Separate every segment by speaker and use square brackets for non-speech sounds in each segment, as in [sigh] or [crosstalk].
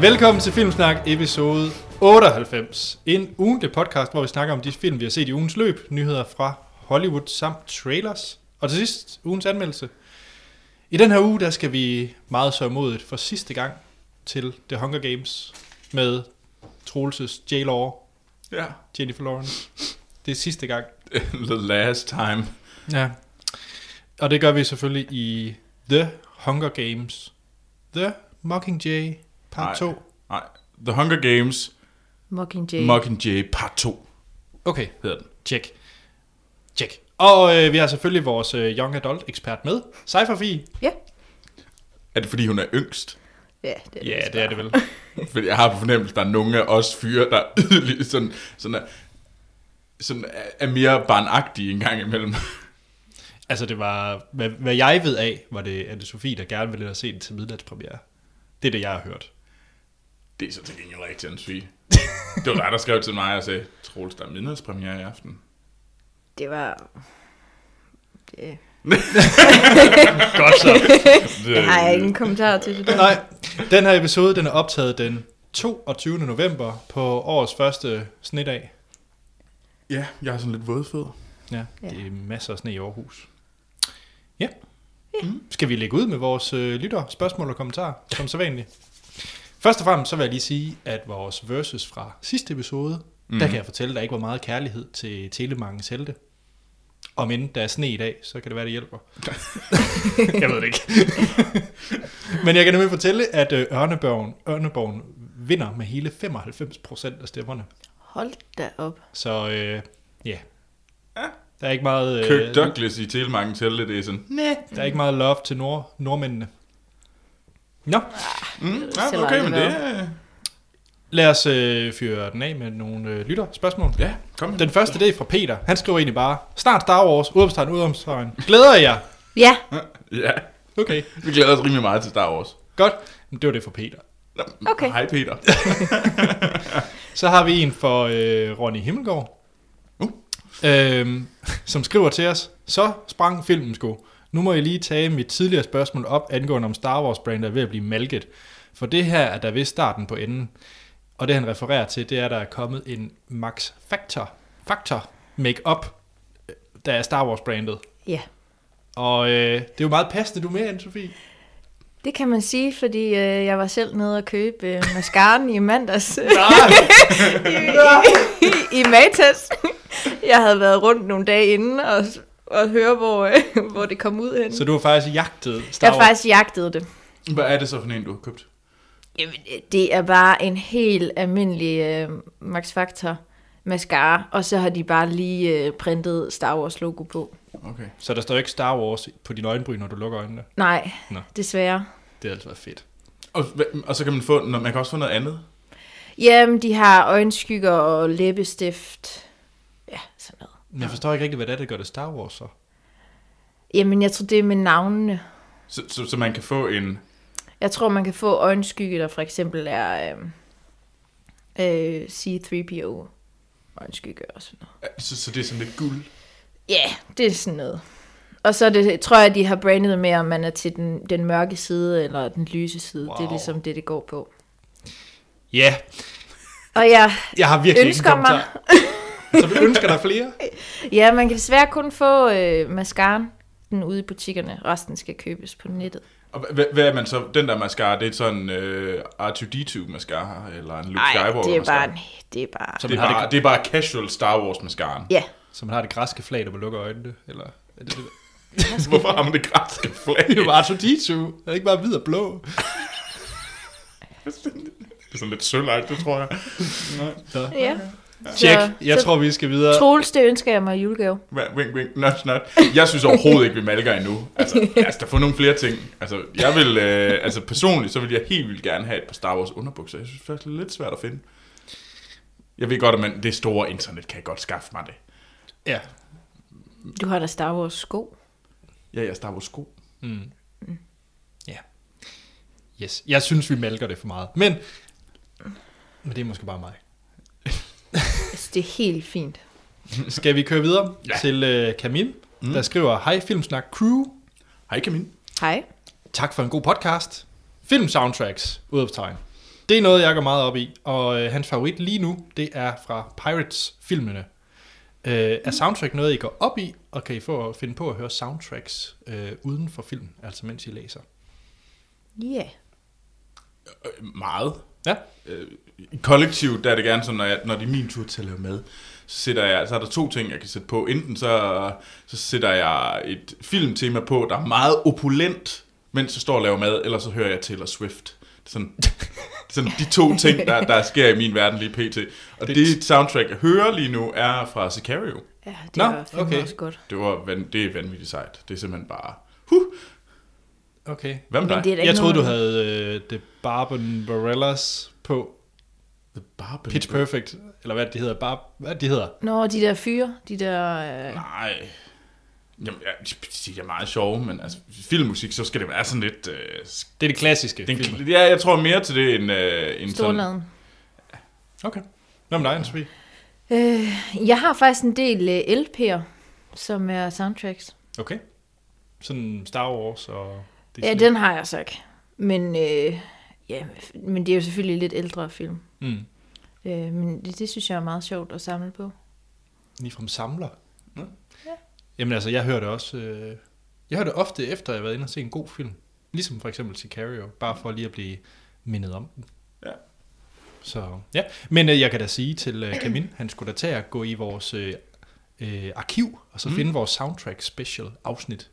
Speaker 1: Velkommen til Filmsnak episode 98. En ugentlig podcast, hvor vi snakker om de film, vi har set i ugens løb, nyheder fra Hollywood samt trailers. Og til sidst ugens anmeldelse. I den her uge, der skal vi meget sørmodigt for sidste gang til The Hunger Games med Troelses J. Law,
Speaker 2: Ja. [laughs]
Speaker 1: Jennifer Lawrence. Det er sidste gang.
Speaker 2: The last time.
Speaker 1: Ja. Og det gør vi selvfølgelig i The Hunger Games. The Mockingjay
Speaker 2: Nej.
Speaker 1: part 2.
Speaker 2: Nej. The Hunger Games
Speaker 3: Mockingjay.
Speaker 2: Mockingjay Part 2
Speaker 1: Okay,
Speaker 2: hedder den.
Speaker 1: Tjek. Tjek. Og øh, vi har selvfølgelig vores øh, young adult ekspert med, Cypherfi.
Speaker 3: Ja.
Speaker 2: Er det fordi hun er yngst?
Speaker 3: Ja, det er
Speaker 1: Ja,
Speaker 3: vist.
Speaker 1: det er det vel.
Speaker 2: Fordi jeg har på fornemmelse, at der er nogle af os fyre, der [laughs] lige sådan, sådan, er, sådan er- er mere barnagtige en gang imellem. [laughs]
Speaker 1: altså, det var, hvad, hvad jeg ved af, var det Anne-Sophie, der gerne ville have set den til midnatspremiere. Det er det, jeg har hørt.
Speaker 2: Det er så til gengæld ikke til at sige. Det var dig, der skrev til mig og sagde, Troels, der er midnadspremiere i aften.
Speaker 3: Det var... Det,
Speaker 1: [laughs] Godt så.
Speaker 3: det har [laughs] jeg ingen kommentar til det
Speaker 1: [laughs]
Speaker 3: der.
Speaker 1: Nej, den her episode, den er optaget den 22. november på årets første snedag.
Speaker 2: Ja, jeg er sådan lidt vådfed.
Speaker 1: Ja,
Speaker 3: Ja.
Speaker 1: det er masser af sne i Aarhus. Ja. Mm. Skal vi lægge ud med vores øh, lytter, spørgsmål og kommentarer, som så vanligt? Først og fremmest så vil jeg lige sige, at vores verses fra sidste episode, mm. der kan jeg fortælle, at der ikke var meget kærlighed til Telemangens helte. Om end der er sne i dag, så kan det være, det hjælper. [laughs] jeg ved det ikke. [laughs] Men jeg kan nemlig fortælle, at øh, Ørneborgen, Ørneborgen vinder med hele 95% af stemmerne.
Speaker 3: Hold da op.
Speaker 1: Så øh, ja,
Speaker 2: Ja.
Speaker 1: der er ikke meget...
Speaker 2: Øh, Kirk Douglas i Telemarken tælle, det er sådan.
Speaker 1: Næh. Der er ikke meget love til nord- nordmændene. Nå,
Speaker 2: Mm,
Speaker 3: ser
Speaker 2: ja, okay, men det
Speaker 3: meget
Speaker 2: er...
Speaker 1: lad os øh, fyre den af med nogle øh, lytter spørgsmål.
Speaker 2: Ja, kom.
Speaker 1: Den første, det er fra Peter. Han skriver egentlig bare, snart Star Wars, udopstegn, udopstegn. Glæder jeg.
Speaker 3: Ja,
Speaker 2: Ja,
Speaker 1: Okay,
Speaker 2: vi glæder os rimelig meget til Star Wars.
Speaker 1: godt. Men det var det for Peter.
Speaker 2: Nå,
Speaker 3: Okay.
Speaker 2: Hej Peter.
Speaker 1: Så har vi en for øh, Ronny Himmelgaard,
Speaker 2: Uh.
Speaker 1: øhm, som skriver til os, så sprang filmen sgu. Nu må jeg lige tage mit tidligere spørgsmål op angående om Star Wars brandet er ved at blive malket. For det her er der vist starten på enden. Og det han refererer til, det er, at der er kommet en Max Factor, Factor make-up, øh, der er Star Wars brandet.
Speaker 3: ja.
Speaker 1: Og øh, det er jo meget passende, du er med, Anne-Sophie.
Speaker 3: Det kan man sige, fordi øh, jeg var selv nede og købe øh, mascaraen i mandags
Speaker 1: [laughs] Nej,
Speaker 3: [laughs] i Matas. Jeg havde været rundt nogle dage inden og, og høre, hvor, øh, hvor det kom ud hen.
Speaker 1: så du har faktisk jagtet Star
Speaker 3: Jeg
Speaker 1: Wars.
Speaker 3: faktisk jagtede det.
Speaker 2: Hvad er det så for en, du har købt?
Speaker 3: Jamen, øh, det er bare en helt almindelig øh, Max Factor mascara, og så har de bare lige øh, printet Star Wars logo på.
Speaker 2: Okay.
Speaker 1: Så der står ikke Star Wars på dine øjenbryn, når du lukker øjnene.
Speaker 3: Nej,
Speaker 1: Nå.
Speaker 3: Nå. desværre.
Speaker 1: Det har altså været fedt.
Speaker 2: Og, hva- og så kan man få, nå, man kan også få noget andet.
Speaker 3: Jamen, de har øjenskygger og læbestift. Ja, sådan noget.
Speaker 1: Men jeg forstår ikke rigtig, hvad det er, der gør det Star Wars så.
Speaker 3: Jamen, jeg tror, det er med navnene.
Speaker 2: Så, så, så man kan få en...
Speaker 3: Jeg tror, man kan få øjenskygge, der for eksempel er øh, øh, C-3PO øjenskygge og sådan noget.
Speaker 2: Så, så det er sådan lidt guld.
Speaker 3: Ja, yeah, det er sådan noget. Og så er det, tror jeg, de har brandet med, om man er til den, den mørke side eller den lyse side. Wow. Det
Speaker 1: Wow.
Speaker 3: er ligesom det, det går på.
Speaker 1: Ja,
Speaker 3: Og jeg,
Speaker 1: jeg har virkelig
Speaker 3: Ønsker
Speaker 1: ingen
Speaker 3: mig.
Speaker 1: kommentar. Så du ønsker dig
Speaker 3: [laughs]
Speaker 1: flere?
Speaker 3: ja, man kan desværre kun få øh, mascaraen den ude i butikkerne. Resten skal købes på nettet.
Speaker 2: Og hva- hva- hvad er man så? Den der mascara, det er sådan øh, R2-D2 mascara, eller en Luke
Speaker 3: Nej,
Speaker 2: Skywalker
Speaker 3: det er
Speaker 2: mascara.
Speaker 3: bare... en- Det er bare...
Speaker 1: Så
Speaker 2: Det
Speaker 1: man,
Speaker 2: er
Speaker 1: har
Speaker 2: bare,
Speaker 1: det,
Speaker 2: det er bare casual Star Wars mascaraen.
Speaker 3: Ja,
Speaker 1: så man har det græske flag, der man lukker øjnene? Eller er det det?
Speaker 2: Hvorfor har man det græske flag?
Speaker 1: [laughs] Det er jo bare R2-D2. Er det ikke bare hvid og blå?
Speaker 2: Det er sådan lidt sølvagtigt, tror jeg.
Speaker 1: Nå.
Speaker 3: ja.
Speaker 1: Check.
Speaker 3: Så-
Speaker 1: Jeg
Speaker 3: så-
Speaker 1: tror, vi skal videre.
Speaker 3: Troels, det ønsker jeg mig i julegave.
Speaker 2: Hva- Wink, wink, nudge, nudge. Jeg synes overhovedet ikke, vi malker endnu. Altså, lad os da få nogle flere ting. Altså, jeg vil, øh, altså personligt, så vil jeg helt vildt gerne have et par Star Wars underbukser. Jeg synes faktisk, det er lidt svært at finde. Jeg ved godt, at man, det store internet kan godt skaffe mig det.
Speaker 1: Ja.
Speaker 3: Du har da Star Wars sko.
Speaker 2: Ja, jeg er Star Wars sko.
Speaker 1: Mm. Ja. Yes. Jeg synes, vi malker det for meget. Men, men det er måske bare mig. [laughs]
Speaker 3: Altså, det er helt fint.
Speaker 1: Skal vi køre videre
Speaker 2: Ja.
Speaker 1: til øh, Camille,
Speaker 2: Mm.
Speaker 1: der skriver, Hej Filmsnak Crew.
Speaker 2: Hej Kamin.
Speaker 3: Hej.
Speaker 1: Tak for en god podcast. Film soundtracks, udopstegn. Det er noget, jeg går meget op i, og øh, hans favorit lige nu, det er fra Pirates-filmene. Øh, er soundtrack noget, I går op i, og kan I få at finde på at høre soundtracks øh, uden for film, altså mens I læser?
Speaker 3: Yeah.
Speaker 2: Øh, meget.
Speaker 1: Ja.
Speaker 2: Øh, i kollektiv, der er det gerne sådan, når, jeg, når det er min tur til at lave mad, så, sætter jeg, så er der to ting, jeg kan sætte på. Enten så, så sætter jeg et filmtema på, der er meget opulent, mens jeg står og laver mad, eller så hører jeg Taylor Swift. Det er sådan, det er sådan de to ting, der, der sker i min verden lige pt. Og
Speaker 1: Det-
Speaker 2: det, det soundtrack, jeg hører lige nu, er fra Sicario.
Speaker 3: Ja, det
Speaker 1: Nå,
Speaker 3: Nå, var fandme
Speaker 1: okay.
Speaker 3: okay. også godt.
Speaker 2: Det, var, van- det er vanvittigt sejt. Det er simpelthen bare... Huh,
Speaker 1: Okay.
Speaker 2: hvad med
Speaker 3: Men
Speaker 2: dig?
Speaker 3: det er da ikke
Speaker 1: Jeg troede, du
Speaker 3: noget-
Speaker 1: havde øh, The Barbarellas på
Speaker 2: The Barbell.
Speaker 1: Pitch Perfect, eller hvad de hedder. Bar, hvad de hedder.
Speaker 3: Nå, de der fyre, de der... Øh...
Speaker 2: Nej. Jamen, jeg, de er meget sjove, men altså, filmmusik, så skal det være sådan lidt... Øh, sk-
Speaker 1: Det er det klassiske
Speaker 2: den,
Speaker 1: film.
Speaker 2: ja, jeg tror mere til det end, øh, end sådan...
Speaker 3: Storladen.
Speaker 1: Okay. Nå, men nej, Sofie.
Speaker 3: Øh, jeg har faktisk en del øh, LP'er, som er soundtracks.
Speaker 1: Okay. Sådan Star Wars og... Det
Speaker 3: Ja, den har jeg så ikke. Men, øh, ja, men det er jo selvfølgelig lidt ældre film.
Speaker 1: Mm.
Speaker 3: Øh, men det, det synes jeg er meget sjovt at samle på.
Speaker 1: Lige fra samler.
Speaker 2: Ja.
Speaker 1: Jamen altså, jeg hører det også... Øh, jeg hører det ofte efter, at jeg har været inde og se en god film. Ligesom for eksempel Sicario, bare for lige at blive mindet om den.
Speaker 2: Ja.
Speaker 1: Så, ja. Men øh, jeg kan da sige til øh, Kamin, han skulle da tage at gå i vores øh, øh, arkiv, og så mm. finde vores soundtrack special afsnit.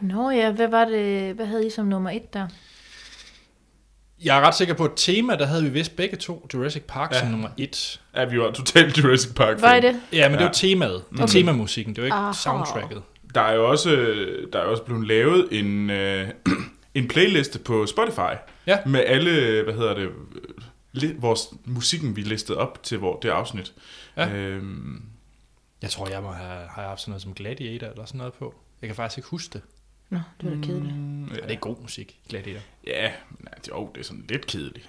Speaker 3: Nå ja, hvad var det, hvad havde I som nummer et der?
Speaker 1: Jeg er ret sikker på et tema, der havde vi vist begge to. Jurassic Park ja. som
Speaker 2: Ja.
Speaker 1: nummer et.
Speaker 2: Ja, vi var totalt Jurassic Park.
Speaker 3: Var I det?
Speaker 1: Ja, men ja. Mm. det
Speaker 2: Ja.
Speaker 1: var temaet. Det var
Speaker 2: Okay.
Speaker 1: temamusikken, det var ikke Aha.
Speaker 3: Aha.
Speaker 1: soundtracket.
Speaker 2: Der er jo også, øh, der er også blevet lavet en, øh, [clears throat] en playliste på Spotify.
Speaker 1: Ja.
Speaker 2: Med alle, øh, hvad hedder det, øh, li- vores musikken, vi listede op til hvor, det afsnit.
Speaker 1: Ja.
Speaker 2: Øhm,
Speaker 1: Jeg tror, jeg må have, har haft sådan noget som Gladiator eller sådan noget på. Jeg kan faktisk ikke huske det.
Speaker 3: Nå, det var da
Speaker 2: Mm.
Speaker 3: kedeligt.
Speaker 1: Ja. Det er god musik, Gladiator.
Speaker 2: Ja, nej, det, oh, det er sådan lidt kedeligt.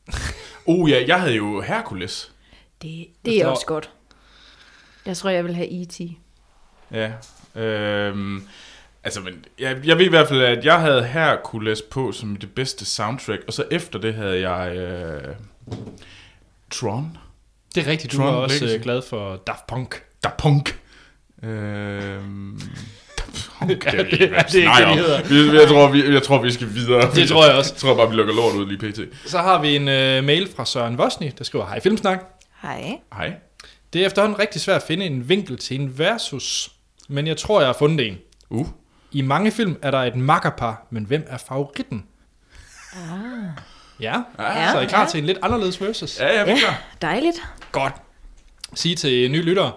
Speaker 2: [laughs] oh ja, jeg havde jo Hercules.
Speaker 3: Det, det er
Speaker 2: Altså,
Speaker 1: tror-
Speaker 3: også godt. Jeg tror, jeg vil have E E.T.
Speaker 2: Ja. Øhm, altså, men jeg, jeg ved i hvert fald, at jeg havde Hercules på som det bedste soundtrack, og så efter det havde jeg øh, Tron.
Speaker 1: Det er rigtigt, du
Speaker 2: Tron
Speaker 1: var også
Speaker 2: Legacy.
Speaker 1: øh, glad for Daft Punk.
Speaker 2: Da Punk. Øhm, Da [laughs] Punk,
Speaker 1: Ja,
Speaker 2: jeg ved
Speaker 1: det-
Speaker 2: ikke, hvad
Speaker 1: det er ikke
Speaker 2: snakker
Speaker 1: det, de
Speaker 2: om. Vi- jeg, tror, vi, jeg tror, vi skal videre.
Speaker 1: Det tror jeg også.
Speaker 2: Jeg tror bare, vi lukker lort ud lige pt.
Speaker 1: Så har vi en øh, mail fra Søren Vosni, der skriver, Hej Filmsnak.
Speaker 3: Hej.
Speaker 2: Hej.
Speaker 1: Det er efterhånden rigtig svært at finde en vinkel til en versus, men jeg tror, jeg har fundet en.
Speaker 2: Uh.
Speaker 1: I mange film er der et makkerpar, men hvem er favoritten?
Speaker 3: Ah,
Speaker 1: Ja,
Speaker 2: Ja,
Speaker 1: så er I klar
Speaker 3: ja.
Speaker 1: til en lidt anderledes versus?
Speaker 2: ja, jeg er
Speaker 3: Ja.
Speaker 2: klar.
Speaker 3: dejligt.
Speaker 1: godt sige til nye lyttere,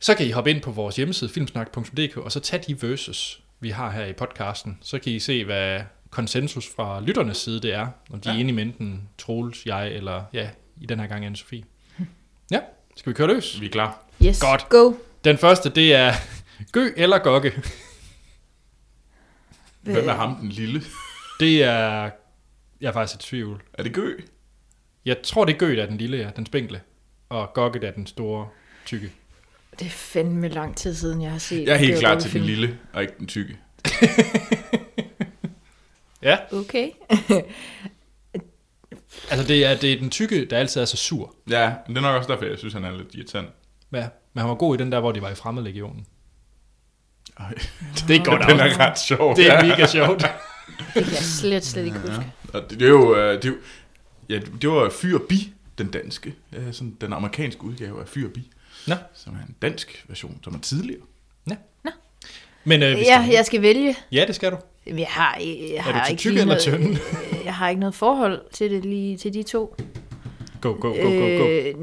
Speaker 1: så kan I hoppe ind på vores hjemmeside, filmsnak.dk, og så tage de verses, vi har her i podcasten. Så kan I se, hvad konsensus fra lytternes side det er, om de ja. er
Speaker 2: Ja.
Speaker 1: enige med enten Troels, jeg eller, ja, i den her gang anne Sofie. Ja, skal vi køre løs?
Speaker 2: Vi er klar.
Speaker 3: Yes,
Speaker 1: Godt.
Speaker 3: go.
Speaker 1: Den første, det er [laughs] Gø eller Gokke.
Speaker 2: Hvem er ham, den lille?
Speaker 1: Det er, jeg er faktisk i tvivl.
Speaker 2: Er det Gø?
Speaker 1: Jeg tror, det er Gø, der er den lille, ja, den spinkle. Og Gokke, der er den store, tykke.
Speaker 3: Det er fandme lang tid siden, jeg har set.
Speaker 2: Jeg er helt
Speaker 3: det
Speaker 2: klar
Speaker 3: var
Speaker 2: til den
Speaker 3: film.
Speaker 2: lille, og ikke den tykke.
Speaker 3: Okay.
Speaker 1: Altså, det er, det er den tykke, der altid er så sur.
Speaker 2: Ja, men det er nok også derfor, jeg synes, han er lidt irritant.
Speaker 1: Ja, men han var god i den der, hvor de var i fremmedlegionen.
Speaker 2: Ej.
Speaker 1: Det er godt
Speaker 2: [laughs] den
Speaker 1: afsnit.
Speaker 2: er ret sjov.
Speaker 1: Det er mega sjovt.
Speaker 3: Det kan jeg slet, slet ikke huske.
Speaker 2: Og det, det er jo... øh, Det, er jo- ja, det var Fyr Bi, den danske. øh, Sådan, den amerikanske udgave af Fyr Bi.
Speaker 1: Nå.
Speaker 2: Som er en dansk version, som er tidligere.
Speaker 1: Men øh, vi skal...
Speaker 3: Ja, jeg skal vælge.
Speaker 1: ja, det skal du.
Speaker 3: Jamen, Jeg har, jeg, jeg
Speaker 1: Er du
Speaker 3: har
Speaker 1: til
Speaker 3: ikke
Speaker 1: tykke
Speaker 3: lige
Speaker 1: eller
Speaker 3: noget-
Speaker 1: tynde?
Speaker 3: [laughs] Jeg har ikke noget forhold til det lige til de to.
Speaker 1: Go, go, go, go, go.
Speaker 3: Øh,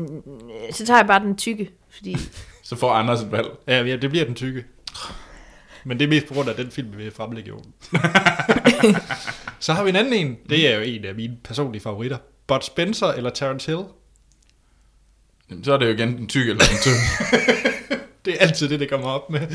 Speaker 3: så tager jeg bare den tykke, fordi
Speaker 2: Så får Anders et valg.
Speaker 1: Ja, ja, det bliver den tykke. Men det er mest på grund af den film, vi er i
Speaker 2: [laughs]
Speaker 1: fremmedlegionen. Så har vi en anden en. Det er jo en af mine personlige favoritter. Bud Spencer eller Terence Hill.
Speaker 2: Jamen, så er det jo igen den tykke eller den
Speaker 1: [laughs]
Speaker 2: tynde.
Speaker 1: Det er altid det, det kommer op med.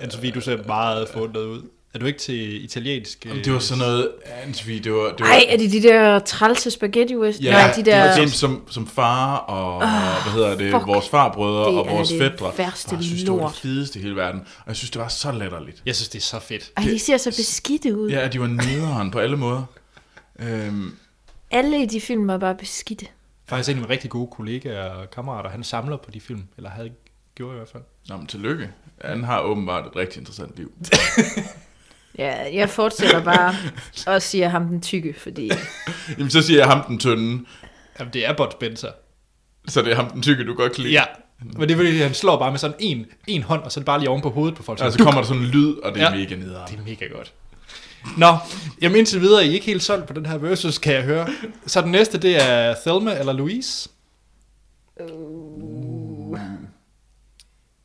Speaker 1: Anne-Sophie, du ser meget fundet ud. øh, Er du ikke til italiensk? øh,
Speaker 2: Jamen, det var sådan noget... Anne-Sophie, det var... Det var
Speaker 3: Ej, er det de der trælse spaghetti west?
Speaker 2: Ja,
Speaker 3: Nej, de der...
Speaker 2: det var som, som, som far og, og hvad hedder det,
Speaker 3: fuck.
Speaker 2: vores farbrødre
Speaker 3: Det
Speaker 2: og
Speaker 3: er
Speaker 2: vores
Speaker 3: det
Speaker 2: fædre.
Speaker 3: værste
Speaker 2: Og jeg synes, det var
Speaker 3: lort.
Speaker 2: det fedeste i hele verden. Og jeg synes, det var så latterligt.
Speaker 1: Jeg synes, det er så fedt.
Speaker 3: Ej, de ser så beskidte ud.
Speaker 2: Ja, at de var nederen på alle måder. Øhm,
Speaker 3: Alle i de film var bare beskidte.
Speaker 1: Faktisk en af mine rigtig gode kollegaer og kammerater, han samler på de film, eller havde gjort i hvert fald.
Speaker 2: nå, men tillykke. Han har åbenbart et rigtig interessant liv.
Speaker 3: Ja, jeg fortsætter
Speaker 1: [laughs]
Speaker 3: bare og siger ham den tykke, fordi...
Speaker 2: Jamen, så siger jeg ham den tynde,
Speaker 1: Jamen, det er Bud Spencer.
Speaker 2: så det er ham den tykke, du godt kan lide.
Speaker 1: Ja. Men det er fordi, han slår bare med sådan en, en hånd, og så er det bare lige oven på hovedet på folk. Så
Speaker 2: Og så kommer der sådan en lyd, og det er
Speaker 1: Ja.
Speaker 2: mega nederen.
Speaker 1: det er mega godt. Nå, jamen indtil videre, I er ikke helt solgt på den her versus, kan jeg høre. Så den næste, det er Thelma eller Louise.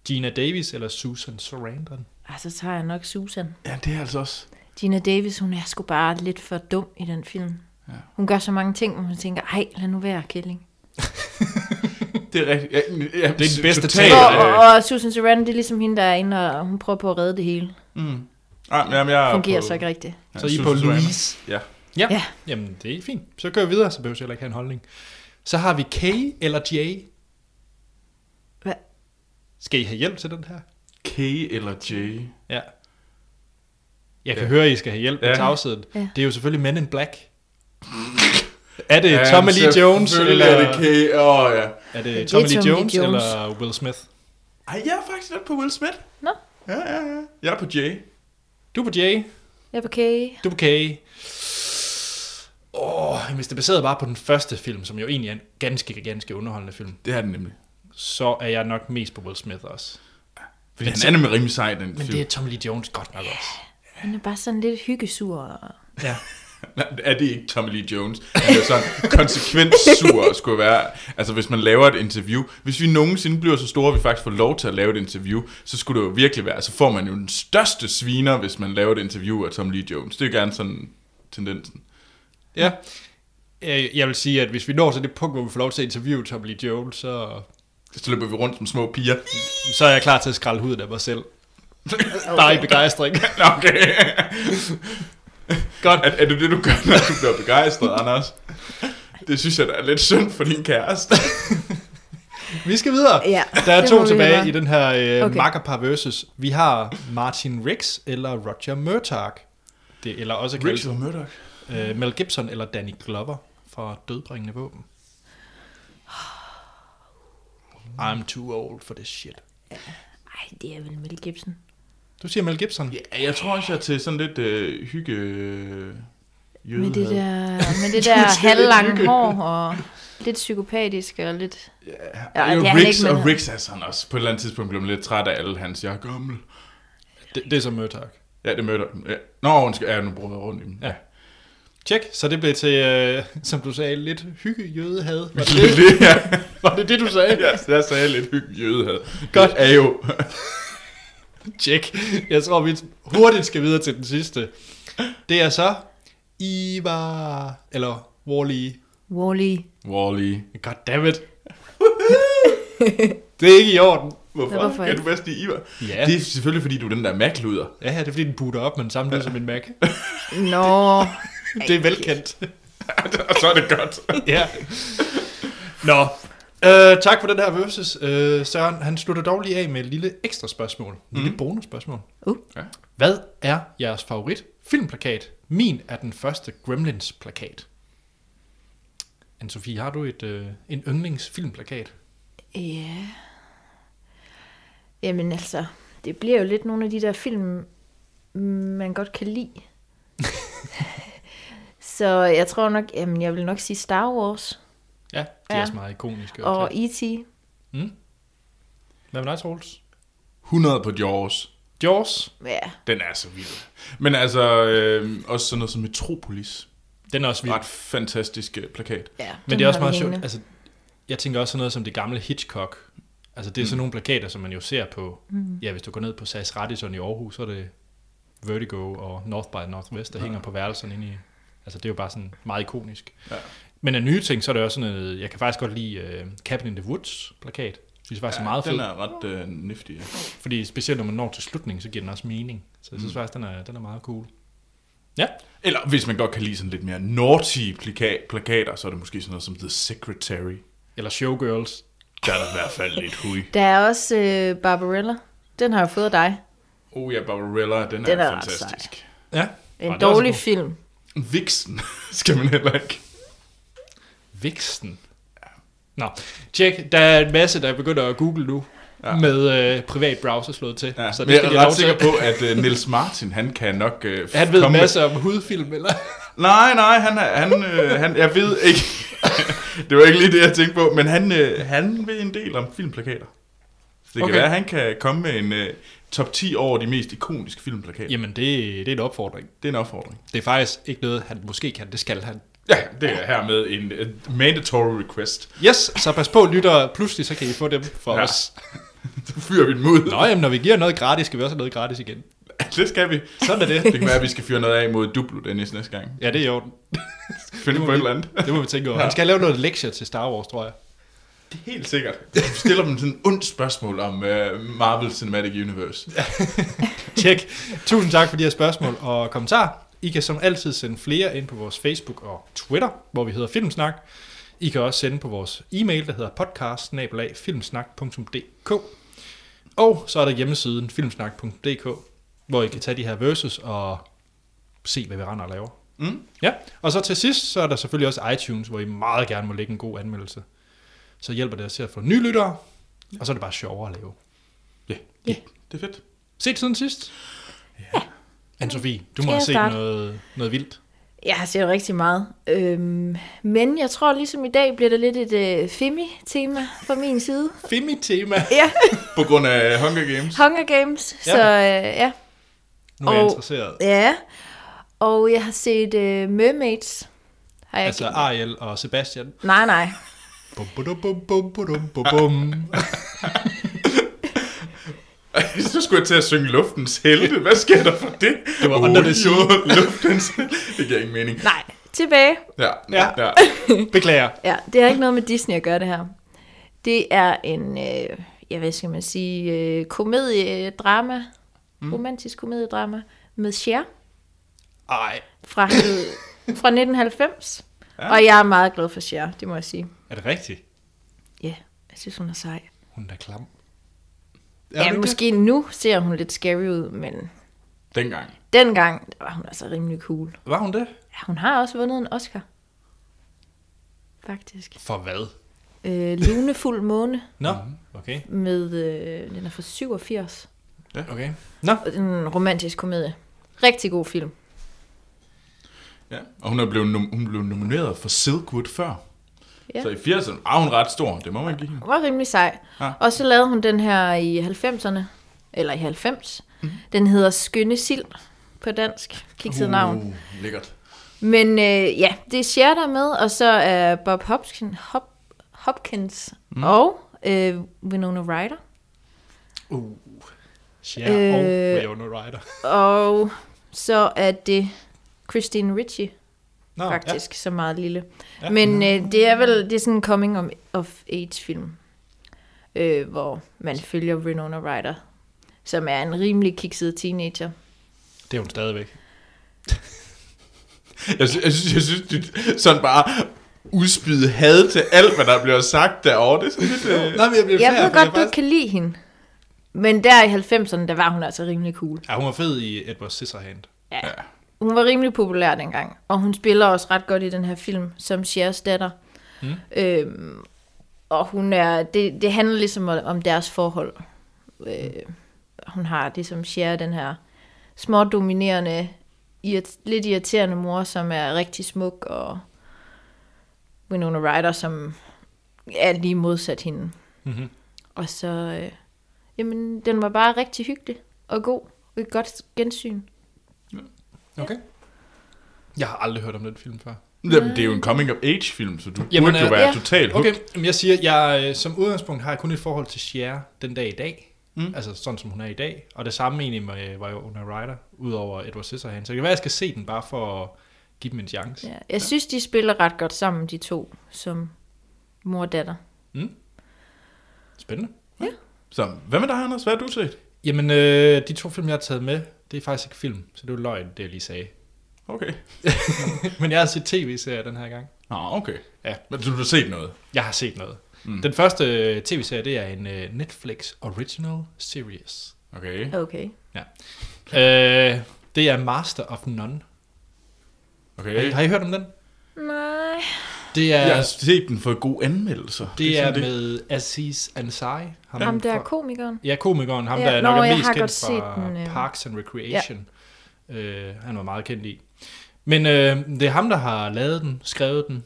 Speaker 1: Gina Davis eller Susan Sarandon.
Speaker 3: Ah, så tager jeg nok Susan.
Speaker 2: Ja, det er altså også.
Speaker 3: Gina Davis, hun er sgu bare lidt for dum i den film. Ja. Hun gør så mange ting, hvor man tænker, ej, lad nu være, Killing.
Speaker 2: Det er rigtigt. Ja, ja,
Speaker 1: den bedste
Speaker 2: totalt,
Speaker 1: Hey, tale.
Speaker 3: og,
Speaker 2: øh,
Speaker 3: og, og Susan Sarandon, det er ligesom hende, der er inde, og hun prøver på at redde det hele.
Speaker 2: Mm. Ah, jamen, jeg er
Speaker 3: Fungerer
Speaker 2: på,
Speaker 3: så ikke rigtigt.
Speaker 2: Ja,
Speaker 1: Så I er
Speaker 2: Susan
Speaker 1: på
Speaker 2: Sarandon.
Speaker 1: Louise.
Speaker 2: Ja.
Speaker 1: Ja. ja.
Speaker 3: Ja.
Speaker 1: Jamen, det er fint. Så kører vi videre, så behøver jeg heller ikke have en holdning. Så har vi K eller J.
Speaker 3: Hvad?
Speaker 1: Skal I have hjælp til den her?
Speaker 2: K eller J?
Speaker 1: Ja. Jeg kan ja.
Speaker 2: Ja.
Speaker 1: høre, I skal have hjælp med
Speaker 2: Ja.
Speaker 1: tavsheden. Ja.
Speaker 3: Ja.
Speaker 1: Det er jo selvfølgelig Men in Black. Er det
Speaker 2: Ja,
Speaker 1: Tommy Lee Jones,
Speaker 2: selvfølgelig
Speaker 1: eller
Speaker 2: er det K. Åh, oh, ja.
Speaker 1: er
Speaker 3: Det er
Speaker 1: det Tommy Lee
Speaker 3: Tommy Lee
Speaker 1: Jones,
Speaker 3: Jones.
Speaker 1: eller Will Smith?
Speaker 2: Ej, jeg er faktisk lidt på Will Smith.
Speaker 3: Nå.
Speaker 2: Ja, ja, ja. Jeg er på J.
Speaker 1: Du er på Jay,
Speaker 3: Jeg er på kage.
Speaker 1: du er på K. Åh, oh, hvis det er baseret bare på den første film, som jo egentlig er en ganske, ganske underholdende film,
Speaker 2: Det er den nemlig.
Speaker 1: så er jeg nok mest på Will Smith også.
Speaker 2: Fordi
Speaker 1: Men
Speaker 2: han
Speaker 1: så-
Speaker 2: er nemlig rimelig sej, den
Speaker 1: Men det er
Speaker 2: film.
Speaker 1: Tommy Lee Jones godt nok også.
Speaker 3: Hun er bare sådan lidt hyggesur. og-
Speaker 1: Ja.
Speaker 2: Nej, er det ikke Tommy Lee Jones? Han er sådan konsekvent sur, skulle være. Altså, hvis man laver et interview. Hvis vi nogensinde bliver så store, at vi faktisk får lov til at lave et interview, så skulle det jo virkelig være. Så får man jo den største sviner, hvis man laver et interview af Tommy Lee Jones. Det er jo gerne sådan tendensen.
Speaker 1: ja. Øh, Jeg vil sige, at hvis vi når til det punkt, hvor vi får lov til at interviewe Tommy Lee Jones, så,
Speaker 2: Så løber vi rundt som små piger. [laughs]
Speaker 1: så er jeg klar til at skralde huden af mig [laughs] selv. Bare i begejstring.
Speaker 2: Nå, okay.
Speaker 1: Godt.
Speaker 2: Er, er det det, du gør, når du bliver begejstret, Anders? Det synes jeg, der er lidt synd for din kæreste.
Speaker 1: Vi skal videre.
Speaker 3: Ja,
Speaker 1: Der er
Speaker 3: det må
Speaker 1: to
Speaker 3: vi
Speaker 1: tilbage
Speaker 3: gøre.
Speaker 1: i den her øh, okay.
Speaker 3: Okay.
Speaker 1: makkerpar versus. Vi har Martin Riggs eller Roger Murtagh. Det, eller også kaldt
Speaker 2: og Murdoch.
Speaker 1: øh, Mel Gibson eller Danny Glover fra Dødbringende Våben. I'm too old for this shit.
Speaker 3: Ej, det er vel Mel Gibson.
Speaker 1: Du siger Mel Gibson.
Speaker 2: Ja, jeg tror også, jeg er til sådan lidt øh, hygge... øh, Jøde.
Speaker 3: Med det der,
Speaker 1: [laughs]
Speaker 3: med det
Speaker 2: Det er
Speaker 3: der
Speaker 2: lidt
Speaker 3: halvlange
Speaker 2: hyggeligt.
Speaker 3: hår og lidt psykopatisk og lidt...
Speaker 2: Ja,
Speaker 3: Ja, det
Speaker 2: ja,
Speaker 3: er han
Speaker 2: Riggs,
Speaker 3: ikke, men
Speaker 2: og
Speaker 3: han-
Speaker 2: Riggs er sådan også. På et eller andet tidspunkt blev man lidt træt af alle hans, jeg er gammel.
Speaker 1: Det, det er så Murtagh.
Speaker 2: Ja, det mødte han. Ja. Nå, hun skal... Ja, nu bruger jeg rundt i dem.
Speaker 1: Ja. Tjek, så det blev til, øh, som du sagde, lidt hygge jødehad. Var det,
Speaker 2: Lidt, lidt, [laughs] ja.
Speaker 1: [laughs] var det det, du sagde?
Speaker 2: Jeg, jeg sagde lidt hygge jødehed.
Speaker 1: Godt.
Speaker 2: Det er jo...
Speaker 1: Tjek. Jeg tror, vi hurtigt skal videre til den sidste. Det er så Ivar, eller Wally.
Speaker 3: Wall-E.
Speaker 2: Wall-E.
Speaker 1: Goddammit. det er ikke i orden.
Speaker 2: Hvorfor?
Speaker 3: Ja, hvorfor
Speaker 2: Hvorfor? Er
Speaker 3: ikke?
Speaker 2: du bedst i Ivar?
Speaker 1: Ja.
Speaker 2: Det er selvfølgelig, fordi du er den der Mac-luder. [laughs]
Speaker 1: Ja, ja, det er fordi, den booter op, men samtidig som en [laughs] Mac.
Speaker 3: Nå,
Speaker 1: Det er velkendt.
Speaker 2: og så er det godt.
Speaker 1: [laughs] ja. Nå. Øh, tak for den her versus. Øh, Søren, han slutter dog lige af med et lille ekstra spørgsmål. En lille bonusspørgsmål.
Speaker 3: Mhm. Uh.
Speaker 2: Ja.
Speaker 1: Hvad er jeres favorit filmplakat? Min er den første Gremlins-plakat. Anne-Sophie, har du et, øh, en yndlingsfilmplakat?
Speaker 3: ja. Jamen altså, det bliver jo lidt nogle af de der film, man godt kan
Speaker 1: [laughs]
Speaker 3: lide. Så jeg tror nok, jamen jeg vil nok sige Star Wars
Speaker 1: Ja, det er
Speaker 3: Ja.
Speaker 1: også meget ikonisk.
Speaker 3: og E
Speaker 1: Og...
Speaker 3: E.T.
Speaker 1: Hvad med dig, Troels?
Speaker 2: 100 på Jaws.
Speaker 1: Jaws,
Speaker 3: Ja,
Speaker 2: Den er så vild. Men altså, øh, også sådan noget som Metropolis.
Speaker 1: den er også vild.
Speaker 2: Ret fantastisk øh, plakat.
Speaker 3: ja.
Speaker 1: Men det er også meget sjovt. Altså, jeg tænker også sådan noget som det gamle Hitchcock. Altså, det er mm. sådan nogle plakater, som man jo ser på... Mm. Ja, hvis du går ned på SAS Radisson i Aarhus, så er det Vertigo og North by Northwest, der ja. hænger på værelserne inde i... Altså, det er jo bare sådan meget ikonisk.
Speaker 2: Ja.
Speaker 1: Men af nye ting, så er det også sådan noget... Jeg kan faktisk godt lide uh, Cabin in the Woods-plakat. Jeg synes faktisk, ja, er meget
Speaker 2: den
Speaker 1: fed.
Speaker 2: er ret øh, nifty. Ja.
Speaker 1: Fordi specielt når man når til slutningen, så giver den også mening. Så jeg synes faktisk, den er, den er meget cool. Ja,
Speaker 2: Eller hvis man godt kan lide sådan lidt mere naughty plaka- plakater, så er det måske sådan noget som The Secretary.
Speaker 1: eller Showgirls.
Speaker 2: Der er der i hvert fald lidt hui.
Speaker 3: Der er også øh, Barbarella. Den har jeg fået af dig.
Speaker 2: Oh ja, Barbarella, den,
Speaker 3: Den
Speaker 2: er,
Speaker 3: er
Speaker 2: er
Speaker 3: ret
Speaker 2: fantastisk.
Speaker 1: Ja,
Speaker 3: En
Speaker 1: Og det er også
Speaker 3: dårlig
Speaker 1: god.
Speaker 3: film.
Speaker 2: Viksen [laughs] skal man heller ikke.
Speaker 1: Viksten. Nå, tjek. Der er en masse, der begynder at google nu. Ja. Med øh, privat browser slået til.
Speaker 2: Ja,
Speaker 1: så det
Speaker 2: men jeg
Speaker 1: skal de
Speaker 2: er
Speaker 1: have lov
Speaker 2: ret
Speaker 1: til.
Speaker 2: sikker på, at uh, Nils Martin, han kan nok uh,
Speaker 1: [laughs] Han ved en masse om hudfilm, [laughs] eller?
Speaker 2: Nej, nej, han, er- han, øh, han, jeg ved ikke. [laughs] det var ikke lige det, jeg tænkte på, men han, øh, han ved en del om filmplakater. Så det
Speaker 1: Okay.
Speaker 2: okay. kan være, at han kan komme med en øh, top 10 over de mest ikoniske filmplakater. Yep.
Speaker 1: Jamen, det, det er en opfordring.
Speaker 2: Det er en opfordring.
Speaker 1: Det er faktisk ikke noget, han måske kan. Det skal han.
Speaker 2: Ja, det er hermed en uh, mandatory request.
Speaker 1: Yes, så pas på, lytter. Pludselig så kan I få dem for
Speaker 2: Ja.
Speaker 1: ja. os.
Speaker 2: Så fyrer vi den ud.
Speaker 1: [laughs] Nå, jamen, når vi giver noget gratis, skal vi også have noget gratis igen.
Speaker 2: Det skal vi.
Speaker 1: Sådan er det.
Speaker 2: Det kan være, at vi skal fyre noget af mod Duplo Dennis næste gang.
Speaker 1: Ja, det er i orden.
Speaker 2: Finde på et eller andet.
Speaker 1: Det må vi tænke over. Han skal have lavet noget lektier til Star Wars, tror jeg.
Speaker 2: Det er helt sikkert. Vi stiller dem sådan et ondt spørgsmål om uh, Marvel Cinematic Universe.
Speaker 1: [laughs] Tjek. Tusind tak for de her spørgsmål og kommentarer. I kan som altid sende flere ind på vores Facebook og Twitter, hvor vi hedder Filmsnak. I kan også sende på vores e-mail, der hedder podcast-filmsnak.dk. Og så er der hjemmesiden filmsnak.dk, hvor I kan tage de her verses og se, hvad vi render og laver.
Speaker 2: Mm.
Speaker 1: Ja, og så til sidst, så er der selvfølgelig også iTunes, hvor I meget gerne må lægge en god anmeldelse. Så hjælper det os til at få nye lyttere, og så er det bare sjovere at lave.
Speaker 2: Det er fedt.
Speaker 1: Set siden sidst? Ja. Anne-Sophie, du må
Speaker 3: Skal
Speaker 1: have
Speaker 3: jeg
Speaker 1: set
Speaker 3: starte?
Speaker 1: noget, noget vildt.
Speaker 3: Jeg har set rigtig meget. Øhm, men jeg tror ligesom i dag bliver det lidt et øh, Femi-tema fra min
Speaker 1: [laughs]
Speaker 3: side.
Speaker 1: Femi-tema.
Speaker 3: Ja,
Speaker 2: På grund af Hunger Games. [laughs]
Speaker 3: Hunger Games.
Speaker 1: Ja.
Speaker 3: Ja. Så øh, ja.
Speaker 1: Nu er jeg
Speaker 3: Og-
Speaker 1: interesseret.
Speaker 3: ja. Og jeg har set øh, Mermaids. Har jeg
Speaker 1: Altså
Speaker 3: ikke-
Speaker 1: Ariel og Sebastian.
Speaker 3: Nej, nej.
Speaker 1: Bum, bum, bum, bum, bum, bum,
Speaker 3: [laughs]
Speaker 1: bum.
Speaker 2: Så skulle jeg til at synge luftens helte. Hvad sker der for det?
Speaker 1: Det var Under the Sea.
Speaker 2: jo, luftens Det giver ingen mening.
Speaker 3: Nej. Tilbage.
Speaker 2: Ja,
Speaker 1: Ja.
Speaker 2: ja. ja.
Speaker 1: Beklager.
Speaker 3: Ja, det har ikke noget med Disney at gøre det her. Det er en, øh, ja, hvad skal man sige, øh, komediedrama, mm. romantisk komediedrama med Cher
Speaker 1: Ej,
Speaker 3: fra, [laughs] fra 1990. Ja. Og jeg er meget glad for Cher, det må jeg sige.
Speaker 1: er det rigtigt?
Speaker 3: Ja, jeg synes, hun er sej.
Speaker 1: Hun er da klam. Er
Speaker 3: Ja,
Speaker 1: du
Speaker 3: ja
Speaker 1: ikke
Speaker 3: måske det? nu ser hun lidt scary ud, men
Speaker 2: Dengang.
Speaker 3: dengang der var hun altså rimelig cool.
Speaker 1: det? Var hun det?
Speaker 3: Ja, hun har også vundet en Oscar. Faktisk.
Speaker 1: For hvad?
Speaker 3: Øh, Lunefuld måne
Speaker 1: Nå, okay.
Speaker 3: med, øh, den er fra 87.
Speaker 1: okay. Nå,
Speaker 3: en romantisk komedie. Rigtig god film.
Speaker 2: Ja. Og hun er blevet, nom- hun blev nomineret for Silkwood før.
Speaker 3: Ja.
Speaker 2: Så i 80'erne var hun ret stor. Det må man give hende.
Speaker 3: Den var rimelig sej.
Speaker 2: Ja.
Speaker 3: Ja. Og så lavede hun den her i 90'erne, eller i 90. Mm. Den hedder Skønne Sild på dansk. Kikset navn.
Speaker 2: Uh, lækkert.
Speaker 3: Men øh, ja, det er Cher, der er med, og så er Bob Hopkins, Hop, Hopkins mm. og øh, Winona Ryder.
Speaker 1: uh. Cher øh... og
Speaker 3: Øh.
Speaker 1: Winona Ryder.
Speaker 3: Og så er det Christine Ritchie,
Speaker 1: Nå,
Speaker 3: oh, faktisk, ja. så meget lille.
Speaker 1: Ah, Ja.
Speaker 3: Ja. Men øh, det er vel det er sådan en coming of- of age film, øh, hvor man følger Winona Ryder, som er en rimelig kikset teenager.
Speaker 1: Ja. Det er hun stadigvæk.
Speaker 2: Jeg, sy- jeg, synes, jeg synes, det sådan bare udspyde had til alt, hvad der bliver sagt derovre. Det er sådan lidt... Øh...
Speaker 1: Nå, men jeg bliver
Speaker 3: Jeg
Speaker 1: fair,
Speaker 3: ved
Speaker 1: for
Speaker 3: godt, du
Speaker 1: faktisk-
Speaker 3: ikke kan lide hende, men der i 90'erne, der var hun altså rimelig cool.
Speaker 1: Ja, hun var fed i Edward Scissorhand.
Speaker 3: Ja. Hun var rimelig populær dengang, og hun spiller også ret godt i den her film, som Shers datter. Mm. Øhm, og hun er, det, det handler ligesom om- om deres forhold. Øh, hun har ligesom Cher, den her små dominerende, irrit- lidt irriterende mor, som er rigtig smuk, og Winona Ryder, som er lige modsat hende. Mm-hmm. Og så, øh, jamen, den var bare rigtig hyggelig og god, og et godt gensyn.
Speaker 1: Okay. Jeg har aldrig hørt om den film før.
Speaker 2: Jamen, det er jo en coming of age film, så du
Speaker 1: Jamen,
Speaker 2: Jamen, burde jo
Speaker 1: øh,
Speaker 2: være
Speaker 3: ja.
Speaker 2: totalt hooked.
Speaker 1: Okay, men jeg siger, jeg øh, som udgangspunkt har jeg kun et forhold til Cher den dag i dag. Mm. Altså sådan som hun er i dag. Og det samme egentlig med øh, Viola Ryder, udover Edward Scissorhands. Så det kan være, jeg skal se den bare for at give dem en chance.
Speaker 3: Ja, jeg ja. synes, de spiller ret godt sammen, de to, som mor og datter.
Speaker 1: Spændende.
Speaker 2: Så hvad med dig, Anders? Hvad har du set?
Speaker 1: Jamen, øh, de to film, jeg har taget med, det er faktisk ikke film, så det er jo løgn, det jeg lige sagde.
Speaker 2: Okay.
Speaker 1: Men jeg har set tv-serier den her gang.
Speaker 2: Nå, okay.
Speaker 1: Ja.
Speaker 2: Men du har set noget?
Speaker 1: Jeg har set noget. Mm. Den første øh, tv-serie, det er en øh, Netflix Original Series.
Speaker 2: Okay.
Speaker 3: Okay.
Speaker 1: Øh, det er Master of None. Har I,
Speaker 2: Okay.
Speaker 1: har I hørt om den?
Speaker 3: Nej.
Speaker 1: Det er,
Speaker 2: Jeg har set den fået gode anmeldelser.
Speaker 1: det er
Speaker 2: sådan
Speaker 1: med Aziz Ansari. Ham,
Speaker 3: Ham der er
Speaker 1: fra-
Speaker 3: komikeren.
Speaker 1: Ja, komikeren. Ham,
Speaker 3: Ja,
Speaker 1: der er
Speaker 3: nå,
Speaker 1: nok er
Speaker 3: jeg
Speaker 1: mest
Speaker 3: har
Speaker 1: kendt
Speaker 3: godt set
Speaker 1: fra
Speaker 3: den, øh.
Speaker 1: Parks and Recreation. Øh, han var meget kendt i. Men øh, det er ham, der har lavet den, skrevet den,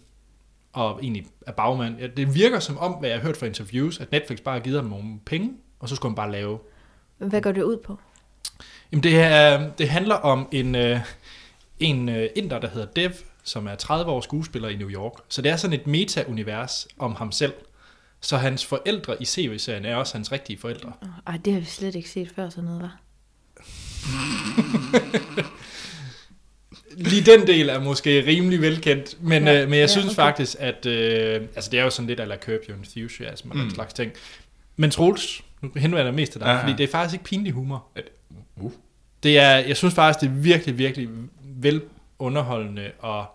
Speaker 1: og egentlig er bagmand. Ja, det virker som om, hvad jeg har hørt fra interviews, at Netflix bare har givet ham nogle penge, og så skulle han bare lave.
Speaker 3: Hvad går det ud på?
Speaker 1: Jamen det, er, det handler om en, øh, en øh, inder, der hedder Dev, som er 30 år skuespiller i New York. Så det er sådan et meta-univers om ham selv. Så hans forældre i CV-serien er også hans rigtige forældre.
Speaker 3: Ej, det har vi slet ikke set før sådan noget, var.
Speaker 1: Lige den del er måske rimelig velkendt, men, ja,
Speaker 3: Ja,
Speaker 1: øh, men jeg
Speaker 3: ja,
Speaker 1: synes
Speaker 3: okay.
Speaker 1: faktisk, at øh, altså det er jo sådan lidt ala Curb Your Enthusiasm og mm. den
Speaker 2: Mm.
Speaker 1: slags ting. Men Troels, nu henvender jeg mig mest til dig,
Speaker 2: Ja, ja.
Speaker 1: fordi det er faktisk ikke pinlig humor.
Speaker 2: det- Uh,
Speaker 1: Det er, jeg synes faktisk, det er virkelig, virkelig vel underholdende og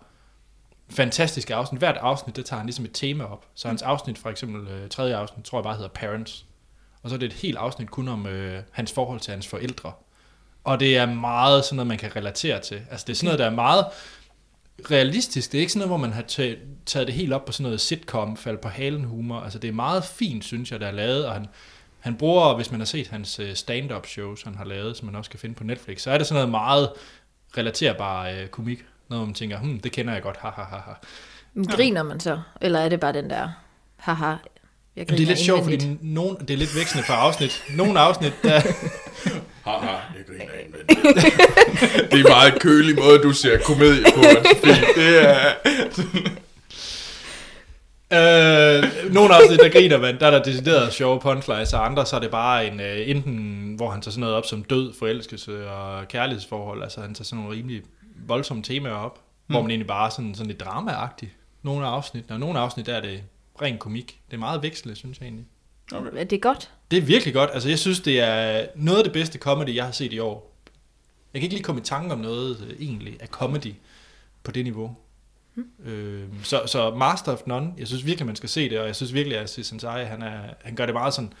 Speaker 1: fantastiske afsnit. Hvert afsnit, det tager han ligesom et tema op. Så
Speaker 2: Mm.
Speaker 1: hans afsnit, for eksempel øh, tredje afsnit, tror jeg bare hedder Parents. Og så er det et helt afsnit kun om øh, hans forhold til hans forældre. Og det er meget sådan noget, man kan relatere til. Altså det er sådan
Speaker 2: Mm.
Speaker 1: noget, der er meget realistisk. Det er ikke sådan noget, hvor man har tæ- taget det helt op på sådan noget sitcom, fald på halen humor. Altså det er meget fint, synes jeg, der er lavet. Og han, han bruger, hvis man har set hans øh, stand-up shows, han har lavet, som man også kan finde på Netflix, så er det sådan noget meget relaterbar øh, komik. Noget, hvor man tænker, hmm, det kender jeg godt, ha, ha, ha, ha.
Speaker 3: Men griner man så? Eller er det bare den der, haha, jeg griner
Speaker 1: Men det er lidt sjovt, fordi
Speaker 3: indvendigt?
Speaker 1: nogen, det er lidt vækstende fra afsnit. Nogle afsnit, der,
Speaker 2: Haha, jeg griner indvendigt. det er en meget kølig måde, du ser komedie på. Anne-Sophie. Det er...
Speaker 1: øh, nogle afsnit, der griner man, der er der decideret sjove punchlines, og andre, så er det bare en, øh, enten, hvor han tager sådan noget op som død, forelskelse og kærlighedsforhold, altså han tager sådan nogle rimelig voldsomme temaer op, mm. hvor man egentlig bare er sådan, sådan lidt dramaagtig. Nogle afsnit, og nogle afsnit, der er det ren komik. Det er meget vekslende, synes jeg egentlig.
Speaker 3: Er det godt?
Speaker 1: Det er virkelig godt. Altså, jeg synes, det er noget af det bedste comedy, jeg har set i år. Jeg kan ikke lige komme i tanke om noget øh, egentlig af comedy på det niveau.
Speaker 3: Hmm.
Speaker 1: Mm. Øh, så, så Master of None, jeg synes virkelig, man skal se det, og jeg synes virkelig, at Aziz Ansari, han, er, han gør det meget sådan,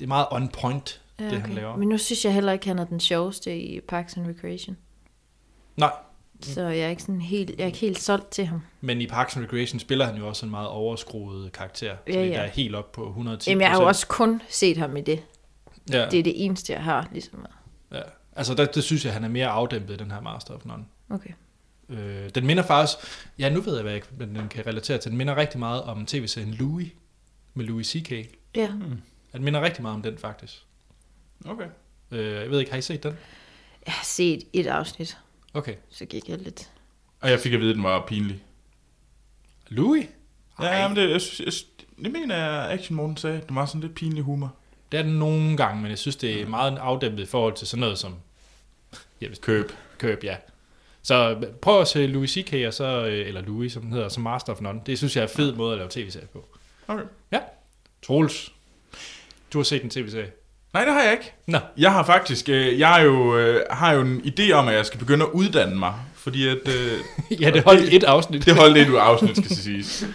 Speaker 1: det er meget on point, ja, det han laver.
Speaker 3: Men nu synes jeg heller ikke, han er den sjoveste i Parks and Recreation.
Speaker 1: Nej,
Speaker 3: Så jeg er ikke, sådan helt, jeg er ikke helt solgt til ham.
Speaker 1: men i Parks and Recreation spiller han jo også en meget overskruet karakter, ja,
Speaker 3: Ja,
Speaker 1: ja.
Speaker 3: ja.
Speaker 1: der er helt op på 110
Speaker 3: Jamen, jeg har jo også kun set ham i det.
Speaker 1: Ja,
Speaker 3: Det er det eneste, jeg har, ligesom.
Speaker 1: ja. Altså, der, der synes jeg, han er mere afdæmpet, i den her Master of None.
Speaker 3: Okay.
Speaker 1: Øh, den minder faktisk, ja nu ved jeg, hvad jeg, hvad den kan relatere til. Den minder rigtig meget om tv-serien Louis med Louis C.K.
Speaker 3: Ja.
Speaker 1: Mm. Den minder rigtig meget om den faktisk.
Speaker 2: Okay.
Speaker 1: Øh, jeg ved ikke, har I set den?
Speaker 3: Jeg har set et afsnit,
Speaker 1: Okay.
Speaker 3: så gik jeg lidt...
Speaker 2: Og jeg fik at vide, at den var pinlig.
Speaker 1: Louis?
Speaker 2: Ja, men det, jeg, synes- jeg, synes- det mener jeg, Action Morten sagde. Det var sådan lidt pinlig humor.
Speaker 1: Det er den nogle gange, men jeg synes, det er meget afdæmpet i forhold til sådan noget som ja, hvis-
Speaker 2: Køb.
Speaker 1: køb, ja. Så prøv at se Louis C.K. og så, øh, eller Louis, som den hedder, så Master of None. Det synes jeg er en fed måde at lave tv-serie på.
Speaker 2: Okay.
Speaker 1: Troels, du har set en tv-serie.
Speaker 2: Nej, det har jeg ikke.
Speaker 1: Nå.
Speaker 2: Jeg har faktisk, øh, jeg er jo, øh, har jo en idé om, at jeg skal begynde at uddanne mig, fordi at, øh,
Speaker 1: ja, det holdt et afsnit.
Speaker 2: det holdt lidt ud af afsnit, skal det siges.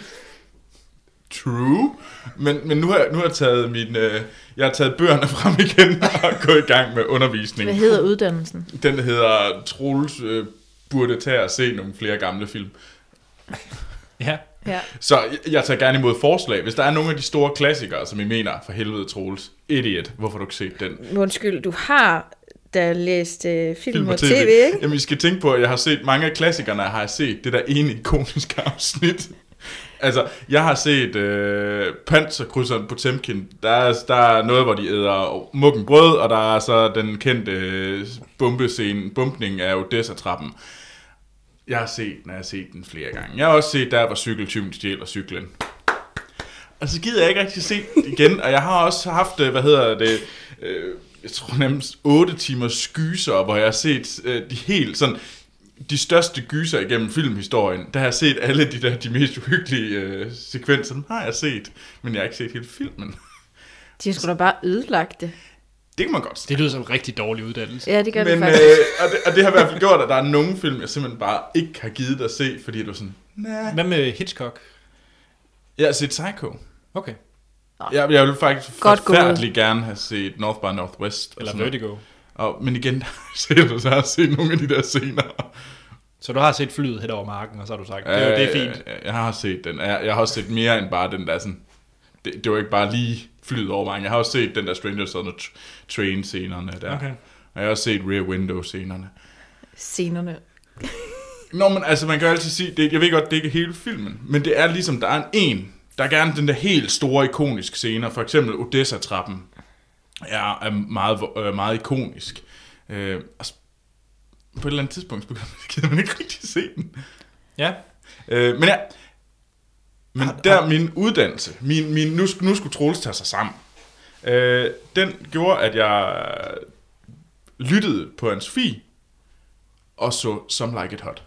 Speaker 2: True. Men, men nu, har, nu har jeg taget min, øh, jeg har taget bøgerne frem igen og gået i gang med undervisning.
Speaker 3: Hvad hedder uddannelsen?
Speaker 2: Den der hedder Troels øh, burde tage og se nogle flere gamle film.
Speaker 1: Ja.
Speaker 3: Ja.
Speaker 2: Så jeg- jeg tager gerne imod forslag. Hvis der er nogle af de store klassikere, som I mener, for helvede Troels, idiot, hvorfor har du ikke set den?
Speaker 3: Undskyld, du har da læst øh, film,
Speaker 2: Film og tv,
Speaker 3: ikke?
Speaker 2: Jamen, I skal tænke på, at jeg har set mange af klassikerne, har jeg set det der ene ikoniske [laughs] afsnit. Altså, jeg har set øh, Panserkrydseren på Temkin. Der er, der er noget, hvor de æder muggen brød, og der er så den kendte øh, bombescene, bumpning af Odessa-trappen. Jeg har set den, og jeg har set den flere gange. Jeg har også set, der var cykeltyven stjæler cyklen. Og Altså, så gider jeg ikke rigtig se den igen, og jeg har også haft, øh, hvad hedder det, øh, jeg tror nærmest 8 timers skyser, hvor jeg har set øh, de helt sådan, de største gyser igennem filmhistorien. Der har jeg set alle de der, de mest uhyggelige øh, sekvenser, dem har jeg set, men jeg har ikke set hele filmen.
Speaker 3: De har sgu da bare ødelagt det.
Speaker 2: Det kan man godt se.
Speaker 1: Det lyder som en rigtig dårlig uddannelse.
Speaker 3: Ja, det gør det
Speaker 2: Men, øh,
Speaker 3: faktisk.
Speaker 2: og, det, og det har i hvert fald gjort, at der er nogle film, jeg simpelthen bare ikke har givet dig at se, fordi du er sådan, nej.
Speaker 1: Hvad med Hitchcock?
Speaker 2: Jeg har set Psycho.
Speaker 1: Okay.
Speaker 2: Jeg, jeg ville faktisk
Speaker 3: Godt gået.
Speaker 2: forfærdelig gerne have set North by Northwest. og
Speaker 1: Eller
Speaker 2: sådan noget.
Speaker 1: Vertigo.
Speaker 2: [laughs] Og, men igen, der har jeg set- så har jeg set nogle af de der scener.
Speaker 1: Så du har set flyet hen over marken, og så har du sagt, det, er jo- det er fint.
Speaker 2: Jeg, Øh, jeg har set den. Jeg, jeg har også set mere end bare den der sådan... Det, det var ikke bare lige flyet over vejen. Jeg har også set den der Stranger Things og tr- Train-scenerne der.
Speaker 1: Okay.
Speaker 2: Og jeg har også set Rear Window-scenerne.
Speaker 3: Scenerne.
Speaker 2: Nå, men altså, man kan jo altid sige, det, jeg ved godt, det ikke er hele filmen, men det er ligesom, der er en en, der er gerne den der helt store ikoniske scene, og for eksempel Odessa-trappen er, er meget, vo- øh, meget ikonisk. Øh, og s- på et eller andet tidspunkt, [laughs] så kan man ikke rigtig se den.
Speaker 1: Ja,
Speaker 2: Øh, men ja, men der min uddannelse, min, min, nu, sk- nu skulle Troels tage sig sammen, øh, den gjorde, at jeg lyttede på hans fi og så Some Like It Hot.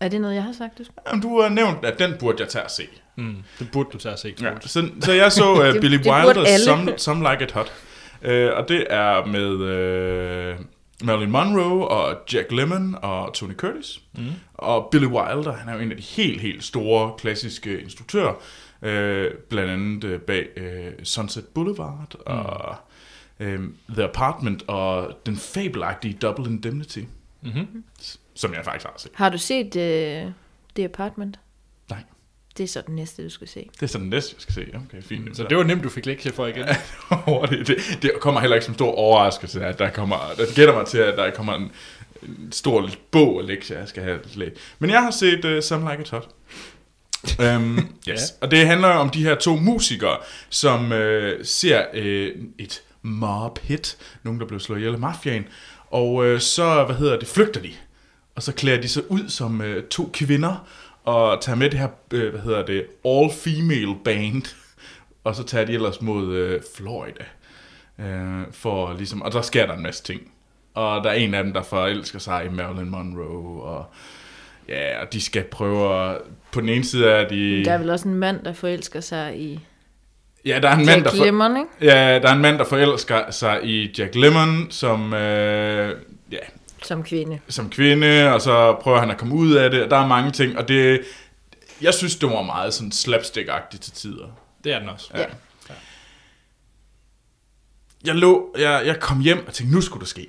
Speaker 3: Er det noget, jeg har sagt? Du skulle?
Speaker 2: Jamen, du har nævnt, at den burde jeg tage at se.
Speaker 1: mm, det burde du tage at se,
Speaker 2: Ja.
Speaker 1: Troels.
Speaker 2: Så, så jeg
Speaker 3: [laughs]
Speaker 2: så uh,
Speaker 3: Det-
Speaker 2: Billy
Speaker 3: det burde
Speaker 2: Wilder's
Speaker 3: alle.
Speaker 2: Some, Some Like It Hot. Uh, og det er med uh, Marilyn Monroe og Jack Lemmon og Tony Curtis. Mm. Og Billy Wilder, han er jo en af de helt, helt store klassiske instruktører. Uh, blandt andet uh, bag uh, Sunset Boulevard mm. og uh, The Apartment og den fabelagtige Double Indemnity,
Speaker 1: Mm-hmm.
Speaker 2: som jeg faktisk har set.
Speaker 3: Har du set øh, The Apartment?
Speaker 2: Nej.
Speaker 3: Det er så den næste, du skal se.
Speaker 2: Det er sådan næste, jeg skal se. Okay, fint.
Speaker 1: Så det var nemt, du fik lektier for igen.
Speaker 2: [laughs] over det. det. Det kommer heller ikke som stor overraskelse, at der kommer, der gætter mig til, at der kommer en, en stor bog og lektie, jeg skal have læst. Men jeg har set uh, Some Like It Hot. um, yes.
Speaker 1: Ja.
Speaker 2: ja. Og det handler jo om de her to musikere, som øh, ser øh, et mob hit, nogen der blev slået ihjel af mafiaen, og øh, så, hvad hedder det, flygter de. Og så klæder de sig ud som øh, to kvinder, og tager med det her, øh, hvad hedder det, all-female band, og så tager de ellers mod øh, Florida. Øh, for ligesom, og der sker der en masse ting. Og der er en af dem, der forelsker sig i Marilyn Monroe, og ja, og de skal prøve at, på den ene side er de...
Speaker 3: Der er vel også en mand, der forelsker sig i
Speaker 2: Ja, der er en mand,
Speaker 3: Jack
Speaker 2: der for,
Speaker 3: Lemmon, ikke?
Speaker 2: ja, der er en mand, der forelsker sig i Jack Lemmon som, øh, ja,
Speaker 3: Som kvinde.
Speaker 2: som kvinde, og så prøver han at komme ud af det, og der er mange ting, og det, jeg synes, det var meget sådan slapstick-agtigt til tider.
Speaker 1: Det er den også.
Speaker 3: Ja. ja.
Speaker 2: jeg lå, jeg, jeg kom hjem og tænkte, nu skulle det ske.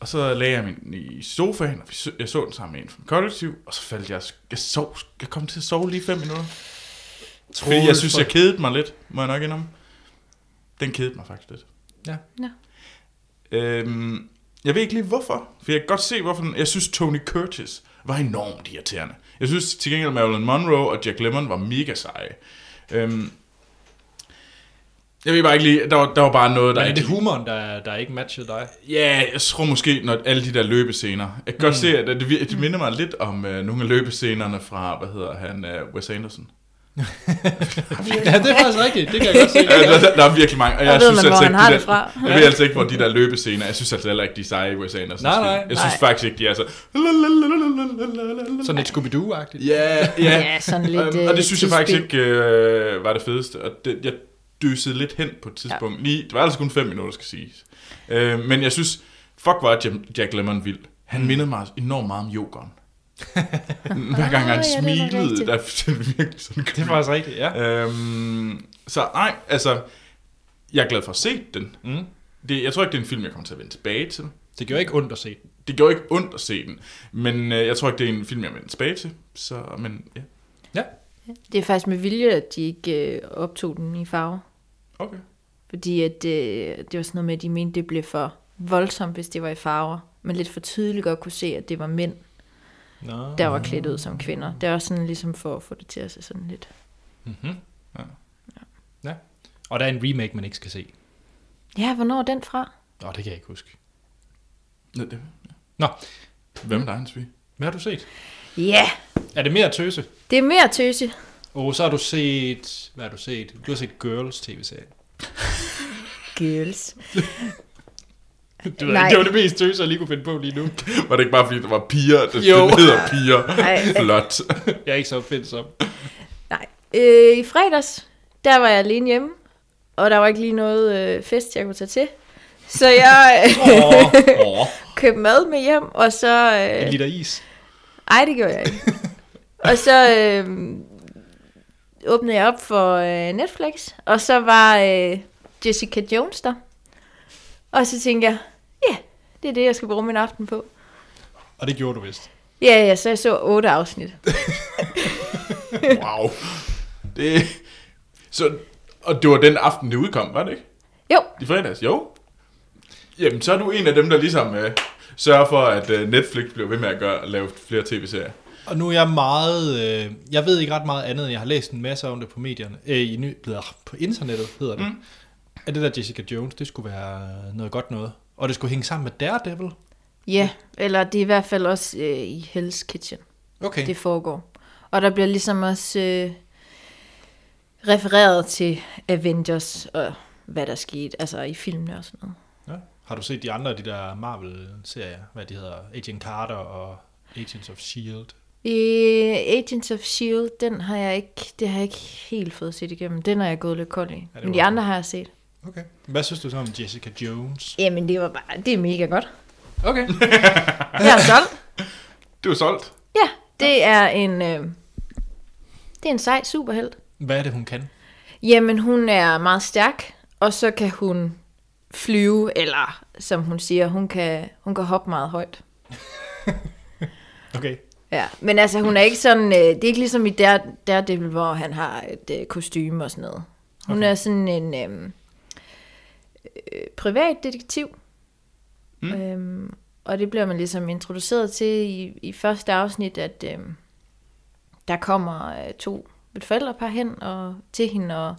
Speaker 2: Og så lagde jeg min i sofaen, og vi så- jeg så den sammen med en fra mit kollektiv, og så faldt jeg, jeg sov, jeg kom til at sove lige 5 minutter. Fordi jeg
Speaker 1: Troels,
Speaker 2: synes,
Speaker 1: for-
Speaker 2: jeg kedede mig lidt, må jeg nok indrømme. Den kedede mig faktisk lidt.
Speaker 1: Ja.
Speaker 3: Nå.
Speaker 2: Øhm, jeg ved ikke lige hvorfor, for jeg kan godt se, hvorfor den, jeg synes, Tony Curtis var enormt irriterende. Jeg synes til gengæld, Marilyn Monroe og Jack Lemmon var mega seje. Øhm, jeg ved bare ikke lige, der var, der var bare noget, der
Speaker 1: Men er
Speaker 2: ikke
Speaker 1: det humoren, der, der ikke matcher dig?
Speaker 2: Ja, jeg tror måske, når alle de der løbescener. Jeg kan godt
Speaker 3: Mm.
Speaker 2: se, at det, vir- det minder mig lidt om øh, nogle af løbescenerne fra, hvad hedder han, øh, Wes
Speaker 3: [laughs]
Speaker 2: Anderson.
Speaker 1: [laughs] ja, det er faktisk rigtigt. Det kan jeg godt se.
Speaker 2: [laughs] Ja, der, der er virkelig mange, og
Speaker 3: Der
Speaker 2: jeg
Speaker 3: ved
Speaker 2: synes
Speaker 3: man,
Speaker 2: altså
Speaker 3: hvor
Speaker 2: ikke,
Speaker 3: han har
Speaker 2: de
Speaker 3: det
Speaker 2: der,
Speaker 3: fra.
Speaker 2: jeg ved altså ikke, hvor de der løbescener, jeg synes altså heller ikke, de er seje i Wes Anderson.
Speaker 1: Nej, nej.
Speaker 2: Jeg synes
Speaker 3: Nej.
Speaker 2: faktisk ikke, de er så...
Speaker 1: Sådan lidt Scooby-Doo-agtigt.
Speaker 2: Ja, ja.
Speaker 3: Ja, sådan lidt,
Speaker 2: Øhm,
Speaker 3: øh,
Speaker 2: Og det
Speaker 3: lidt
Speaker 2: synes jeg faktisk
Speaker 3: tidsspild.
Speaker 2: ikke øh, var det fedeste. Og det, jeg døsede lidt hen på et tidspunkt. Ja. Lige, det var altså kun fem minutter, skal siges. Øh, men jeg synes, fuck var Jam- Jack Lemmon vild. Han mm. mindede mig enormt meget om Jokeren. Hver gang han
Speaker 3: Ah, ja, det var
Speaker 2: smilede,
Speaker 3: rigtigt.
Speaker 2: der er det virkelig sådan
Speaker 1: Det er faktisk rigtigt, ja.
Speaker 2: øhm, Så nej, altså, jeg er glad for at se den.
Speaker 1: Mm.
Speaker 2: Det, jeg tror ikke, det er en film, jeg kommer til at vende tilbage til.
Speaker 1: Det gjorde ikke ondt at se.
Speaker 2: Det gjorde ikke ondt at se den, men øh, jeg tror ikke, det er en film, jeg vender tilbage til. Så, men ja,
Speaker 3: Det er faktisk med vilje, at de ikke øh, optog den i farve.
Speaker 2: okay.
Speaker 3: Fordi at, øh, det var sådan noget med, at de mente, det blev for voldsomt, hvis det var i farver. Men lidt for tydeligt godt kunne se, at det var mænd,
Speaker 1: Nå.
Speaker 3: der var klædt ud som kvinder. Det er også sådan ligesom for at få det til at se sådan lidt.
Speaker 1: Mm-hmm.
Speaker 2: Ja.
Speaker 1: ja. Og der er en remake, man ikke skal se.
Speaker 3: Ja, hvornår er den fra?
Speaker 1: Nå, det kan jeg ikke huske.
Speaker 2: Nå, det,
Speaker 1: Nå,
Speaker 2: Hvem er der, Hans Vi?
Speaker 1: hvad har du set?
Speaker 3: Ja, yeah,
Speaker 1: Er det mere tøse?
Speaker 3: det er mere tøse.
Speaker 1: Og oh, så har du set... Hvad har du set? Du har set Girls tv-serien.
Speaker 3: Girls.
Speaker 1: Det,
Speaker 3: Nej.
Speaker 1: var- det var det mest tøse, jeg lige kunne finde på lige nu.
Speaker 2: [laughs] Var det ikke bare, fordi der var piger? Det,
Speaker 1: Jo.
Speaker 2: det hedder [laughs] piger.
Speaker 3: Nej,
Speaker 2: Flot.
Speaker 1: Jeg er ikke så opfindsom.
Speaker 3: nej. Øh, I fredags, der var jeg alene hjemme, og der var ikke lige noget øh, fest, jeg kunne tage til. Så jeg øh,
Speaker 1: Åh,
Speaker 2: Åh.
Speaker 3: [laughs] købte mad med hjem, og så... Øh,
Speaker 1: en liter is.
Speaker 3: Ej, det gjorde jeg ikke. og så øh, åbnede jeg op for øh, Netflix, og så var øh, Jessica Jones der. Og så tænkte jeg, ja, yeah, det er det, jeg skal bruge min aften på.
Speaker 1: Og det gjorde du vist.
Speaker 3: Ja, ja, så jeg så otte afsnit.
Speaker 2: Wow. Det, så, og det var den aften, det udkom, var det ikke?
Speaker 3: Jo,
Speaker 2: I fredags? Jo. Jamen, så er du en af dem, der ligesom øh, sørger for, at øh, Netflix bliver ved med at gøre, lave flere tv-serier.
Speaker 1: Og nu er jeg meget... Øh, jeg ved ikke ret meget andet, end jeg har læst en masse om det på medierne. Øh, i ny, blah, på internettet hedder det. Mm. At det der Jessica Jones, det skulle være noget godt noget. Og det skulle hænge sammen med Daredevil.
Speaker 3: ja. Eller det er i hvert fald også øh, i Hell's Kitchen,
Speaker 1: Okay.
Speaker 3: det foregår. Og der bliver ligesom også øh, refereret til Avengers og hvad der skete, altså i filmene og sådan noget.
Speaker 1: Ja. Har du set de andre af de der Marvel-serier? Hvad de hedder? Agent Carter og Agents of S.H.I.E.L.D.
Speaker 3: Øh, Agents of S.H.I.E.L.D., E den har jeg ikke, det har jeg ikke helt fået set igennem. Den har jeg gået lidt kold i.
Speaker 1: det
Speaker 3: Men
Speaker 1: var
Speaker 3: de andre har jeg set.
Speaker 1: Okay. Hvad synes du så om Jessica Jones?
Speaker 3: Jamen, det var bare, det er mega godt. [laughs]
Speaker 1: Okay.
Speaker 3: Jeg er solgt.
Speaker 2: Det var solgt.
Speaker 3: Ja, det er en, øh, det er en sej superhelt.
Speaker 1: Hvad er det, hun kan?
Speaker 3: Jamen, hun er meget stærk, og så kan hun flyve, eller som hun siger, hun kan, hun kan hoppe meget højt.
Speaker 1: Okay.
Speaker 3: Ja, men altså, hun er ikke sådan, øh, det er ikke ligesom i der, Daredevil, hvor han har et øh, kostume og sådan noget. Hun okay. er sådan en øh, øh, privat detektiv, mm. øhm, og det bliver man ligesom introduceret til i, i første afsnit, at øh, der kommer øh, to et forældrepar hen og til hende og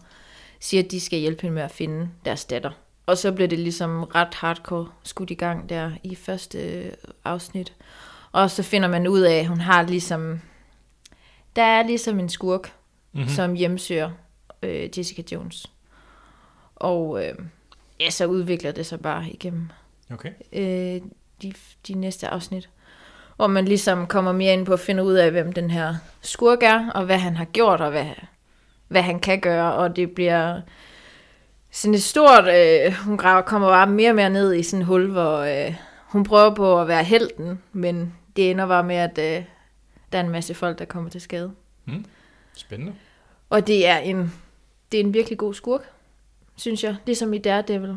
Speaker 3: siger, at de skal hjælpe hende med at finde deres datter. Og så bliver det ligesom ret hardcore skudt i gang der i første øh, afsnit. Og så finder man ud af, at hun har ligesom... Der er ligesom en skurk, mm-hmm. som hjemsøger øh, Jessica Jones. Og øh, ja, så udvikler det sig bare igennem
Speaker 1: Okay.
Speaker 3: øh, de, de næste afsnit. Hvor man ligesom kommer mere ind på at finde ud af, hvem den her skurk er, og hvad han har gjort, og hvad, hvad han kan gøre. Og det bliver sådan et stort... Øh, hun graver, kommer bare mere og mere ned i sådan et hul, hvor øh, hun prøver på at være helten, men det ender bare med, at øh, der er en masse folk, der kommer til skade.
Speaker 1: Spændende.
Speaker 3: Og det er en, det er en virkelig god skurk, synes jeg. Ligesom i Daredevil.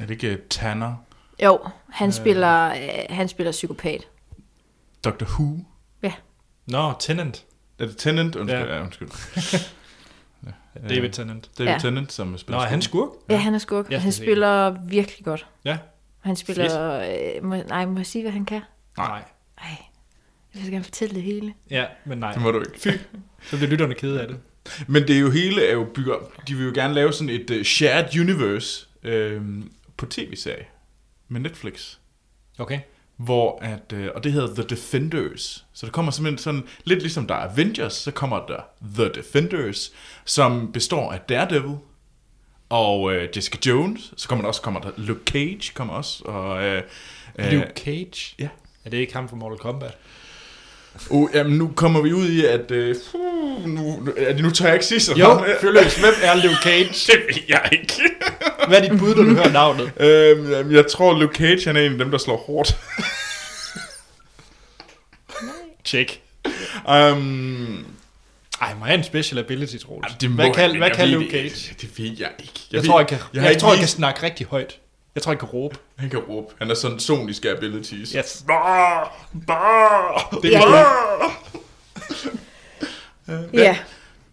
Speaker 2: Er det ikke øh, Tanner?
Speaker 3: Jo, han, øh. spiller, øh, han spiller psykopat.
Speaker 2: Doctor Who?
Speaker 3: Ja.
Speaker 1: Nå, Tennant.
Speaker 2: Er det Tennant? Undskyld.
Speaker 1: Ja.
Speaker 2: Ja. Ja,
Speaker 1: [laughs]
Speaker 2: undskyld. Ja, øh,
Speaker 1: David Tennant.
Speaker 2: David
Speaker 3: Ja.
Speaker 2: ja. Tennant, som spiller.
Speaker 1: Nå, er han skurk?
Speaker 3: Ja, han er skurk.
Speaker 1: Jeg
Speaker 3: Han
Speaker 1: synes ikke.
Speaker 3: spiller virkelig godt.
Speaker 1: Ja.
Speaker 3: Han spiller... Øh, må, nej, må jeg sige, hvad han kan?
Speaker 2: Nej.
Speaker 3: Ej, jeg vil så gerne fortælle det hele.
Speaker 1: Ja, men nej.
Speaker 2: Det må du ikke. Fy.
Speaker 1: Så bliver lytterne kede af det.
Speaker 2: Men det er jo hele, er jo bygger, de vil jo gerne lave sådan et uh, shared universe øh, på tv-serie med Netflix.
Speaker 1: Okay.
Speaker 2: Hvor at, øh, og det hedder The Defenders. Så der kommer simpelthen sådan, lidt ligesom der er Avengers, så kommer der The Defenders, som består af Daredevil og øh, Jessica Jones. Så kommer der også, kommer der Luke Cage, kommer også, og... Øh, øh,
Speaker 1: Luke Cage.
Speaker 2: Ja.
Speaker 1: Er det ikke ham fra Mortal Kombat?
Speaker 2: Oh, jamen, nu kommer vi ud i, at... Øh, uh, nu, nu- er det nu tør jeg ikke sige så
Speaker 1: Jo,
Speaker 2: meget.
Speaker 1: fyr løs. Hvem er Luke Cage?
Speaker 2: [laughs] Det ved jeg ikke.
Speaker 1: Hvad er dit bud, når du hører navnet?
Speaker 2: øhm, jamen, jeg tror, Luke Cage han er en af dem, der slår hårdt.
Speaker 1: Check.
Speaker 2: Um,
Speaker 1: Ej, må jeg have en special ability, Troels?
Speaker 2: det må
Speaker 1: Hvad kan,
Speaker 2: jeg-
Speaker 1: hvad
Speaker 2: jeg
Speaker 1: kan
Speaker 2: ved
Speaker 1: Luke
Speaker 2: det-
Speaker 1: Cage?
Speaker 2: Det, det ved jeg ikke.
Speaker 1: Jeg, jeg
Speaker 2: ved-
Speaker 1: tror, jeg kan, jeg,
Speaker 2: har
Speaker 1: jeg,
Speaker 2: ikke
Speaker 1: tror, jeg
Speaker 2: lige-
Speaker 1: kan snakke rigtig højt. Jeg tror, jeg kan råbe.
Speaker 2: Han kan råbe. Han er sådan soniske abilities.
Speaker 1: Yes.
Speaker 2: Bah, bah,
Speaker 1: Det er
Speaker 2: bah.
Speaker 3: Ja. ja.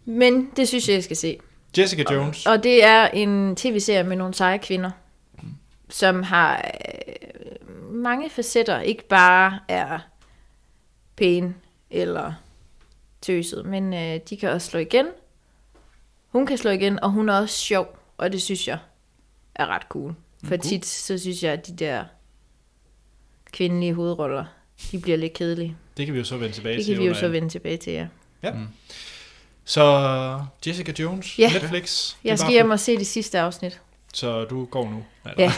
Speaker 3: Men det synes jeg, jeg skal se.
Speaker 1: Jessica Jones.
Speaker 3: Og det er en tv-serie med nogle seje kvinder, som har øh, mange facetter. Ikke bare er pæne eller tøset, men øh, de kan også slå igen. Hun kan slå igen, og hun er også sjov, og det synes jeg er ret cool.
Speaker 1: Mm,
Speaker 3: For tit, så synes jeg, at de der kvindelige hovedroller, de bliver lidt kedelige.
Speaker 1: Det kan vi jo så vende tilbage
Speaker 3: Det
Speaker 1: til.
Speaker 3: kan vi jo
Speaker 1: under
Speaker 3: så
Speaker 1: en-
Speaker 3: vende tilbage til, ja.
Speaker 1: Ja. Så Jessica Jones,
Speaker 3: Ja.
Speaker 1: Netflix. Det er
Speaker 3: Jeg skal
Speaker 1: bare
Speaker 3: hjem og se det sidste afsnit.
Speaker 1: fedt. Så du går nu. Eller?
Speaker 3: Ja,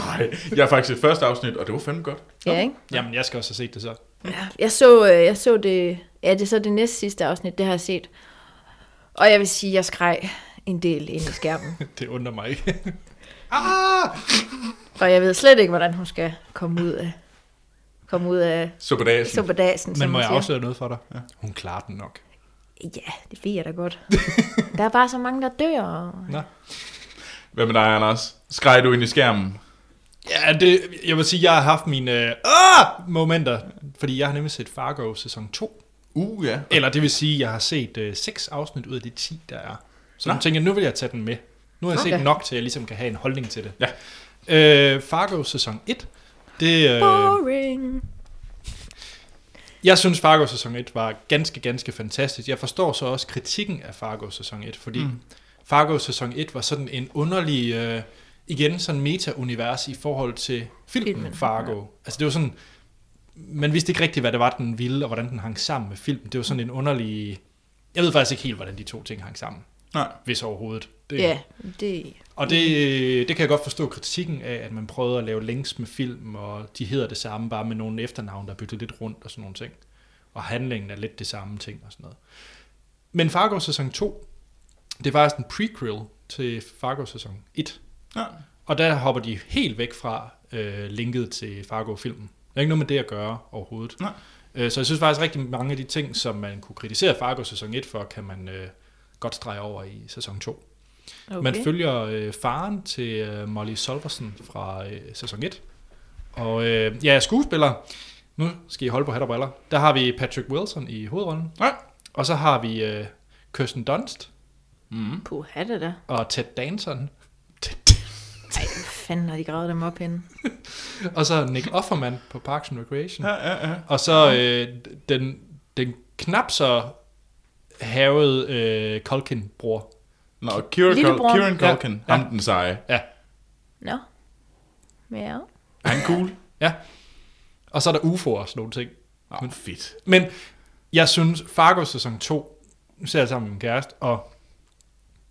Speaker 2: Nej, jeg har faktisk set første afsnit, og det var fandme godt.
Speaker 3: ja ikke?
Speaker 1: Jamen, jeg skal også have set det så. [laughs]
Speaker 3: Ja, jeg så, øh, jeg så det, ja, det er så det næste sidste afsnit, det har jeg set. Og jeg vil sige, jeg skreg en del ind i skærmen.
Speaker 1: Det undrer mig ikke.
Speaker 2: Ah!
Speaker 3: Og jeg ved slet ikke, hvordan hun skal komme ud af, komme ud af
Speaker 2: Så på dagen.
Speaker 3: superdagen,
Speaker 1: Men
Speaker 3: som
Speaker 1: må
Speaker 3: man
Speaker 1: jeg
Speaker 3: siger.
Speaker 1: afsløre noget for dig? Ja. Hun klarer den nok.
Speaker 3: Ja, det ved jeg da
Speaker 1: [laughs]
Speaker 3: godt. der er bare så mange, der dør. og-
Speaker 1: Nå.
Speaker 2: Hvad med dig, Anders? Skreg du ind i skærmen?
Speaker 1: Ja, det, jeg vil sige, jeg har haft mine øh, momenter, fordi jeg har nemlig set Fargo sæson 2.
Speaker 2: Uh, ja.
Speaker 1: Eller det vil sige, jeg har set øh, 6 afsnit ud af de 10, der er. Så nu
Speaker 2: Nå.
Speaker 1: tænker jeg, nu vil jeg tage den med. Nu har jeg
Speaker 3: Nå.
Speaker 1: set
Speaker 3: Ja.
Speaker 1: nok til, at jeg ligesom kan have en holdning til det.
Speaker 2: Ja.
Speaker 1: Øh, Fargo sæson 1, det, øh,
Speaker 3: Boring.
Speaker 1: jeg synes Fargo sæson 1 var ganske, ganske fantastisk. Jeg forstår så også kritikken af Fargo sæson 1, fordi mm. Fargo sæson 1 var sådan en underlig, øh, igen sådan meta-univers i forhold til filmen,
Speaker 3: Filmen,
Speaker 1: filmen Fargo. Ja. Altså det var sådan, man vidste ikke rigtigt, hvad det var, den ville, og hvordan den hang sammen med filmen. Det var sådan en underlig, jeg ved faktisk ikke helt, hvordan de to ting hang sammen,
Speaker 2: Nej.
Speaker 1: hvis overhovedet. Det,
Speaker 3: Ja, det...
Speaker 1: Og det, det kan jeg godt forstå kritikken af, at man prøvede at lave links med film, og de hedder det samme, bare med nogle efternavn, der er byttet lidt rundt og sådan nogle ting. Og handlingen er lidt det samme ting og sådan noget. Men Fargo sæson 2, det var sådan en prequel til Fargo sæson 1.
Speaker 2: Ja.
Speaker 1: Og der hopper de helt væk fra øh, linket til Fargo-filmen. Der er ikke noget med det at gøre overhovedet.
Speaker 2: Nej.
Speaker 1: Øh, så jeg synes faktisk rigtig mange af de ting, som man kunne kritisere Fargo sæson 1 for, kan man øh, godt strege over i sæson 2.
Speaker 3: Okay.
Speaker 1: Man følger øh, faren til øh, Molly Solversen fra øh, sæson 1. Og øh, ja, skuespiller. Nu skal I holde på hat og briller. Der har vi Patrick Wilson i hovedrollen.
Speaker 2: Ja.
Speaker 1: Og så har vi øh, Kirsten Dunst
Speaker 2: Mm.
Speaker 3: Puha, det der.
Speaker 1: og Ted Danson.
Speaker 3: Ej, hvor fanden har de gravet dem op henne?
Speaker 1: Og så Nick Offerman på Parks and Recreation.
Speaker 2: Ja, ja, ja.
Speaker 1: Og så øh, den, den knap så havede øh, Culkin-bror.
Speaker 2: Nå, Kieran,
Speaker 3: Lillebror.
Speaker 2: Cul- Kieran
Speaker 1: Ja.
Speaker 2: Culkin,
Speaker 1: Ja.
Speaker 2: ja. ham den seje.
Speaker 3: Nå. Ja.
Speaker 2: Er han cool?
Speaker 1: Og så er der UFO og sådan nogle ting.
Speaker 2: Nå, men fedt.
Speaker 1: Men jeg synes, Fargo sæson 2, nu ser jeg sammen med min kæreste, og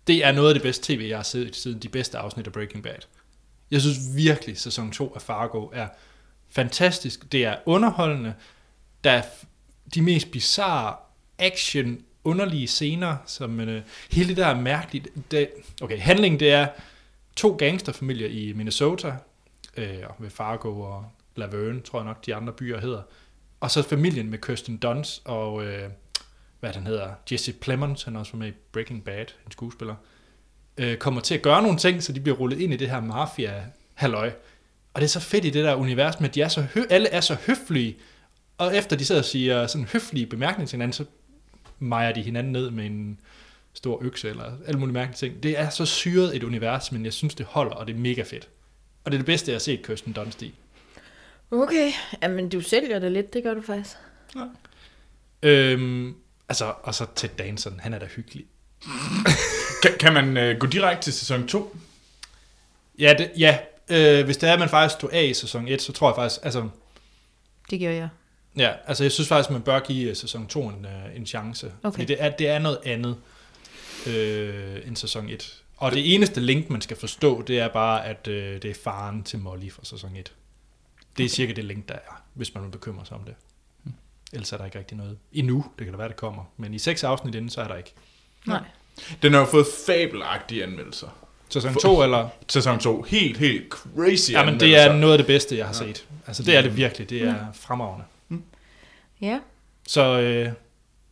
Speaker 1: det er noget af det bedste tv, jeg har set siden de bedste afsnit af Breaking Bad. Jeg synes virkelig, sæson 2 af Fargo er fantastisk. Det er underholdende. Der er f- de mest bizarre action, underlige scener, som øh, hele det der er mærkeligt. Det, okay, handling det er to gangsterfamilier i Minnesota, øh, og ved Fargo og Laverne, tror jeg nok, de andre byer hedder. Og så familien med Kirsten Dunst og, øh, hvad han hedder, Jesse Plemons, han er også var med i Breaking Bad, en skuespiller, øh, kommer til at gøre nogle ting, så de bliver rullet ind i det her mafia halløj Og det er så fedt i det der univers med, at de er så hø- alle er så høflige, og efter de sidder og siger sådan høflige bemærkninger til hinanden, så mejer de hinanden ned med en stor økse eller alle mulige mærkelige ting. Det er så syret et univers, men jeg synes, det holder, og det er mega fedt. Og det er det bedste, jeg har set Kirsten Dunst i.
Speaker 3: Okay. Jamen, du sælger det lidt, det gør du faktisk.
Speaker 1: Øhm, altså, og så Ted Danson, han er da hyggelig.
Speaker 2: Kan, kan man øh, gå direkte til sæson 2?
Speaker 1: Ja, det, ja. Øh, hvis det er, at man faktisk tog af i sæson 1, så tror jeg faktisk, altså,
Speaker 3: Det gjorde jeg.
Speaker 1: ja, altså jeg synes faktisk, man bør give øh, sæson 2 en, øh, en chance.
Speaker 3: Okay.
Speaker 1: Fordi det er, det er noget andet øh, end sæson 1. Og det eneste link, man skal forstå, det er bare, at øh, det er faren til Molly fra sæson 1. Det er okay. cirka det link, der er, hvis man vil bekymre sig om det. Ellers er der ikke rigtig noget. Endnu, det kan da være, det kommer. Men i seks afsnit inden, så er der ikke.
Speaker 3: Nej.
Speaker 2: Den har jo fået fabelagtige anmeldelser.
Speaker 1: Sæson
Speaker 2: For-
Speaker 1: 2 eller
Speaker 2: Sæson 2, helt, helt crazy
Speaker 1: Ja, men det
Speaker 2: anmeldelser.
Speaker 1: er noget af det bedste, jeg har set. Altså, det er
Speaker 2: Mm.
Speaker 1: det virkelig. Det er fremragende.
Speaker 3: Ja.
Speaker 1: Så øh,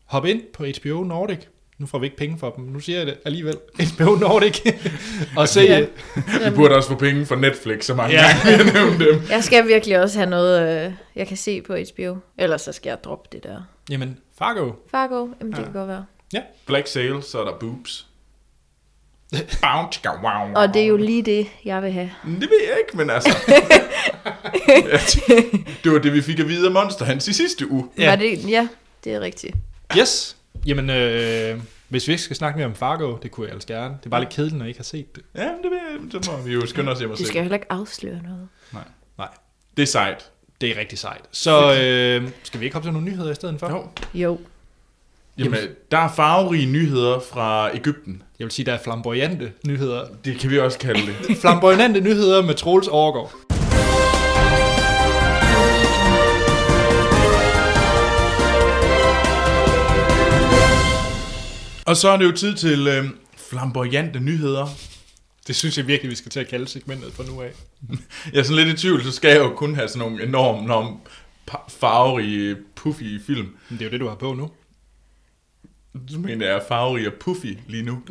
Speaker 1: hop ind på HBO Nordic. Nu får vi ikke penge for dem. Nu siger jeg det alligevel. [laughs] HBO
Speaker 2: [laughs]
Speaker 1: Nordic. og se... øh,
Speaker 3: Ja.
Speaker 2: Vi burde også få penge fra Netflix, så mange
Speaker 1: Ja.
Speaker 2: ja. gange vi har nævnt dem.
Speaker 3: Jeg skal virkelig også have noget, øh, jeg kan se på HBO. Ellers så skal jeg droppe det der.
Speaker 1: Jamen, Fargo.
Speaker 3: Fargo, jamen det
Speaker 2: Ja.
Speaker 3: kan godt være.
Speaker 2: Black Sail, så er der boobs. Bow, chicka, wow, wow.
Speaker 3: Og det er jo lige det, jeg vil have.
Speaker 2: Det ved jeg ikke, men
Speaker 3: [laughs]
Speaker 2: altså... det var det, vi fik at vide af Monster Hans i sidste uge.
Speaker 1: Ja.
Speaker 3: Ja, Var det, ja det er rigtigt.
Speaker 1: Yes. Jamen, øh, hvis vi ikke skal snakke mere om Fargo, det kunne jeg ellers gerne. Det er bare lidt kedeligt, når I ikke har set det.
Speaker 2: Ja, men det ved jeg. Så må vi jo skynde os hjem og
Speaker 3: Du
Speaker 2: se.
Speaker 3: skal jo heller ikke afsløre noget.
Speaker 2: Det er sejt.
Speaker 1: Det er rigtig sejt. Så øh, skal vi ikke hoppe til nogle nyheder i stedet for?
Speaker 2: Jo.
Speaker 3: Jo.
Speaker 2: Jamen, øh, der er farverige nyheder fra Ægypten.
Speaker 1: Jeg vil sige, der er flamboyante nyheder.
Speaker 2: Det kan vi også kalde det.
Speaker 1: Flamboyante nyheder med Troels Overgaard.
Speaker 2: Og så er det jo tid til øh, flamboyante nyheder.
Speaker 1: Det synes jeg virkelig, vi skal til at kalde segmentet fra nu af.
Speaker 2: Jeg er sådan lidt i tvivl, så skal jeg jo kun have sådan nogle enormt, enormt pa- farverige, puffy film.
Speaker 1: Men det er jo det, du har på nu.
Speaker 2: Du mener, jeg er farverig og puffy lige nu.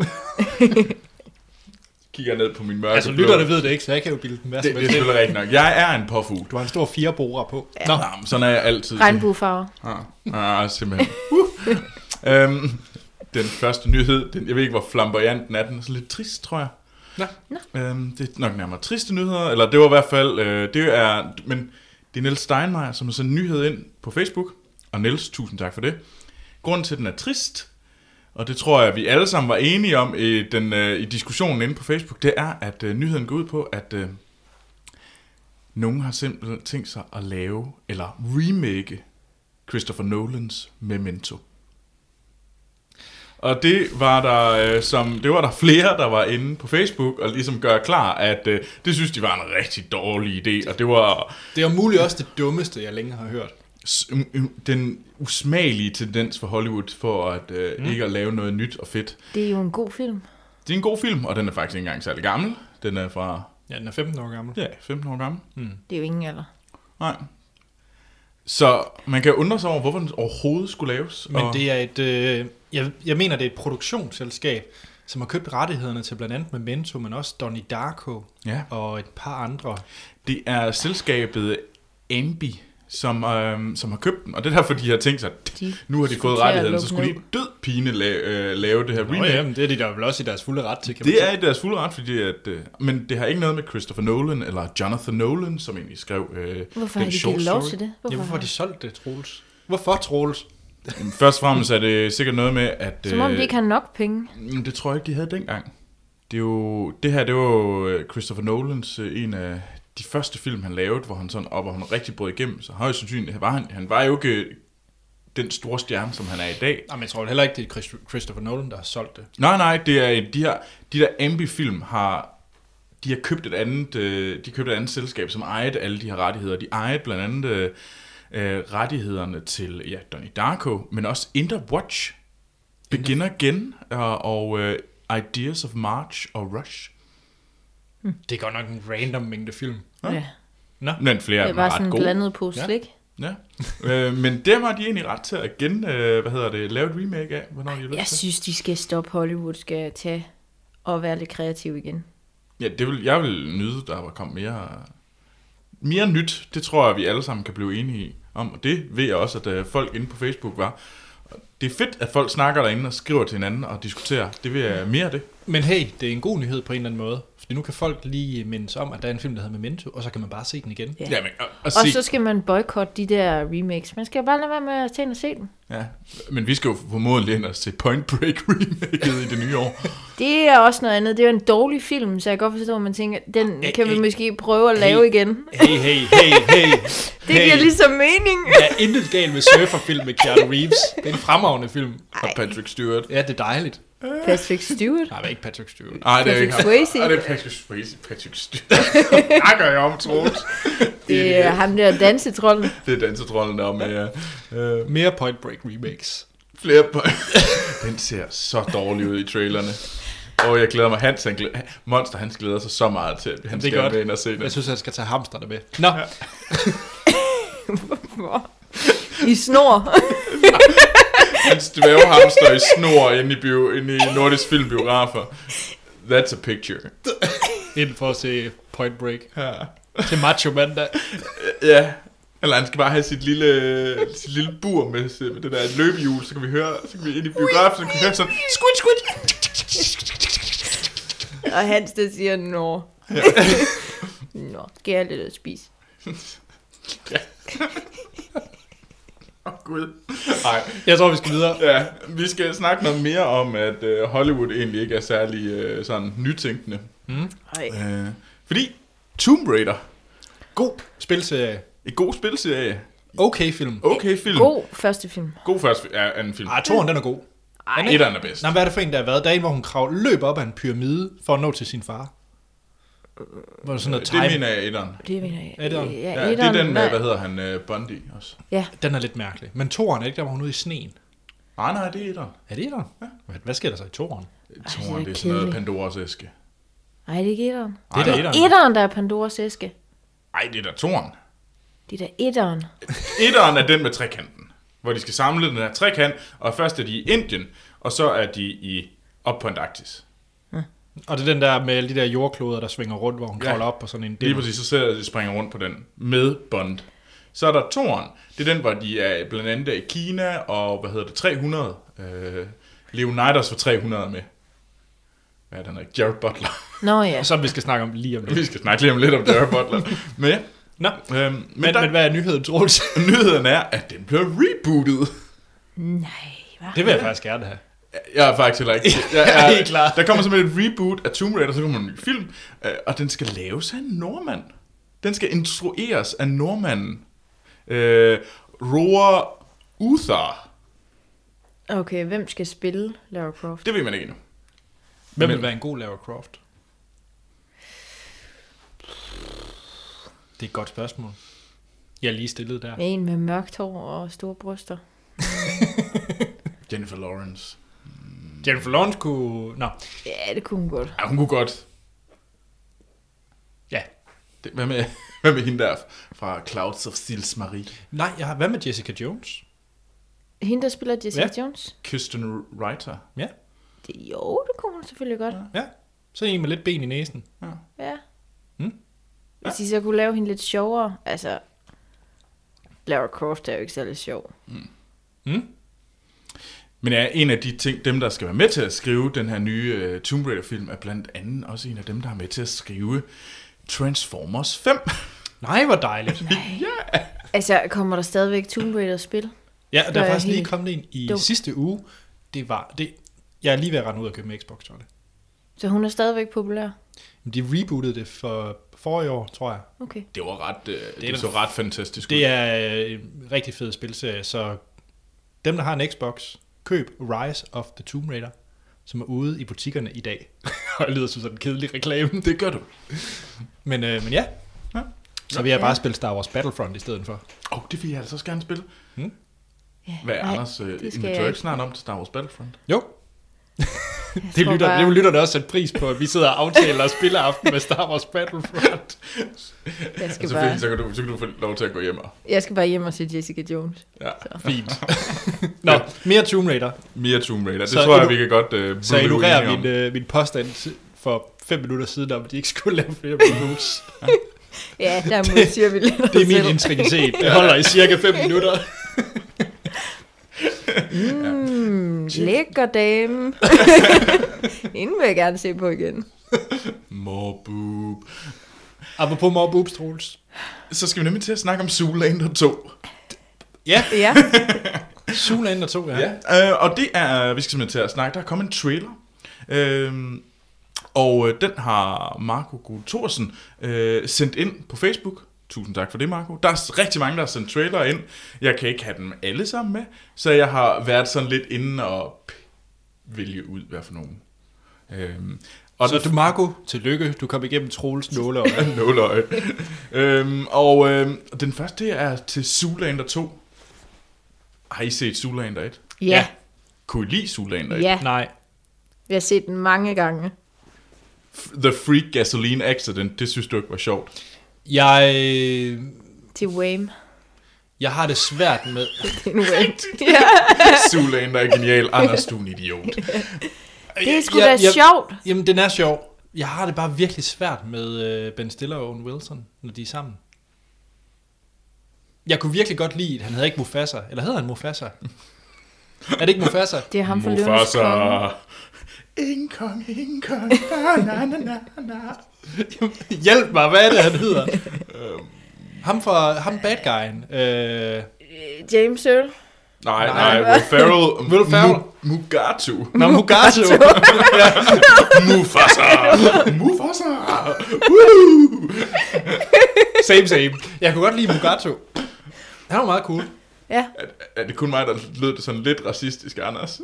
Speaker 2: kigger ned på min mørke
Speaker 1: Altså,
Speaker 2: blå.
Speaker 1: lytterne ved det ikke, så jeg kan jo bilde den hvad
Speaker 2: Det,
Speaker 1: som
Speaker 2: det er
Speaker 1: helst ind.
Speaker 2: selvfølgelig rigtigt nok. Jeg er en påfugl.
Speaker 1: Du har en stor firebora på. Ja.
Speaker 2: Nå,
Speaker 1: Nå,
Speaker 2: men sådan er jeg altid.
Speaker 3: Regnbuefarver.
Speaker 2: Ah, ah, simpelthen. Uh. øhm, den første nyhed, den, jeg ved ikke, hvor flamboyant den er, den er så lidt trist, tror jeg.
Speaker 1: Nå.
Speaker 2: Øhm, det er nok nærmere triste nyheder, eller det var i hvert fald, øh, det er, men det er Niels Steinmeier, som har sendt en nyhed ind på Facebook, og Niels, tusind tak for det. Grunden til, at den er trist, og det tror jeg, vi alle sammen var enige om i, den, øh, i diskussionen inde på Facebook, det er, at øh, nyheden går ud på, at øh, nogen har simpelthen tænkt sig at lave, eller remake Christopher Nolans Memento. Og det var der øh, som det var der flere der var inde på Facebook og ligesom gør klar at øh, det synes de var en rigtig dårlig idé og det var
Speaker 1: det er om muligt også det dummeste, jeg længe har hørt.
Speaker 2: s- um, um, den usmagelige tendens for Hollywood for at øh, mm. ikke at lave noget nyt og fedt.
Speaker 3: Det er jo en god film.
Speaker 2: Det er en god film og den er faktisk ikke engang særlig gammel. Den er fra
Speaker 1: Ja, den er 15 år gammel. Mm.
Speaker 2: ja, 15 år gammel.
Speaker 3: Det er jo ingen alder.
Speaker 2: Nej. Så man kan undre sig over hvorfor den overhovedet skulle laves.
Speaker 1: Men
Speaker 2: og,
Speaker 1: det er et, øh, jeg, jeg mener, det er et produktionsselskab, som har købt rettighederne til blandt andet Memento, men også Donnie Darko
Speaker 2: ja.
Speaker 1: og et par andre.
Speaker 2: Det er selskabet Ambi, som, øh, som har købt den, og det er derfor, de har tænkt sig, at
Speaker 3: De
Speaker 2: nu har de
Speaker 3: skulle
Speaker 2: fået
Speaker 3: til at
Speaker 2: rettigheden, så
Speaker 3: lukke
Speaker 2: skulle de
Speaker 3: ned.
Speaker 2: død pine lave, øh, lave det her
Speaker 1: Nå,
Speaker 2: remake.
Speaker 1: jamen, det er de der vel også i deres fulde ret til, kan man
Speaker 2: Det
Speaker 1: sige.
Speaker 2: er i deres fulde ret, fordi at, øh, men det har ikke noget med Christopher Nolan eller Jonathan Nolan, som egentlig skrev øh,
Speaker 3: Hvorfor har
Speaker 2: den
Speaker 3: de
Speaker 2: short
Speaker 3: givet lov
Speaker 2: story.
Speaker 3: til det?
Speaker 1: Ja, hvorfor har de solgt det, Troels? Hvorfor, Troels?
Speaker 2: Jamen, Først og fremmest er det sikkert noget med, at...
Speaker 3: Som om
Speaker 2: øh,
Speaker 3: de ikke har nok penge.
Speaker 2: Mm, Det tror jeg ikke, de havde dengang. Det, er jo, det her, det var jo øh, Christopher Nolans øh, en af de første film, han lavede, hvor han sådan, og hvor han rigtig brød igennem. Så højst sandsynligt var han, han var jo ikke øh, den store stjerne, som han er i dag.
Speaker 1: Jamen, jeg tror heller ikke, det er Christ- Christopher Nolan, der har solgt det.
Speaker 2: Nej, nej, det er, øh, de her, de der Ambi-film har, de har købt et andet, øh, de købte et andet selskab, som ejede alle de her rettigheder. De ejede blandt andet øh, øh, rettighederne til ja, Donnie Darko, men også Inter Watch, Begin Again og, og øh, Ideas of March og Rush.
Speaker 1: Det er godt nok en random mængde film.
Speaker 2: Nå.
Speaker 3: Ja.
Speaker 2: Men flere af
Speaker 3: Det er
Speaker 2: dem er
Speaker 3: bare
Speaker 2: ret
Speaker 3: sådan en
Speaker 2: gode.
Speaker 3: blandet pose
Speaker 1: Ja.
Speaker 3: slik.
Speaker 2: Ja. øh, men dem har de egentlig ret til at gen, øh, hvad hedder det, lave et remake af, hvornår de har
Speaker 3: Jeg
Speaker 2: lyst til.
Speaker 3: synes, de skal stoppe Hollywood, skal tage og være lidt kreativ igen.
Speaker 2: Ja, det vil, jeg vil nyde, der var kommet mere, mere nyt. Det tror jeg, vi alle sammen kan blive enige om. Og det ved jeg også, at øh, folk inde på Facebook var. Og Det er fedt, at folk snakker derinde og skriver til hinanden og diskuterer. Det vil jeg mere af det.
Speaker 1: Men hey, det er en god nyhed på en eller anden måde. Fordi nu kan folk lige mindes om, at der er en film, der hedder Memento, og så kan man bare se den igen.
Speaker 3: Ja.
Speaker 2: Jamen, og, og
Speaker 3: Og
Speaker 2: se,
Speaker 3: så skal man boykotte de der remakes. Man skal bare lade være med at tage ind og se dem.
Speaker 2: ja, men vi skal jo formodentlig ind og se Point Break [laughs] remaket i det nye år.
Speaker 3: Det er også noget andet. Det er jo en dårlig film, så jeg kan godt forstå, at man tænker, den
Speaker 1: Æ,
Speaker 3: kan vi
Speaker 1: æ,
Speaker 3: måske prøve at lave igen.
Speaker 1: Hey, hey, hey, hey.
Speaker 3: Det giver ligesom mening.
Speaker 1: Der er intet galt med surferfilm med Keanu Reeves. Det er en fremragende film.
Speaker 2: Og Patrick Stewart.
Speaker 1: Ja, det er dejligt.
Speaker 3: [laughs] Patrick Stewart.
Speaker 1: Nej, det er ikke Patrick Stewart.
Speaker 2: Nej, det er
Speaker 3: Patrick
Speaker 2: ikke ham.
Speaker 3: Swayze.
Speaker 2: Ej, det er Patrick Swayze. Patrick Stewart. [laughs] Snakker jeg om, Troels.
Speaker 3: Det er ham der [laughs] dansetrollen.
Speaker 2: Det er dansetrollen, der
Speaker 3: [laughs]
Speaker 2: er med øh, øh,
Speaker 1: Mere Point Break remakes.
Speaker 2: flere på. [laughs] Den ser så dårlig ud i trailerne. Og jeg glæder mig. Hans, han glæder, Monster, han glæder sig så meget til, at han
Speaker 1: Det er
Speaker 2: skal
Speaker 1: godt.
Speaker 2: med ind og se
Speaker 1: Jeg
Speaker 2: den.
Speaker 1: synes, jeg skal tage hamsterne med. Nå, ja.
Speaker 3: Hvor- I snor.
Speaker 2: Hans dværghamster i snor inde i, bio, inde i Nordisk Filmbiografer. That's a picture.
Speaker 1: ind for at se Point Break.
Speaker 2: Ja.
Speaker 1: Til Macho Mandag.
Speaker 2: ja. Eller han skal bare have sit lille, sit lille bur med, med det der løbehjul, så kan vi høre, så kan vi ind i biografen, så kan vi høre sådan, squid, squid.
Speaker 3: Og Hans, der siger, nå. [laughs] Nå, skal jeg lidt at spise?
Speaker 2: Åh, oh, Gud. Nej,
Speaker 1: Jeg tror, vi skal videre.
Speaker 2: Ja, vi skal snakke noget mere om, at øh, Hollywood egentlig ikke er særlig øh, sådan nytænkende.
Speaker 3: Ej.
Speaker 2: Øh, fordi Tomb Raider,
Speaker 1: God spilserie.
Speaker 2: et god spilserie,
Speaker 1: Okay film.
Speaker 2: okay film, god,
Speaker 3: God første film.
Speaker 2: god første ja, anden film,
Speaker 1: Ah, toren, den er god.
Speaker 3: Ej,
Speaker 2: etteren er bedst.
Speaker 1: Nå, hvad er det for en, der har været? Der er en, hvor hun krav, løber op ad en pyramide for at nå til sin far. Hvor Øh, er sådan noget
Speaker 2: det
Speaker 1: time.
Speaker 2: mener jeg etteren.
Speaker 3: det mener jeg.
Speaker 1: Etteren.
Speaker 3: Ja,
Speaker 2: Ja, det er
Speaker 3: etteren,
Speaker 2: den,
Speaker 3: nej.
Speaker 2: med, hvad hedder han, øh, Bundy også.
Speaker 3: Ja,
Speaker 1: Den er lidt mærkelig. Men toren er ikke der, hvor hun er ude i sneen.
Speaker 2: Nej, Ah, nej, det er etteren.
Speaker 1: Er det der? Ja. Hvad, hvad sker der så i toren?
Speaker 2: Toren, det er sådan
Speaker 3: kedeligt.
Speaker 2: noget Pandoras æske.
Speaker 3: nej, det er ikke etteren.
Speaker 1: Det er da
Speaker 2: nej.
Speaker 1: etteren.
Speaker 3: Etteren, der er Pandoras æske.
Speaker 2: Ej, det er da toren.
Speaker 3: Det er da etteren.
Speaker 2: Etteren er den med trekanten, hvor de skal samle den her trekant, og først er de i Indien, og så er de i op på Antarktis.
Speaker 1: Og det er den der med alle de der jordkloder, der svinger rundt, hvor hun
Speaker 2: Ja.
Speaker 1: ja. kravler op på sådan en...
Speaker 2: Lige præcis, så sidder de og springer rundt på den med Bond. Så er der Toren. Det er den, hvor de er blandt andet er i Kina, og hvad hedder det, 300. Øh, Leonidas for 300 er med. Hvad er den hedder? Jared Butler. [laughs]
Speaker 3: Nå ja.
Speaker 1: Som vi skal snakke om lige om lidt.
Speaker 2: Vi skal snakke lige om lidt om Jared Butler. Men, ja.
Speaker 1: Nå,
Speaker 2: øhm, men,
Speaker 1: men,
Speaker 2: der,
Speaker 1: men hvad er nyheden, Troels?
Speaker 2: nyheden er, at den bliver rebootet.
Speaker 3: Nej, hvad?
Speaker 1: Det vil jeg faktisk gerne have.
Speaker 2: Jeg er faktisk heller ikke. [laughs] Jeg,
Speaker 1: Jeg er helt klar.
Speaker 2: Der kommer simpelthen et reboot af Tomb Raider, så kommer en ny film, øh, og den skal laves af en nordmand. Den skal instrueres af nordmanden. Øh, Roar Uther.
Speaker 3: Okay, hvem skal spille Lara Croft?
Speaker 2: Det ved man ikke endnu.
Speaker 1: Hvem
Speaker 2: Men-
Speaker 1: vil være en god Lara Croft? Det er et godt spørgsmål. Jeg er lige stillet der.
Speaker 3: En med mørkt hår og store bryster.
Speaker 2: Jennifer Lawrence.
Speaker 1: Jennifer Lawrence kunne... Nå,
Speaker 3: Ja, det kunne hun godt.
Speaker 2: Ja, hun kunne godt.
Speaker 1: ja.
Speaker 2: Det, hvad, med, [laughs] hvad med hende der fra Clouds of Sils Marie?
Speaker 1: Nej, jeg har... hvad med Jessica Jones?
Speaker 3: Hende, der spiller Jessica
Speaker 1: Ja.
Speaker 3: ja. Jones?
Speaker 2: Kirsten Writer.
Speaker 1: Ja,
Speaker 3: Det, jo, det kunne hun selvfølgelig godt.
Speaker 1: ja. Så en med lidt ben i næsen.
Speaker 3: Ja.
Speaker 1: Mm.
Speaker 3: Hvis de så kunne lave hende lidt sjovere. Altså, Lara Croft er jo ikke særlig sjov.
Speaker 2: Men ja, en af de ting, dem der skal være med til at skrive den her nye uh, Tomb Raider-film, er blandt andet også en af dem, der er med til at skrive Transformers 5.
Speaker 1: Nej, hvor dejligt.
Speaker 3: [laughs] Altså, kommer der stadigvæk Tomb Raider-spil?
Speaker 1: Ja,
Speaker 3: Det
Speaker 1: der er
Speaker 3: var
Speaker 1: faktisk lige
Speaker 3: helt
Speaker 1: kommet en i
Speaker 3: dumt.
Speaker 1: sidste uge. Det var... Det, jeg er lige ved at rende ud og købe en Xbox, tror jeg.
Speaker 3: Så hun er stadigvæk populær?
Speaker 1: Men De rebootede det for forrige år, tror jeg.
Speaker 3: Okay.
Speaker 2: Det var ret, øh, det,
Speaker 1: da-
Speaker 2: det så ret fantastisk ud.
Speaker 1: Det er øh, en rigtig fed spilserie, så dem, der har en Xbox, køb Rise of the Tomb Raider, som er ude i butikkerne i dag. [laughs] Og det lyder som sådan en kedelig reklame.
Speaker 2: det gør du.
Speaker 1: Men, øh, men ja.
Speaker 2: Ja.
Speaker 1: Så vil jeg bare spille Star Wars Battlefront i stedet for.
Speaker 2: Åh, oh, det vil jeg altså også gerne spille.
Speaker 3: Ja.
Speaker 2: Hvad er
Speaker 3: Nej,
Speaker 2: Anders? Øh,
Speaker 3: det skal
Speaker 2: inviterer
Speaker 3: jeg
Speaker 2: ikke snart om til Star Wars Battlefront?
Speaker 1: Jo,
Speaker 3: jeg
Speaker 1: det
Speaker 3: tror
Speaker 1: lytter,
Speaker 3: bare-
Speaker 1: det lytter der også sætte pris på, at vi sidder og aftaler og spiller aften med Star Wars Battlefront.
Speaker 3: Jeg
Speaker 2: Skal
Speaker 1: Altså,
Speaker 3: skal,
Speaker 2: så,
Speaker 3: bare,
Speaker 2: fint, så, kan du, så kan du få lov til at gå hjem og...
Speaker 3: jeg skal bare hjem og se Jessica Jones.
Speaker 2: Ja.
Speaker 1: [laughs] Fint. Nå, mere Tomb Raider.
Speaker 2: Mere Tomb Raider. Det
Speaker 1: Så
Speaker 2: så tror jeg,
Speaker 1: igno-
Speaker 2: vi kan godt øh,
Speaker 1: Så
Speaker 2: blive enige
Speaker 1: ignorerer
Speaker 2: om.
Speaker 1: min, øh, min påstand for fem minutter siden om, at de ikke skulle lave flere reboots.
Speaker 3: Ja, der siger vi lidt
Speaker 1: Det er min [laughs] integritet. Det holder i cirka 5 minutter.
Speaker 3: Mm, lækker dame. Hende vil jeg gerne se på igen.
Speaker 2: More boob.
Speaker 1: Apropos more boobs, Troels.
Speaker 2: Så skal vi nemlig til at snakke om Zoolander 2.
Speaker 3: Ja,
Speaker 1: Zoolander 2, ja. ja.
Speaker 2: Ja, øh, og det er, vi skal simpelthen til at snakke, der er kommet en trailer, øh, og øh, den har Marco Gutorsen øh, sendt ind på Facebook. Tusind tak for det, Marco. Der er s- rigtig mange, der har sendt trailer ind. Jeg kan ikke have dem alle sammen med, så jeg har været sådan lidt inde og p- vælge ud, hvad for nogen. Øhm, og
Speaker 1: Så du, Marco, tillykke. Du kom igennem Troels nåleøje.
Speaker 2: [laughs] Nåløje. øhm, og øhm, den første det er til Zoolander 2. Har I set Zoolander 1?
Speaker 3: ja,
Speaker 2: Kunne I lide Zoolander 1?
Speaker 3: ja.
Speaker 1: Nej.
Speaker 3: Vi har set den mange gange.
Speaker 2: The Freak Gasoline Accident, det synes du ikke var sjovt.
Speaker 1: Jeg, øh,
Speaker 3: Til Wame.
Speaker 1: jeg har det svært med...
Speaker 3: Det er en Wame. Ja.
Speaker 2: Zoolander er genial, Anders, du er en idiot.
Speaker 3: Det er sgu
Speaker 1: Jeg-
Speaker 3: da
Speaker 1: jeg-
Speaker 3: sjovt.
Speaker 1: Jamen, den er sjov. Jeg har det bare virkelig svært med øh, Ben Stiller og Owen Wilson, når de er sammen. Jeg kunne virkelig godt lide, at han havde ikke Mufasa. Eller hedder han Mufasa? er det ikke Mufasa?
Speaker 3: Det er ham for løvens
Speaker 2: Mufasa.
Speaker 3: konge.
Speaker 2: Ingen konge, ingen konge, na, na, na, na, na.
Speaker 1: [laughs] Hjælp mig, hvad er det, han hedder? Øhm, [laughs] ham fra ham bad guyen. Øh,
Speaker 3: Øh, James Earl.
Speaker 2: Nej,
Speaker 1: Nej.
Speaker 2: nej, Will Ferrell.
Speaker 1: Will Ferrell.
Speaker 2: Mu-
Speaker 1: [laughs]
Speaker 2: Mugatu.
Speaker 1: Nå, Mugato.
Speaker 2: Mufasa. Mufasa.
Speaker 1: same, same. Jeg kunne godt lide Mugato. Han var meget cool.
Speaker 3: Ja,
Speaker 2: Er, er det kun mig, der lød det sådan lidt racistisk, Anders?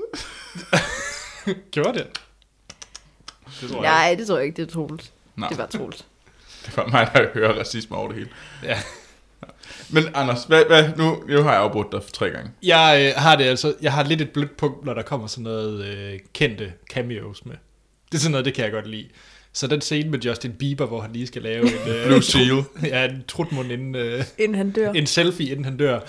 Speaker 1: Gjorde det? Det tror jeg.
Speaker 3: nej, det tror jeg ikke, det er Troels.
Speaker 2: Nej.
Speaker 3: Det var Troels.
Speaker 2: Det var mig, der hører racisme over det hele.
Speaker 1: Ja.
Speaker 2: Men Anders, hvad, hvad, nu, nu har jeg afbrudt dig for tre gange.
Speaker 1: Jeg øh, har det altså, jeg har lidt et blødt punkt, når der kommer sådan noget øh, kendte cameos med. Det er sådan noget, det kan jeg godt lide. Så den scene med Justin Bieber, hvor han lige skal lave en, øh,
Speaker 2: Blue Seal.
Speaker 1: ja, en trutmund inden, øh,
Speaker 3: Inden han dør.
Speaker 1: en selfie, inden han dør.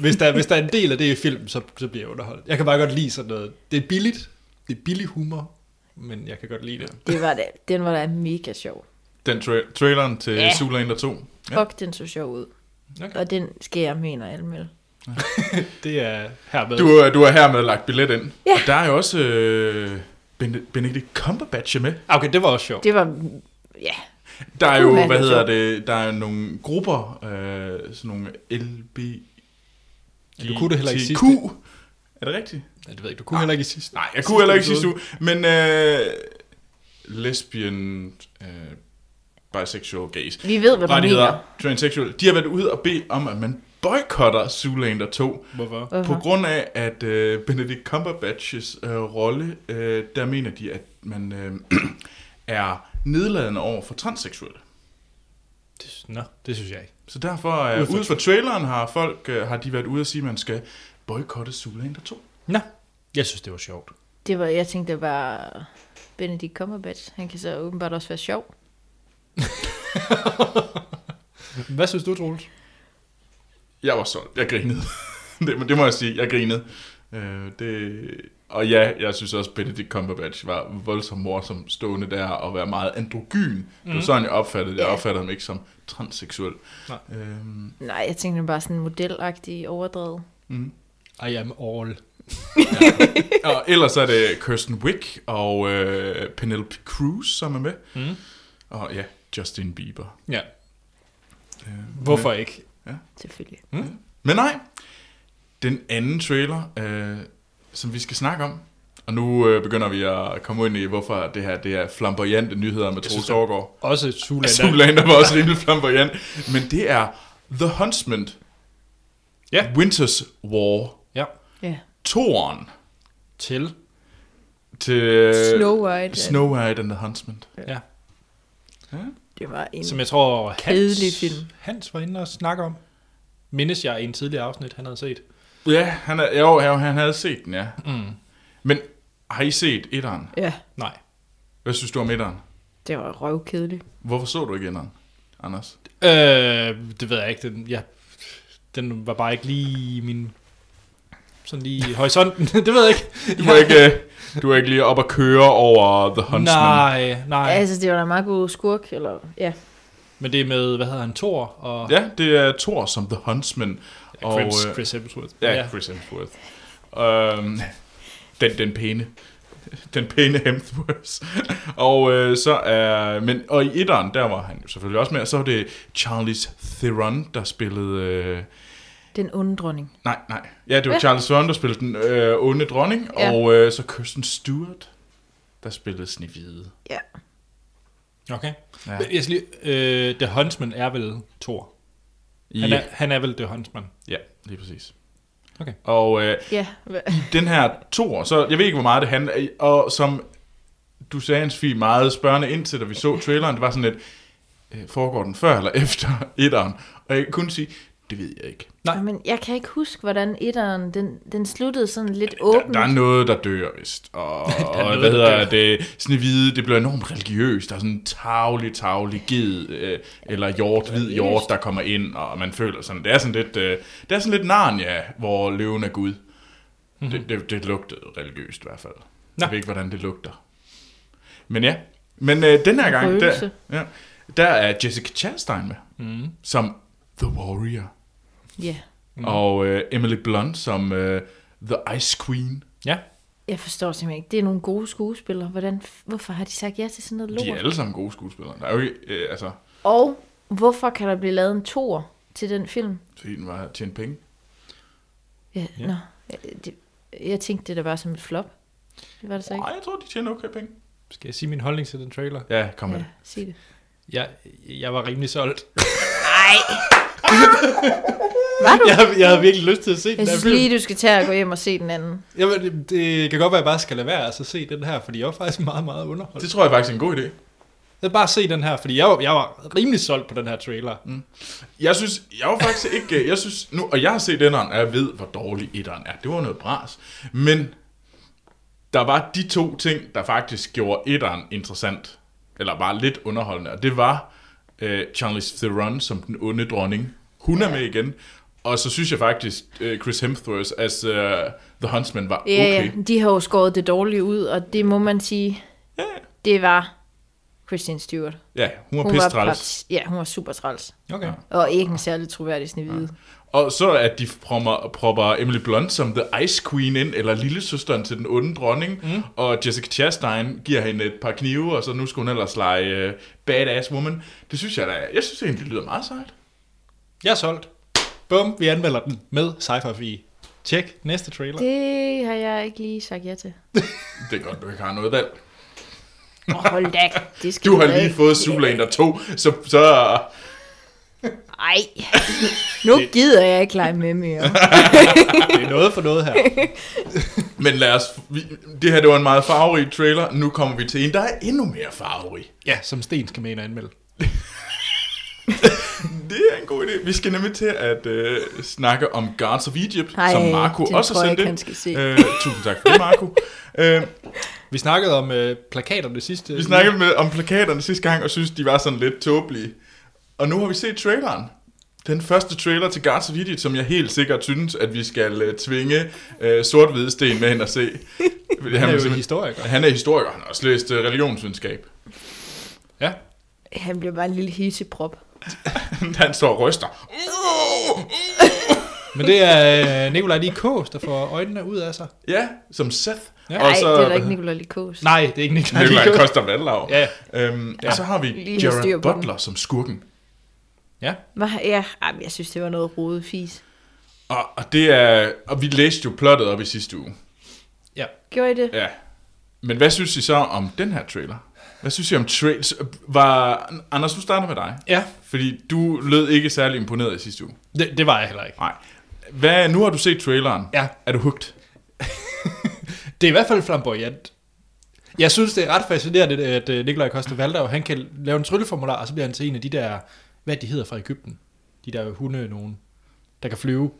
Speaker 1: Hvis der, hvis der er en del af det i filmen, så, så bliver jeg underholdt. Jeg kan bare godt lide sådan noget. Det er billigt. Det er billig humor. men jeg kan godt lide det.
Speaker 3: Det var da, den var da mega sjov.
Speaker 2: Den tra- traileren til
Speaker 3: Ja.
Speaker 2: yeah. Zoolander 2. Ja.
Speaker 3: Fuck, den så sjov ud.
Speaker 1: Okay.
Speaker 3: Og den skal jeg mene anmelde.
Speaker 1: Det er hermed.
Speaker 2: Du, er- du har hermed lagt billet ind.
Speaker 3: Ja.
Speaker 2: Og der er jo også øh, Bene- Benedict Cumberbatch med.
Speaker 1: Ah, Okay, det var også sjovt.
Speaker 3: Det var, ja,
Speaker 2: Der er jo,
Speaker 3: Uha,
Speaker 2: hvad
Speaker 3: det er
Speaker 2: hedder
Speaker 3: sjovt.
Speaker 2: det, der er nogle grupper, øh, sådan nogle LB...
Speaker 1: Du kunne det heller ikke sidste.
Speaker 2: Er det rigtigt?
Speaker 1: Ja, det ved jeg ikke. Du kunne heller ikke i sidste.
Speaker 2: Nej, jeg kunne heller ikke
Speaker 1: episode.
Speaker 2: sidste uge, men øh, lesbian, øh, bisexual, gays,
Speaker 3: vi ved, hvad du
Speaker 2: rettigheder,
Speaker 3: mener.
Speaker 2: transsexual, de har været ude og bede om, at man boykotter Zoolander 2,
Speaker 1: Hvorfor?
Speaker 2: På grund af, at øh, [laughs] Benedict Cumberbatches øh, rolle, øh, der mener de, at man øh, [clears throat] er nedladende over for transseksuelle.
Speaker 1: Det, sy- nå, det synes jeg ikke.
Speaker 2: Så derfor, øh,
Speaker 1: Ud fra-
Speaker 2: ud fra traileren, har folk øh, har de været ude og sige, at man skal boykotte Zoolander 2.
Speaker 1: Nå, jeg synes, det var sjovt.
Speaker 3: Det var, jeg tænkte, det var Benedict Cumberbatch. Han kan så åbenbart også være sjov.
Speaker 1: Hvad synes du, Troels?
Speaker 2: Jeg var solgt. Jeg grinede. [laughs] det, men det må jeg sige. Jeg grinede. Øh, det, og ja, jeg synes også, Benedict Cumberbatch var voldsomt morsom stående der og være meget androgyn. Mm. Det var sådan, jeg opfattede det. Jeg
Speaker 3: Ja.
Speaker 2: opfattede ham ikke som transseksuel.
Speaker 1: Nej.
Speaker 2: Øhm,
Speaker 3: Nej, jeg tænkte bare sådan modelagtig overdrevet.
Speaker 2: mm.
Speaker 1: I am all.
Speaker 2: Og ellers er det Kirsten Wick og øh, Penelope Cruz, som er med.
Speaker 1: Mm.
Speaker 2: Og ja, Justin Bieber.
Speaker 1: Ja,
Speaker 2: Øh,
Speaker 1: hvorfor ikke?
Speaker 3: Selvfølgelig.
Speaker 2: Men nej, den anden trailer, øh, som vi skal snakke om, og nu øh, begynder vi at komme ind i, hvorfor det her det er flamboyante nyheder med
Speaker 1: synes,
Speaker 2: Troels
Speaker 1: det-
Speaker 2: Overgaard.
Speaker 1: Også Zoolander.
Speaker 2: Zoolander var også rimelig flamboyant. Men det er The Huntsman.
Speaker 1: Ja.
Speaker 2: Winter's War.
Speaker 1: Ja,
Speaker 3: Ja.
Speaker 2: Toren
Speaker 1: til.
Speaker 2: til øh,
Speaker 3: Snow White.
Speaker 2: Snow White and the Huntsman.
Speaker 1: Ja.
Speaker 3: Det var en...
Speaker 1: Som jeg tror, Hans,
Speaker 3: Kedelig film.
Speaker 1: Hans var inde og snakke om. Mindes jeg i en tidligere afsnit, han havde set.
Speaker 2: Ja, han, er, jo, jo, han havde set den, ja.
Speaker 1: Mm.
Speaker 2: Men har I set etteren?
Speaker 3: Ja,
Speaker 1: Nej.
Speaker 2: Hvad synes du om etteren?
Speaker 3: det var røvkedeligt.
Speaker 2: Hvorfor så du ikke etteren,
Speaker 1: [laughs]
Speaker 2: Anders?
Speaker 1: Øh, det ved jeg ikke. Den, ja, den var bare ikke lige i min... Sådan [laughs] lige i horisonten. det ved jeg ikke.
Speaker 2: Du var ikke, øh, du var ikke lige op at køre over The Huntsman.
Speaker 1: Nej, nej.
Speaker 3: Altså, det var da en meget god skurk, eller... Ja,
Speaker 1: Men det er med, hvad hedder han, Thor og
Speaker 2: Ja, det er Thor som The Huntsman.
Speaker 1: ja, Chris,
Speaker 2: og, øh,
Speaker 1: Chris Hemsworth.
Speaker 2: Ja, Chris Hemsworth. Øhm, den, den pæne. [laughs] Den pæne Hemsworth. [laughs] og øh, så er... Men, og i etteren, der var han jo selvfølgelig også med. Og så var det Charlize Theron, der spillede... Øh,
Speaker 3: den onde dronning.
Speaker 2: Nej, nej. Ja, det var Charles Theron, der spillede den øh, onde dronning,
Speaker 3: Ja.
Speaker 2: ja. og øh, så Kirsten Stewart, der spillede Snevide.
Speaker 3: Ja.
Speaker 1: Okay.
Speaker 2: Ja.
Speaker 1: Ja. Jeg skal lige, øh, The Huntsman er vel Thor. Han,
Speaker 2: ja.
Speaker 1: er, han er vel The Huntsman.
Speaker 2: ja, lige præcis.
Speaker 1: Okay.
Speaker 2: Og øh,
Speaker 3: Ja, hva-
Speaker 2: den her Thor, så jeg ved ikke, hvor meget det handler og som du sagde, hans film meget spørgende ind til, da vi så traileren, det var sådan lidt, øh, foregår den før eller efter [laughs] etteren? Og jeg kan kun sige, det ved jeg ikke.
Speaker 1: Nej.
Speaker 3: Men jeg kan ikke huske, hvordan etteren, den, den sluttede sådan lidt
Speaker 2: Der,
Speaker 3: åbent.
Speaker 2: der er noget, der dør, vist. Og, og
Speaker 1: noget,
Speaker 2: hvad
Speaker 1: [laughs] der
Speaker 2: hedder
Speaker 1: dør.
Speaker 2: det? Snevide, det bliver enormt religiøst. Der er sådan en tavlig, tavlig ged, øh, eller hjort, hvid hjort, der kommer ind, og man føler sådan, det er sådan lidt, øh, det er sådan lidt Narnia, hvor løven er Gud. Det, det, det lugtede religiøst i hvert fald.
Speaker 1: Mhm. Nå.
Speaker 2: Jeg ved ikke, hvordan det lugter. Men ja, men øh, den her gang, der,
Speaker 3: Røgelse.
Speaker 2: ja, der er Jessica Chastain med,
Speaker 1: Mm.
Speaker 2: som The Warrior,
Speaker 3: Ja,
Speaker 1: Mhm.
Speaker 2: mm. og øh, Emily Blunt som øh, The Ice Queen.
Speaker 1: Ja.
Speaker 3: jeg forstår simpelthen ikke. Det er nogle gode skuespillere. Hvordan, hvorfor har de sagt ja til sådan noget
Speaker 2: De er
Speaker 3: lort?
Speaker 2: alle sammen gode skuespillere. Der er jo ikke, øh, altså,
Speaker 3: Og hvorfor kan der blive lavet en tor til den film?
Speaker 2: fordi den var tjent penge.
Speaker 3: Ja,
Speaker 1: Ja.
Speaker 3: ja. Nå, jeg, det, jeg tænkte det da bare som et flop. Det var det så ikke.
Speaker 2: Nej, jeg tror, de tjener okay penge.
Speaker 1: Skal jeg sige min holdning til den trailer?
Speaker 2: Ja, kom med.
Speaker 3: Ja,
Speaker 2: det.
Speaker 3: sig det.
Speaker 1: Jeg, jeg var rimelig solgt.
Speaker 3: Nej!
Speaker 2: [laughs]
Speaker 3: Var du?
Speaker 1: Jeg, havde- jeg havde virkelig lyst til at se den
Speaker 3: Jeg
Speaker 1: her
Speaker 3: synes
Speaker 1: film.
Speaker 3: lige, du skal tage og gå hjem og se den anden.
Speaker 1: Jamen, det, det kan godt være, at jeg bare skal lade være altså, at se den her, fordi jeg var faktisk meget, meget underholdt.
Speaker 2: Det tror jeg faktisk er en god idé.
Speaker 1: Jeg bare se den her, fordi jeg, var- jeg var rimelig solgt på den her trailer. Mm.
Speaker 2: Jeg synes, jeg var faktisk ikke, øh, jeg synes nu, og jeg har set etteren, og jeg ved, hvor dårlig etteren er. Det var noget bras. Men der var de to ting, der faktisk gjorde etteren interessant, eller var lidt underholdende, og det var øh, Charlize Theron som den onde dronning. Hun er med igen. Og så synes jeg faktisk, øh, Chris Hemsworth as øh, The Huntsman var okay.
Speaker 3: Ja, ja, de har jo skåret det dårlige ud, og det må man sige, Det var Christian Stewart.
Speaker 2: Ja, hun var pisse træls.
Speaker 3: var, Ja, hun var super træls.
Speaker 1: Okay.
Speaker 3: Og ikke en særlig troværdig snevide.
Speaker 2: Og så at de prommer, propper Emily Blunt som The Ice Queen ind, eller lillesøsteren til den onde dronning, mm. og Jessica Chastain giver hende et par knive, og så nu skal hun ellers lege uh, badass woman. Det synes jeg da, jeg synes egentlig, det lyder meget sejt.
Speaker 1: Jeg er solgt. Bum, vi anmelder den med sci fi Tjek næste trailer. Det...
Speaker 3: Det har jeg ikke lige sagt ja til.
Speaker 2: Det er godt, du ikke har noget valg.
Speaker 3: Åh, hold da. Det skal
Speaker 2: Du har
Speaker 3: da
Speaker 2: lige
Speaker 3: ikke.
Speaker 2: fået Zoolander 2, så, så
Speaker 3: Ej. Nu gider jeg ikke lege med mere.
Speaker 1: det er noget for noget her.
Speaker 2: men lad os, vi, det her det var en meget farverig trailer, nu kommer vi til en, der er endnu mere farverig.
Speaker 1: Ja, som Sten skal med ind og anmelde.
Speaker 2: Det er en god idé. Vi skal nemlig til at øh, snakke om Guards of Egypt,
Speaker 3: Ej,
Speaker 2: som Marco
Speaker 3: den
Speaker 2: også
Speaker 3: tror
Speaker 2: har
Speaker 3: jeg
Speaker 2: sendt ind.
Speaker 3: ikke, han skal se.
Speaker 2: Øh, tusind tak for det,
Speaker 3: [laughs]
Speaker 2: Marco. øh,
Speaker 1: Vi snakkede om øh, plakater det sidste.
Speaker 2: vi snakkede med, om plakaterne sidste gang, og synes de var sådan lidt tåbelige. Og nu har vi set traileren. Den første trailer til Guards of Egypt, som jeg helt sikkert synes, at vi skal øh, tvinge øh, sort-hvide sten med hen
Speaker 3: [laughs]
Speaker 2: og se.
Speaker 1: Han er jo
Speaker 2: simpelthen-
Speaker 1: historiker.
Speaker 2: Han er historiker, han har også læst øh, religionsvidenskab. [laughs]
Speaker 1: Ja.
Speaker 3: Han bliver bare en lille hisseprop.
Speaker 2: han står og ryster.
Speaker 1: Men det er øh, Nikolaj Lee Kås, der får øjnene ud af sig.
Speaker 2: Ja, som Seth.
Speaker 1: Ja.
Speaker 3: Nej, det er da ikke Nicolai Likos.
Speaker 1: Nej, det er ikke Nikolaj Lee
Speaker 2: Nikolaj
Speaker 1: Kås.
Speaker 2: Koster Valdlav.
Speaker 1: Ja.
Speaker 2: Øhm, ja. Og så har vi
Speaker 3: Lige have styr
Speaker 2: Jared
Speaker 3: på den.
Speaker 2: Butler som skurken.
Speaker 1: Ja.
Speaker 3: Hva? Ja, ej, men jeg synes, det var noget rodet fis.
Speaker 2: Og, og, det er, og vi læste jo plottet op i sidste uge.
Speaker 1: ja.
Speaker 3: Gjorde I det?
Speaker 2: Ja. Men hvad synes I så om den her trailer? Hvad synes I om trails? Var... Anders, nu starter med dig.
Speaker 1: Ja,
Speaker 2: Fordi du lød ikke særlig imponeret i sidste uge.
Speaker 1: det, det var jeg heller ikke.
Speaker 2: Nej. Hvad, nu har du set traileren.
Speaker 1: Ja.
Speaker 2: Er du hugt?
Speaker 1: Det er i hvert fald flamboyant. Jeg synes, det er ret fascinerende, at øh, Nikolaj Koster Valdau, han kan lave en trylleformular, og så bliver han til en af de der, hvad de hedder fra Ægypten. De der hunde nogen, der kan flyve.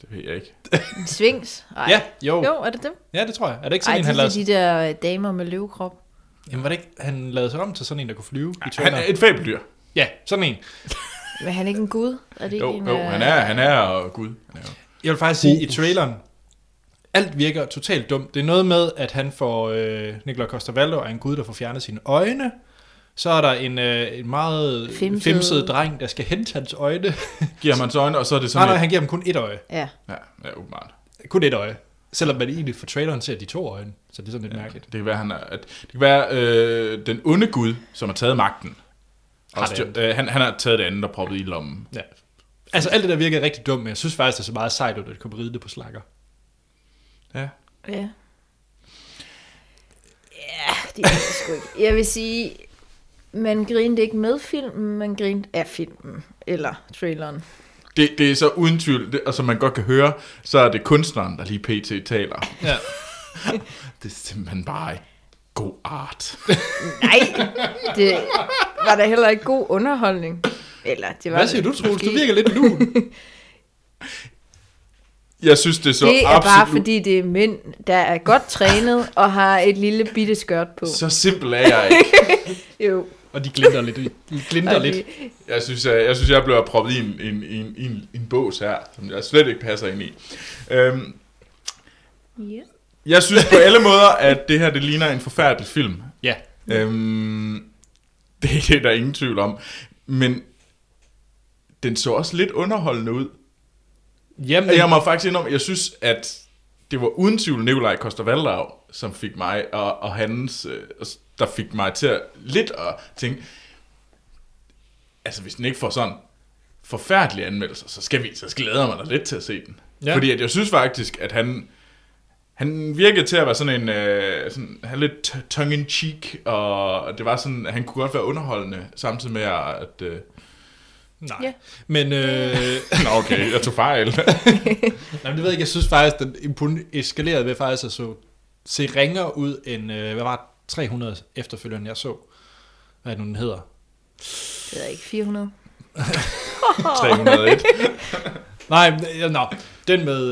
Speaker 2: Det ved jeg ikke.
Speaker 3: En svings? Ej.
Speaker 1: Ja, jo.
Speaker 3: Jo, er det dem?
Speaker 1: Ja, det tror jeg. Er det ikke
Speaker 3: Ej,
Speaker 1: sådan Ej, en, han
Speaker 3: det er
Speaker 1: lavede...
Speaker 3: de der øh, damer med løvekrop.
Speaker 1: Jamen, var det ikke, han lavede sig om til sådan en, der kunne flyve i
Speaker 2: Han
Speaker 1: tønder?
Speaker 2: er et fabeldyr.
Speaker 1: Ja, sådan en.
Speaker 3: Men er han ikke en gud? Er det
Speaker 2: Jo,
Speaker 3: ikke en,
Speaker 2: jo,
Speaker 3: øh,
Speaker 2: han er, han er Gud. Han er jo.
Speaker 1: Jeg vil faktisk sige, i traileren, alt virker totalt dumt. Det er noget med, at han får, øh, Nikolaj Koster er en gud, der får fjernet sine øjne. Så er der en, øh, en meget
Speaker 3: Femset.
Speaker 1: femset. femset dreng, der skal hente hans øjne.
Speaker 2: Giver man så øjne, og så er det
Speaker 1: Nej,
Speaker 2: sådan
Speaker 1: nej,
Speaker 2: et...
Speaker 1: han giver dem kun et øje.
Speaker 3: Ja.
Speaker 2: Ja, ja, åbenbart.
Speaker 1: Kun et øje. Selvom man egentlig for traileren ser de to øjne, så det er sådan lidt mærkeligt.
Speaker 2: Det kan være, han er, at, det kan være øh, den onde gud, som har taget magten.
Speaker 1: Har
Speaker 2: Også,
Speaker 1: det andet.
Speaker 2: øh, han, han har taget det andet og proppet i lommen.
Speaker 1: Ja. Altså alt det der virker rigtig dumt, men jeg synes faktisk, det er så meget sejt ud, at kunne ride det på slakker.
Speaker 2: Ja.
Speaker 3: Ja. Ja, det er det sgu ikke. Jeg vil sige, man grinede ikke med filmen, man grinede af filmen. Eller traileren.
Speaker 2: Det, det er så uden tvivl, det, og som man godt kan høre, så er det kunstneren, der lige pt. taler.
Speaker 1: Ja.
Speaker 2: Det er simpelthen bare ikke god art.
Speaker 3: Nej, det var da heller ikke god underholdning. Eller det var
Speaker 1: Hvad siger
Speaker 3: det
Speaker 1: du, Troels? Du
Speaker 3: måske.
Speaker 1: virker lidt lun.
Speaker 2: Jeg synes, det er så
Speaker 3: Det er
Speaker 2: absolut...
Speaker 3: bare fordi, det er mænd, der er godt trænet og har et lille bitte skørt på.
Speaker 2: Så simpel er jeg ikke.
Speaker 3: Jo.
Speaker 1: Og de glinter lidt. De
Speaker 3: [laughs]
Speaker 1: glinter
Speaker 3: og
Speaker 1: lidt.
Speaker 3: det-
Speaker 2: Jeg synes, jeg, jeg, synes, jeg bliver proppet i en, en, en, en, en bås her, som jeg slet ikke passer ind i. Øhm,
Speaker 3: Ja.
Speaker 2: jeg synes på alle måder, at det her det ligner en forfærdelig film.
Speaker 1: Ja.
Speaker 2: Øhm, [laughs] det, det er der ingen tvivl om. Men den så også lidt underholdende ud.
Speaker 1: Jamen,
Speaker 2: Og jeg må faktisk indrømme, jeg synes, at det var uden tvivl Nikolaj Koster som fik mig og, og hans, øh, der fik mig til at lidt at tænke, altså hvis den ikke får sådan forfærdelige anmeldelser, så, skal vi, så skal glæder jeg mig da lidt til at se den. Ja.
Speaker 1: Ja.
Speaker 2: Fordi at jeg synes faktisk, at han, han virkede til at være sådan en, øh, sådan, han er lidt t- tongue-in-cheek, og det var sådan, at han kunne godt være underholdende, samtidig med at, øh, [laughs]
Speaker 1: nej.
Speaker 3: Ja.
Speaker 1: Men, øh,
Speaker 2: nå okay, jeg tog fejl. [laughs]
Speaker 1: nej, men det ved jeg ikke. Jeg synes faktisk, den impon- eskalerede ved faktisk at så, se ringere ud end, øh, hvad var det, 300 efterfølgende, jeg så. Hvad er det nu, den hedder?
Speaker 3: Det er ikke 400.
Speaker 2: 301.
Speaker 1: Nej, men, øh, nå. Den med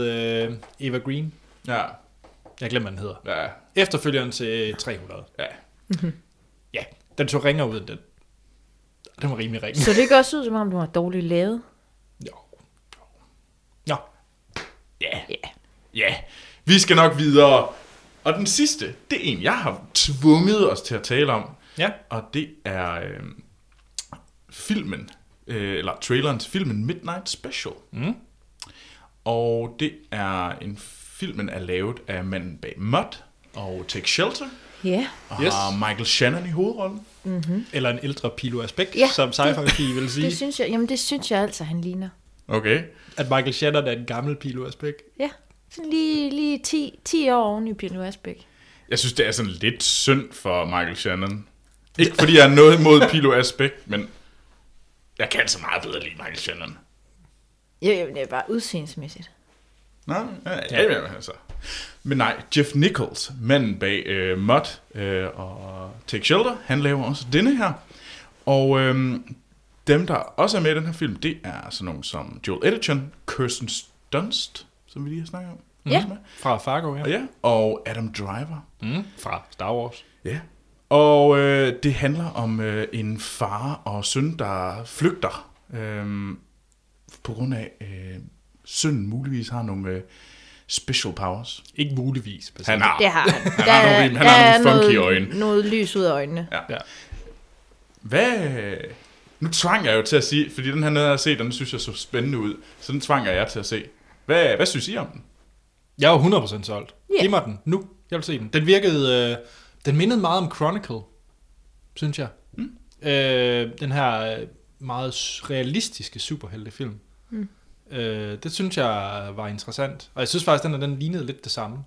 Speaker 1: øh, Eva Green.
Speaker 2: Ja,
Speaker 1: Jeg glemmer, hvad den hedder.
Speaker 2: ja,
Speaker 1: Efterfølgeren til 300.
Speaker 2: ja.
Speaker 1: Ja, den så ringer ud end den. Den var rimelig ringe.
Speaker 3: Så det gør også ud, som om du var dårligt lavet.
Speaker 1: Jo. Nå,
Speaker 2: Ja.
Speaker 3: Ja.
Speaker 2: Ja. Vi skal nok videre. Og den sidste, det er en, jeg har tvunget os til at tale om.
Speaker 1: Ja.
Speaker 2: Og det er øh, filmen, øh, eller traileren til filmen Midnight Special.
Speaker 1: Mm.
Speaker 2: Og det er en filmen er lavet af manden bag Mud og Take Shelter.
Speaker 3: Ja.
Speaker 2: Og
Speaker 1: Yes.
Speaker 2: yes. har Michael Shannon i hovedrollen.
Speaker 1: Eller en ældre Pilo Asbæk, ja,
Speaker 3: Ja,
Speaker 1: som sci-fi vil
Speaker 3: Det
Speaker 1: sige.
Speaker 3: synes jeg, jamen det synes jeg altså, han ligner.
Speaker 2: Okay.
Speaker 1: At Michael Shannon er en gammel Pilo Asbæk.
Speaker 3: Ja. Sådan lige, lige 10, 10 år oven i Pino Asbæk.
Speaker 2: Jeg synes, det er sådan lidt synd for Michael Shannon. Ikke fordi jeg er noget imod Pilo Asbæk, men jeg kan så meget bedre lide Michael Shannon.
Speaker 3: Jo, jo, det er bare udseendsmæssigt.
Speaker 2: Nå, ja, ja, ja, altså. Men nej, Jeff Nichols, manden bag øh, Mud øh, og Take Shelter, han laver også denne her. Og øh, dem, der også er med i den her film, det er sådan nogle som Joel Edgerton, Kirsten Dunst, som vi lige har snakket om.
Speaker 3: Ja.
Speaker 2: Som er-
Speaker 1: Fra Fargo, ja.
Speaker 2: Og, ja, og Adam Driver.
Speaker 1: Mm. Fra Star Wars.
Speaker 2: Ja. Og øh, det handler om øh, en far og søn, der flygter. Øh, på grund af, øh, sønnen muligvis har nogle øh, special powers.
Speaker 1: Ikke muligvis. bestemt.
Speaker 2: Han har.
Speaker 3: Det har han.
Speaker 2: Han har nogle rim- han har nogle funky øjne.
Speaker 3: noget, noget lys ud af øjnene.
Speaker 2: Ja.
Speaker 1: Ja.
Speaker 2: Hvad? Nu tvang jeg jo til at sige, fordi den her nede, jeg har set, den synes jeg så spændende ud. Så den tvang jeg jer til at se. Hvad, hvad synes I om den?
Speaker 1: Jeg er 100% solgt.
Speaker 3: Ja.
Speaker 1: Yeah. Giv mig den nu. Jeg vil se den. Den virkede... Øh, den mindede meget om Chronicle, synes jeg.
Speaker 2: Mm.
Speaker 1: Øh, den her øh, meget s- realistiske superheltefilm.
Speaker 3: Mm.
Speaker 1: Øh, det synes jeg var interessant. Og jeg synes faktisk, den, her, den lignede lidt det samme.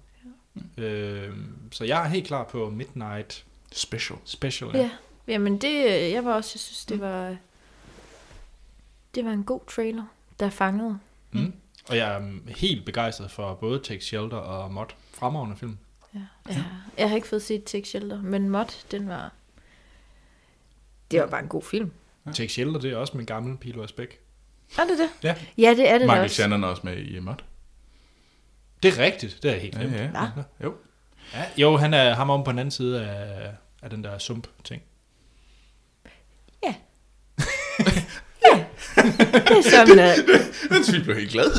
Speaker 1: Ja. Øh, så jeg er helt klar på Midnight
Speaker 2: Special.
Speaker 1: Special.
Speaker 3: Ja. Jamen det, øh, jeg var også, jeg synes, det var, det var en god trailer, der fangede.
Speaker 1: Mm. Og jeg er mm, helt begejstret for både Take Shelter og Mod. Fremragende film.
Speaker 3: Ja. Jeg, jeg har ikke fået set Tech Shelter, men Mod, den var, det var bare en god film.
Speaker 1: Ja. Take Shelter, det er også min gamle Pilo Asbæk.
Speaker 3: Er det det?
Speaker 1: Ja.
Speaker 3: Ja, det er det da
Speaker 2: Michael
Speaker 3: også.
Speaker 2: Shannon er også med i Mod.
Speaker 1: Det er rigtigt, det er helt
Speaker 2: Ja,
Speaker 1: glemt.
Speaker 2: ja.
Speaker 3: Hva?
Speaker 2: Jo.
Speaker 1: Ja, jo, han er ham om på den anden side af, af den der sump-ting.
Speaker 3: [laughs] Det er sådan, øh, at,
Speaker 2: Den synes vi blev helt glad.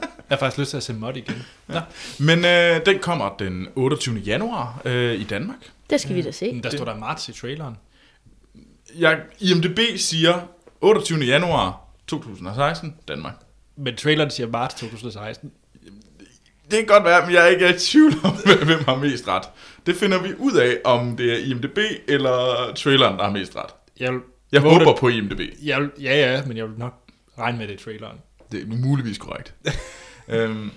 Speaker 1: Jeg har faktisk lyst til at se Mud igen. Nå,
Speaker 2: Men øh, den kommer den 28. januar øh, i Danmark.
Speaker 3: det skal vi da se.
Speaker 1: men Mm, der står der marts i traileren.
Speaker 2: Jeg, IMDB siger 28. januar 2016, Danmark.
Speaker 1: Men traileren siger marts 2016.
Speaker 2: Det kan godt være, men jeg er ikke i tvivl om, [laughs] hvem har mest ret. Det finder vi ud af, om det er IMDB eller traileren, der har mest ret.
Speaker 1: Jeg, vil-
Speaker 2: Jeg
Speaker 1: Vote-
Speaker 2: håber på IMDB.
Speaker 1: jeg, vil- ja, ja, men jeg vil nok regne med det i traileren.
Speaker 2: Det er muligvis korrekt. øhm,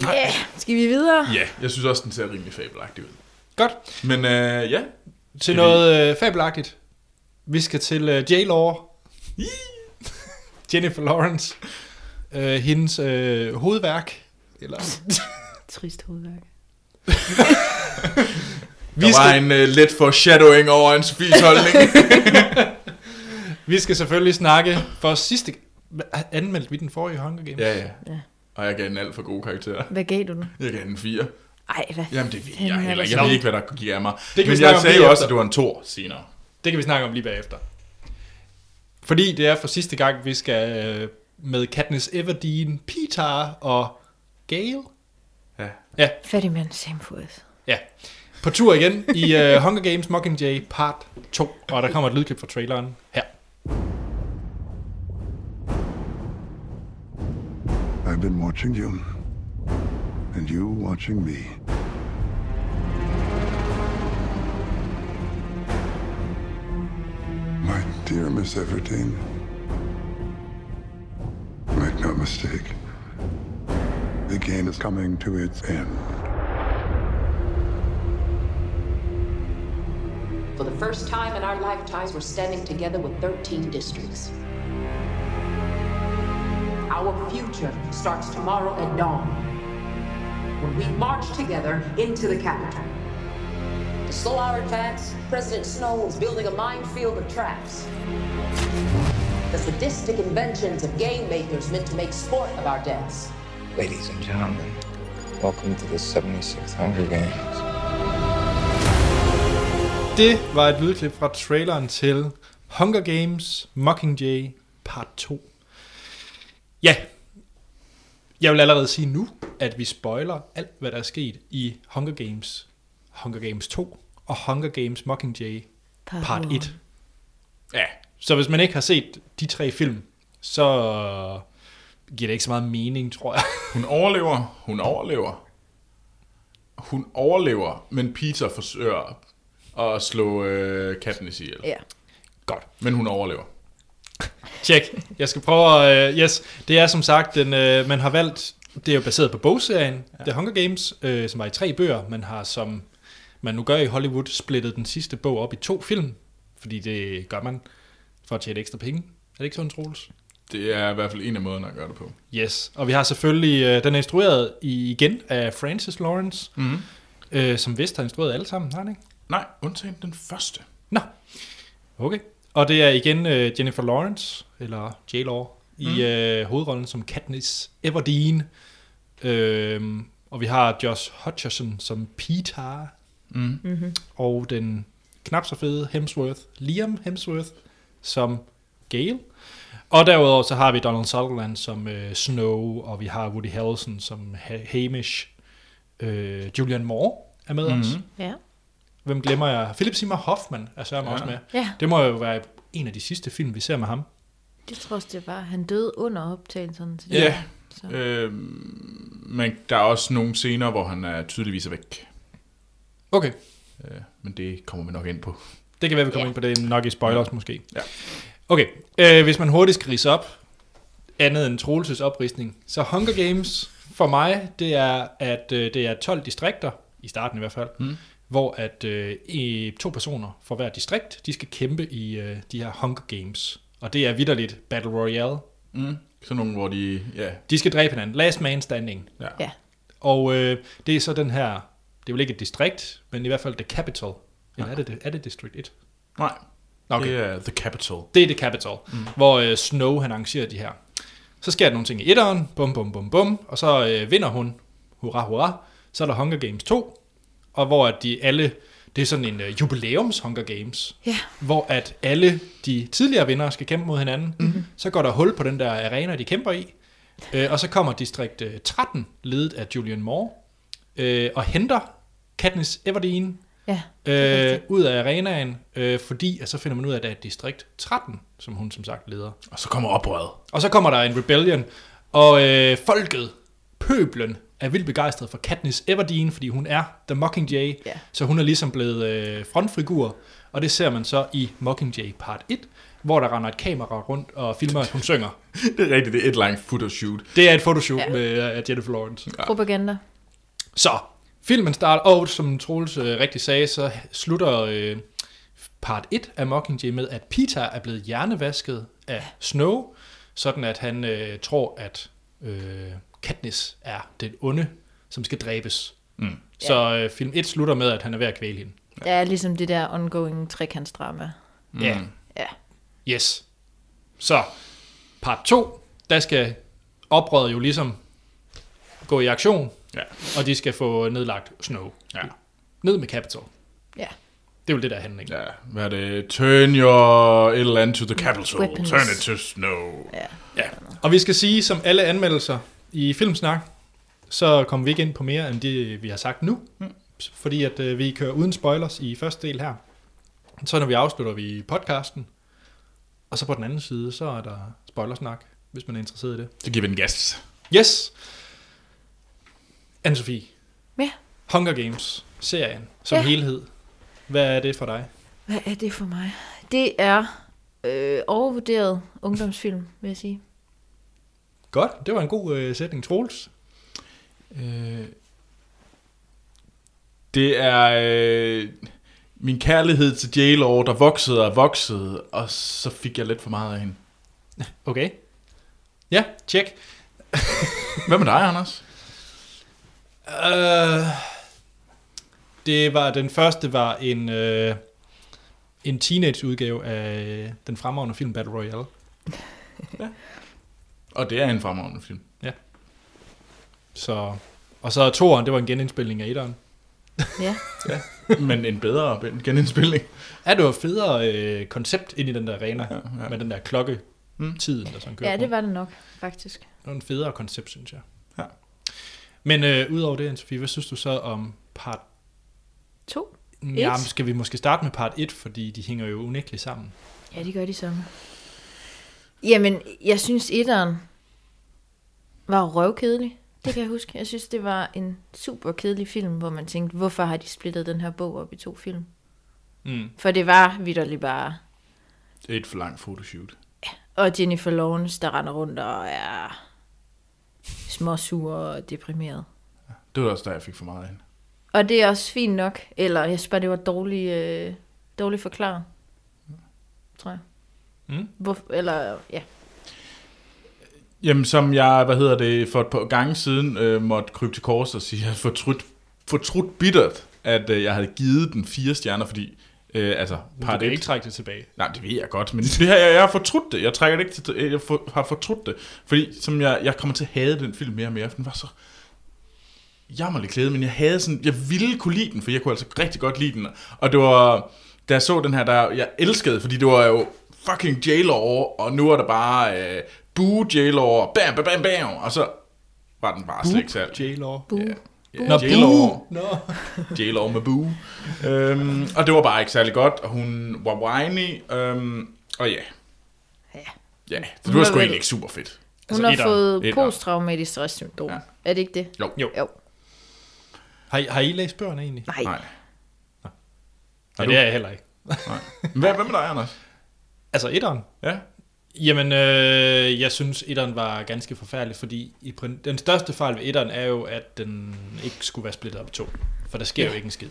Speaker 3: Ja, yeah. skal vi videre?
Speaker 2: ja, jeg synes også, den ser rimelig fabelagtig ud.
Speaker 1: Godt.
Speaker 2: Men øh, ja,
Speaker 1: Til
Speaker 2: vi-
Speaker 1: noget øh, fabelagtigt. Vi skal til øh, J-Law. Jennifer Lawrence. Øh, hendes øh, hovedværk.
Speaker 2: [laughs]
Speaker 1: Eller,
Speaker 3: Trist hovedværk.
Speaker 2: vi der var en øh, let foreshadowing over en Sofies holdning.
Speaker 1: vi skal selvfølgelig snakke for sidste... Anmeldte vi den forrige Hunger Games?
Speaker 2: ja, ja.
Speaker 3: Ja.
Speaker 2: Og jeg gav den alt for gode karakterer.
Speaker 3: Hvad gav du den?
Speaker 2: Jeg gav den 4.
Speaker 3: Ej, hvad?
Speaker 2: Jamen det ved
Speaker 3: Fanden
Speaker 2: jeg
Speaker 3: er
Speaker 2: heller
Speaker 3: det
Speaker 2: ikke. Jeg ved ikke, hvad der gik af mig.
Speaker 1: kan vi
Speaker 2: Men
Speaker 1: snakke
Speaker 2: jeg
Speaker 1: om
Speaker 2: sagde
Speaker 1: lige
Speaker 2: jo også,
Speaker 1: efter.
Speaker 2: at du var en tor senere.
Speaker 1: Det kan vi snakke om lige bagefter. Fordi det er for sidste gang, vi skal øh, med Katniss Everdeen, Peter og Gale
Speaker 2: Ja.
Speaker 3: Fattigmand Samfus.
Speaker 1: på tur igen i øh, Hunger Games Mockingjay Part 2. Og der kommer et lydklip fra traileren her.
Speaker 4: I've been watching you. And you watching me. My dear Miss Everdeen. Make no mistake. The game is coming to its end.
Speaker 5: For the first time in our lifetimes, we're standing together with 13 districts. Our future starts tomorrow at dawn when we march together into the Capitol. To slow our advance, President Snow is building a minefield of traps. The sadistic inventions of game makers meant to make sport of our deaths.
Speaker 6: Ladies and gentlemen, welcome to the 76th Hunger Games.
Speaker 1: Det var et lydklip fra traileren til Hunger Games Mockingjay Part 2. Ja, Jeg vil allerede sige nu, at vi spoiler alt, hvad der er sket i Hunger Games, Hunger Games 2 og Hunger Games Mockingjay part 1.
Speaker 2: Ja,
Speaker 1: Så hvis man ikke har set de tre film, så giver det ikke så meget mening, tror jeg.
Speaker 2: hun overlever, hun overlever. Hun overlever, men Peter forsøger at slå øh, Katniss ihjel.
Speaker 3: Ja.
Speaker 2: Godt, men hun overlever.
Speaker 1: Tjek. Jeg skal prøve at... Uh, yes, det er som sagt, den, uh, man har valgt... Det er jo baseret på bogserien, ja. The Hunger Games, uh, som var i tre bøger. Man har, som man nu gør i Hollywood, splittet den sidste bog op i to film. Fordi det gør man for at tjene ekstra penge. Er det ikke sådan, Troels?
Speaker 2: Det er i hvert fald en af måderne at gøre det på.
Speaker 1: Yes, og vi har selvfølgelig, øh, den er instrueret i, igen af Francis Lawrence,
Speaker 2: Mhm.
Speaker 1: øh, som vist har instrueret alle sammen, har han ikke?
Speaker 2: Nej, undtagen den første.
Speaker 1: Nå, okay. Og det er igen øh, Jennifer Lawrence, eller j Law, i øh, hovedrollen som Katniss Everdeen. Øhm, og vi har Josh Hutcherson som Peter,
Speaker 2: Mm.
Speaker 1: og den knap så fede Hemsworth, Liam Hemsworth, som Gale. Og derudover så har vi Donald Sutherland som øh, Snow, og vi har Woody Harrelson som ha- Hamish. Øh, Julian Moore er med mm-hmm. os.
Speaker 3: Ja.
Speaker 1: Hvem glemmer jeg? Philip Seymour Hoffman er sørme ja.
Speaker 2: Ja.
Speaker 1: også med.
Speaker 3: Ja.
Speaker 1: Det må jo være en af de sidste film, vi ser med ham.
Speaker 3: Jeg tror også, det var, han døde under optagelsen. Til
Speaker 2: Ja.
Speaker 3: Så.
Speaker 2: Øh, men der er også nogle scener, hvor han er tydeligvis er væk.
Speaker 1: Okay.
Speaker 2: Øh, men det kommer vi nok ind på.
Speaker 1: Det kan være, vi kommer
Speaker 3: Ja.
Speaker 1: ind på det nok i spoilers måske.
Speaker 2: Ja.
Speaker 1: Okay, øh, hvis man hurtigt skal rise op, andet end Troelses opridsning, så Hunger Games for mig, det er, at øh, det er 12 distrikter, i starten i hvert fald, mm. hvor at øh, i- to personer fra hver distrikt, de skal kæmpe i øh, de her Hunger Games. Og det er vidderligt Battle Royale.
Speaker 2: Mm. Sådan nogle, hvor de... Ja,
Speaker 1: De skal dræbe hinanden. Last man standing.
Speaker 2: ja.
Speaker 3: ja.
Speaker 1: Og øh, det er så den her, det er vel ikke et distrikt, men i hvert fald The Capital. Eller er det, er det District 1?
Speaker 2: Nej,
Speaker 1: Okay.
Speaker 2: det er The Capital.
Speaker 1: Det er The Capital, mm. hvor øh, Snow han arrangerer de her. Så sker der nogle ting i etteren, bum bum bum bum, og så øh, vinder hun, hurra hurra. Så er der Hunger Games 2, og hvor at de alle, det er sådan en øh, jubilæums Hunger Games,
Speaker 3: Ja.
Speaker 1: hvor at alle de tidligere vinder skal kæmpe mod hinanden. Mm-hmm. Så går der hul på den der arena, de kæmper i, øh, og så kommer distrikt øh, 13, ledet af Julian Moore, øh, og henter Katniss Everdeen
Speaker 3: ja. Det er
Speaker 1: øh,
Speaker 3: rigtigt.
Speaker 1: ud af arenaen, øh, fordi at så finder man ud af, at der er et distrikt 13, som hun som sagt leder.
Speaker 2: Og så kommer oprøret.
Speaker 1: Og så kommer der en rebellion, og øh, folket, pøblen, er vildt begejstret for Katniss Everdeen, fordi hun er The Mockingjay,
Speaker 3: Ja.
Speaker 1: så hun er ligesom blevet øh, frontfigur, og det ser man så i Mockingjay Part 1, hvor der render et kamera rundt og filmer, at hun synger.
Speaker 2: [laughs] Det er rigtigt, det er et langt photoshoot.
Speaker 1: Det er et fotoshoot ja. med øh, af Jennifer Lawrence.
Speaker 3: Propaganda.
Speaker 1: Så, filmen starter, og som Troels øh, rigtig sagde, så slutter øh, part 1 af Mockingjay med, at Peter er blevet hjernevasket af Snow, sådan at han øh, tror, at øh, Katniss er den onde, som skal dræbes.
Speaker 2: Mm.
Speaker 1: Så øh, film 1 slutter med, at han er ved at kvæle hende.
Speaker 3: Der er ligesom det der ongoing trekantsdrama.
Speaker 1: Mm. Ja.
Speaker 3: Ja.
Speaker 1: Yes. Så, part 2, der skal oprøret jo ligesom gå i aktion,
Speaker 2: Ja.
Speaker 1: og de skal få nedlagt Snow.
Speaker 2: Ja.
Speaker 1: Ned med Capital.
Speaker 3: Ja.
Speaker 1: Det er jo det, der er handlingen.
Speaker 2: ja. Hvad er det? Turn your et eller andet to the capital.
Speaker 3: Weapons.
Speaker 2: Turn it to snow.
Speaker 3: Ja.
Speaker 1: Ja, og vi skal sige, som alle anmeldelser i Filmsnak, så kommer vi ikke ind på mere end det, vi har sagt nu. Mm. Fordi at øh, vi kører uden spoilers i første del her. Så når vi afslutter vi podcasten, og så på den anden side, så er der spoilersnak, hvis man er interesseret i det.
Speaker 2: Så giver vi den gas.
Speaker 1: Yes! Anne-Sophie,
Speaker 3: Ja.
Speaker 1: Hunger Games-serien som
Speaker 3: Ja.
Speaker 1: ja. helhed. Hvad er det for dig?
Speaker 3: Hvad er det for mig? Det er øh, overvurderet ungdomsfilm, vil jeg sige.
Speaker 1: Godt, det var en god øh, sætning. Troels?
Speaker 2: Øh, det er øh, min kærlighed til j der voksede og voksede, og så fik jeg lidt for meget af hende.
Speaker 1: Okay. Ja, tjek.
Speaker 2: Hvad med dig, Anders?
Speaker 1: Øh, det var den første var en øh, en teenage udgave af øh, den fremragende film Battle Royale.
Speaker 2: Og det er en fremragende film.
Speaker 1: Så og så toeren, det var en genindspilning af etteren.
Speaker 3: Ja.
Speaker 2: Men en bedre genindspilning.
Speaker 1: Ja, det var federe øh, koncept ind i den der arena ja,
Speaker 2: Ja,
Speaker 1: ja.
Speaker 2: ja.
Speaker 1: med den der klokke
Speaker 2: Mm.
Speaker 1: tiden der sådan kører.
Speaker 3: ja, det
Speaker 1: på.
Speaker 3: var det nok, faktisk.
Speaker 1: det var en federe koncept, synes jeg. Ja. Men øh, udover det, Anne-Sophie, hvad synes du så om part...
Speaker 3: To?
Speaker 1: Jamen, skal vi måske starte med part 1, fordi de hænger jo unægteligt sammen.
Speaker 3: Ja, det gør de samme. Jamen, jeg synes, etteren var røvkedelig. Det kan jeg huske. Jeg synes, det var en super kedelig film, hvor man tænkte, hvorfor har de splittet den her bog op i to film?
Speaker 1: Mm.
Speaker 3: For det var vidderligt bare
Speaker 2: Et for langt fotoshoot.
Speaker 3: Og Jennifer Lawrence, der render rundt og er småsur og deprimeret.
Speaker 2: Det var også der, jeg fik for meget af hende.
Speaker 3: Og det er også fint nok. Eller jeg synes bare, det var dårligt øh, dårlig forklaret. Tror jeg.
Speaker 1: Mm.
Speaker 3: Hvor, eller, ja.
Speaker 2: Jamen, som jeg, hvad hedder det, for et par gange siden øh, måtte krybe til kors og sige, at jeg fortrudt, fortrudt bittert, at øh, jeg havde givet den fire stjerner, fordi, øh, altså,
Speaker 1: Du
Speaker 2: part
Speaker 1: kan ikke
Speaker 2: 1,
Speaker 1: trække det tilbage.
Speaker 2: Nej, det ved jeg godt, men det her, jeg, jeg har fortrudt det. Jeg trækker det ikke til, jeg for, har fortrudt det, fordi som jeg, jeg kommer til at hade den film mere og mere, for den var så jammerlig klæde, men jeg havde sådan, jeg ville kunne lide den, for jeg kunne altså rigtig godt lide den, og det var, da jeg så den her, der, jeg elskede, fordi det var jo fucking J-Law, og nu er der bare øh, boo J-Law, bam, bam, bam, bam, og så var den bare slet ikke særlig.
Speaker 1: J-Law.
Speaker 3: Boo.
Speaker 2: Ja. Ja,
Speaker 1: Nå,
Speaker 2: J-Law.
Speaker 1: Boo! Nå.
Speaker 2: J-Law med Boo. Øhm, og det var bare ikke særlig godt, og hun var whiny, øhm, og ja.
Speaker 3: Ja.
Speaker 2: Ja, så det var sgu
Speaker 3: vel-
Speaker 2: egentlig ikke super fedt.
Speaker 3: Hun har
Speaker 1: etteren.
Speaker 3: fået
Speaker 2: Etteren.
Speaker 3: posttraumatisk stresssyndrom.
Speaker 2: Ja.
Speaker 3: Ja. Er det ikke det?
Speaker 2: Jo.
Speaker 1: Jo.
Speaker 3: Jo.
Speaker 1: Har, I, har I læst bøgerne egentlig?
Speaker 3: Nej.
Speaker 2: Nej.
Speaker 3: Nej.
Speaker 1: Nej,
Speaker 2: du?
Speaker 1: det er jeg heller ikke.
Speaker 2: Nej. Hvad, hvad med dig, Anders?
Speaker 1: Altså etteren?
Speaker 2: Ja.
Speaker 1: Jamen, øh, jeg synes etteren var ganske forfærdelig, fordi i, prin- den største fejl ved etteren er jo, at den ikke skulle være splittet op i to. For der sker ja. jo ikke en skid.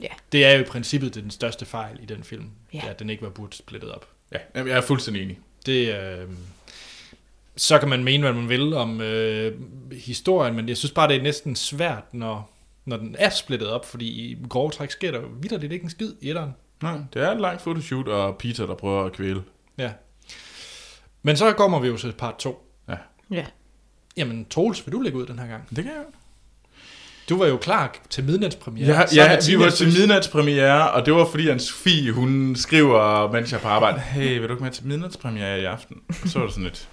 Speaker 3: Ja.
Speaker 1: Det er jo i princippet den største fejl i den film,
Speaker 3: Ja.
Speaker 1: ja. at den ikke var burde splittet op.
Speaker 2: Ja, jamen, jeg er fuldstændig enig.
Speaker 1: Det, øh, så kan man mene, hvad man vil om øh, historien, men jeg synes bare, det er næsten svært, når, når den er splittet op, fordi i grove træk sker der jo vidderligt ikke en skid i etteren.
Speaker 2: Nej, det er et langt photoshoot, og Peter, der prøver at kvæle.
Speaker 1: Ja. Men så kommer vi jo til part 2.
Speaker 2: Ja,
Speaker 3: Ja.
Speaker 1: Jamen, Troels, vil du lægge ud den her gang?
Speaker 2: det kan jeg.
Speaker 1: Du var jo klar til midnatspremiere.
Speaker 2: Ja,
Speaker 1: Så
Speaker 2: ja
Speaker 1: havde
Speaker 2: vi var til
Speaker 1: midnatsfest.
Speaker 2: midnatspremiere, og det var fordi, at Sofie, hun skriver, mens jeg er på arbejde, hey, vil du ikke med til midnatspremiere i aften? Så var det sådan lidt...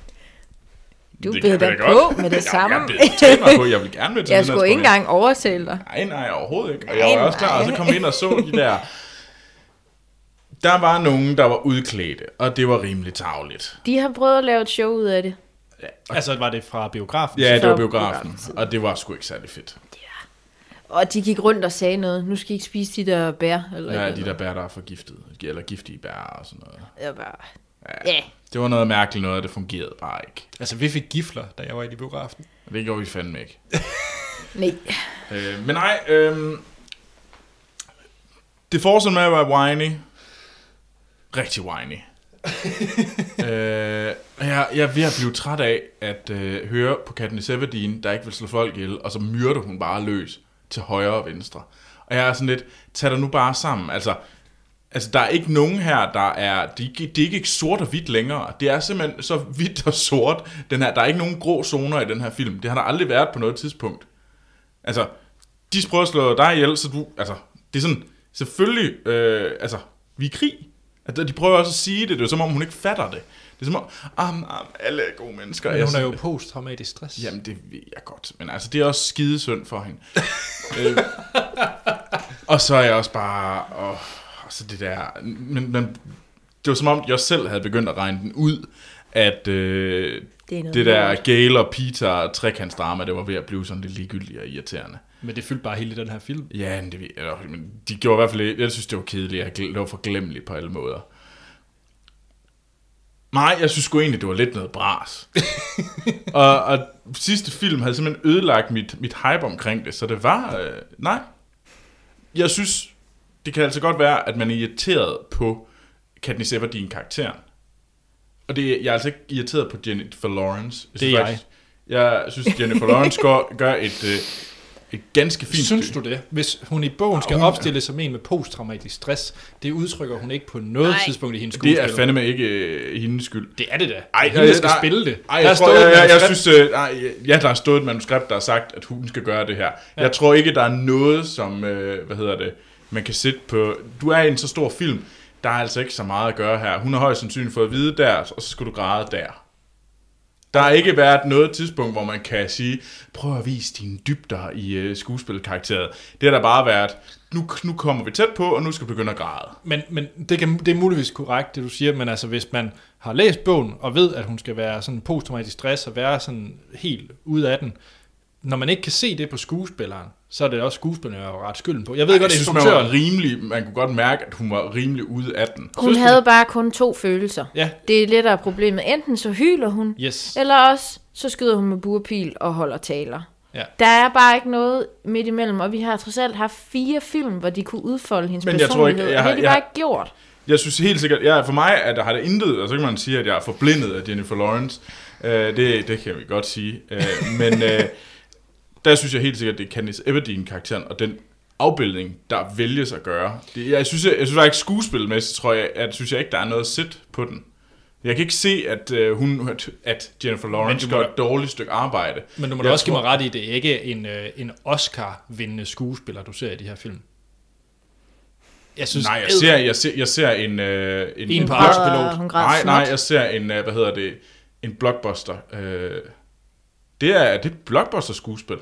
Speaker 3: Du
Speaker 2: "Det
Speaker 3: bed
Speaker 2: kan
Speaker 3: dig
Speaker 2: jeg da godt." [laughs]
Speaker 3: på med det samme.
Speaker 2: Jeg, jeg bed totalt mig på, jeg vil gerne med til
Speaker 3: [laughs] Jeg skulle ikke
Speaker 2: midnatspremiere.
Speaker 3: engang overtale dig.
Speaker 2: Nej, nej, overhovedet ikke. Og
Speaker 3: Nej,
Speaker 2: jeg var også klar, og så
Speaker 3: nej.
Speaker 2: kom jeg ind og så de der... Der var nogen, der var udklædte, og det var rimelig tavligt.
Speaker 3: De har prøvet at lave et show ud af det.
Speaker 1: Altså, var det fra biografen?
Speaker 2: Ja,
Speaker 3: Så
Speaker 2: det var
Speaker 3: biografen.
Speaker 2: biografen, og det var sgu ikke særlig fedt.
Speaker 3: Og de gik rundt og sagde noget. Nu skal I ikke spise de der bær. Eller
Speaker 2: Ja,
Speaker 3: et
Speaker 2: de
Speaker 3: eller
Speaker 2: der bær, der er forgiftet, eller giftige bær og sådan noget.
Speaker 3: andet. Jeg bare... Ja.
Speaker 2: Det var noget mærkeligt noget, det fungerede bare ikke.
Speaker 1: Altså, vi fik gifler, da jeg var i biografen.
Speaker 2: Og Det gjorde vi fandme ikke.
Speaker 3: Nej.
Speaker 2: Øh, men nej, øh, det fortsætter med at være whiny. Rigtig whiny. øh, jeg, jeg er ved at blive træt af at øh, høre på Katniss Everdeen, der ikke vil slå folk ihjel, og så myrder hun bare løs til højre og venstre. Og jeg er sådan lidt, tag dig nu bare sammen. Altså, altså der er ikke nogen her, der er, det er, ikke- det er ikke sort og hvidt længere. Det er simpelthen så hvidt og sort. Den her, der er ikke nogen grå zoner i den her film. Det har der aldrig været på noget tidspunkt. Altså, de prøver at slå dig ihjel, så du... Altså, det er sådan... Selvfølgelig... Øh, altså, vi er i krig. Altså, de prøver også at sige det. Det er jo som om, hun ikke fatter det. Det er som om... Am, am, alle er gode mennesker.
Speaker 1: Men
Speaker 2: Jeg
Speaker 1: hun er
Speaker 2: sådan-
Speaker 1: jo posttraumatisk stress.
Speaker 2: Jamen, det ved jeg godt. Men altså, det er også skidesynd for
Speaker 1: [laughs]
Speaker 2: hende. øh, og så er jeg også bare... Åh, og så det der... Men, men det var som om, jeg selv havde begyndt at regne den ud, at øh,
Speaker 3: Det er
Speaker 2: det,
Speaker 3: noget
Speaker 2: det der
Speaker 3: lort.
Speaker 2: Gale og Peter trekantsdrama, det var ved at blive sådan lidt ligegyldigt og irriterende.
Speaker 1: Men det fyldte bare hele den her film.
Speaker 2: Ja, men det ved jeg nok, men de gjorde i hvert fald ikke. Jeg synes, det var kedeligt. Jeg gl- Det var forglemmeligt på alle måder. Nej, jeg synes sgu egentlig, det var lidt
Speaker 1: [laughs]
Speaker 2: noget bras. og, og sidste film havde simpelthen ødelagt mit, mit hype omkring det, så det var... Øh, nej. Jeg synes, det kan altså godt være, at man er irriteret på Katniss Everdeen karakteren. Og det, jeg er altså ikke irriteret på Jennifer Lawrence. Jeg
Speaker 1: Det er
Speaker 2: synes faktisk- Jeg synes, Jennifer Lawrence gør, gør et, øh, et ganske fint
Speaker 1: Synes
Speaker 2: stykke.
Speaker 1: du det? Hvis hun i bogen skal
Speaker 2: Hun er-
Speaker 1: opstille som en med posttraumatisk stress, det udtrykker hun ikke på noget
Speaker 3: Nej.
Speaker 1: tidspunkt i hendes
Speaker 2: Det er
Speaker 1: skuespil.
Speaker 2: fandeme ikke øh, hendes skyld.
Speaker 1: det er det da.
Speaker 2: Ej,
Speaker 1: Ej, hende, der
Speaker 2: øh,
Speaker 1: skal
Speaker 2: nej.
Speaker 1: spille det.
Speaker 2: Ej,
Speaker 1: Der
Speaker 2: jeg,
Speaker 1: står
Speaker 2: tror,
Speaker 1: et
Speaker 2: jeg, jeg, jeg
Speaker 1: manuskript.
Speaker 2: synes, øh, nej, ja, der har stået et manuskript, der har sagt, at hun skal gøre det her. Ja. Jeg tror ikke, der er noget, som, øh, hvad hedder det, man kan sætte på. Du er i en så stor film, der er altså ikke så meget at gøre her. Hun har højst sandsynligt fået at vide der, og så skulle du græde der. Der har ikke været noget tidspunkt, hvor man kan sige, prøv at vise dine dybder i øh, skuespilkarakteret. Det har der bare været, nu, nu kommer vi tæt på, og nu skal du begynde at græde.
Speaker 1: Men, men det, kan, det er muligvis korrekt, det du siger, men altså hvis man har læst bogen og ved, at hun skal være sådan posttraumatisk stress og være sådan helt ud af den, når man ikke kan se det på skuespilleren, så er det også skuespilleren, jeg er ret skylden på. Jeg ved Ej, godt, at
Speaker 2: jeg synes, man, var
Speaker 1: instruktøren...
Speaker 2: rimelig, man kunne godt mærke, at hun var rimelig ude af den.
Speaker 3: Hun
Speaker 1: Synes du-
Speaker 3: havde bare kun to følelser.
Speaker 1: Ja.
Speaker 3: Det er lidt af problemet. Enten så hyler hun,
Speaker 1: Yes.
Speaker 3: eller også så skyder hun med burpil og holder taler.
Speaker 1: Ja.
Speaker 3: Der er bare ikke noget midt imellem, og vi har trods alt haft fire film, hvor de kunne udfolde hendes
Speaker 2: Men jeg tror
Speaker 3: personlighed,
Speaker 2: ikke- jeg har-
Speaker 3: og det har de
Speaker 2: jeg
Speaker 3: bare
Speaker 2: har-
Speaker 3: ikke gjort.
Speaker 2: Jeg synes helt sikkert, ja, for mig at der har det intet, og så kan man sige, at jeg er forblindet af Jennifer Lawrence. Uh, det, det kan vi godt sige. Uh, men uh, der synes jeg helt sikkert, det er Candice Everdeen-karakteren, og den afbildning, der vælges at gøre. Det, jeg synes, jeg, jeg synes bare ikke skuespilmæssigt, tror jeg, at synes jeg ikke, der er noget sæt på den. Jeg kan ikke se, at, uh, hun, at- at Jennifer Lawrence
Speaker 1: Men du
Speaker 2: gør
Speaker 1: må
Speaker 2: et dårligt stykke arbejde.
Speaker 1: Men du må da
Speaker 2: Jeg
Speaker 1: også give
Speaker 2: tror-
Speaker 1: mig ret i, det er ikke en, øh, en Oscar-vindende skuespiller, du ser i de her film. Jeg synes,
Speaker 2: Nej, jeg
Speaker 1: æd-
Speaker 2: ser, jeg ser, jeg ser en... Øh, en,
Speaker 1: En
Speaker 2: en
Speaker 1: par-
Speaker 3: Græder- hun græder
Speaker 2: nej,
Speaker 3: snot.
Speaker 2: nej, jeg ser en, øh, hvad hedder det, en blockbuster. Øh, det er det er et blockbuster-skuespil.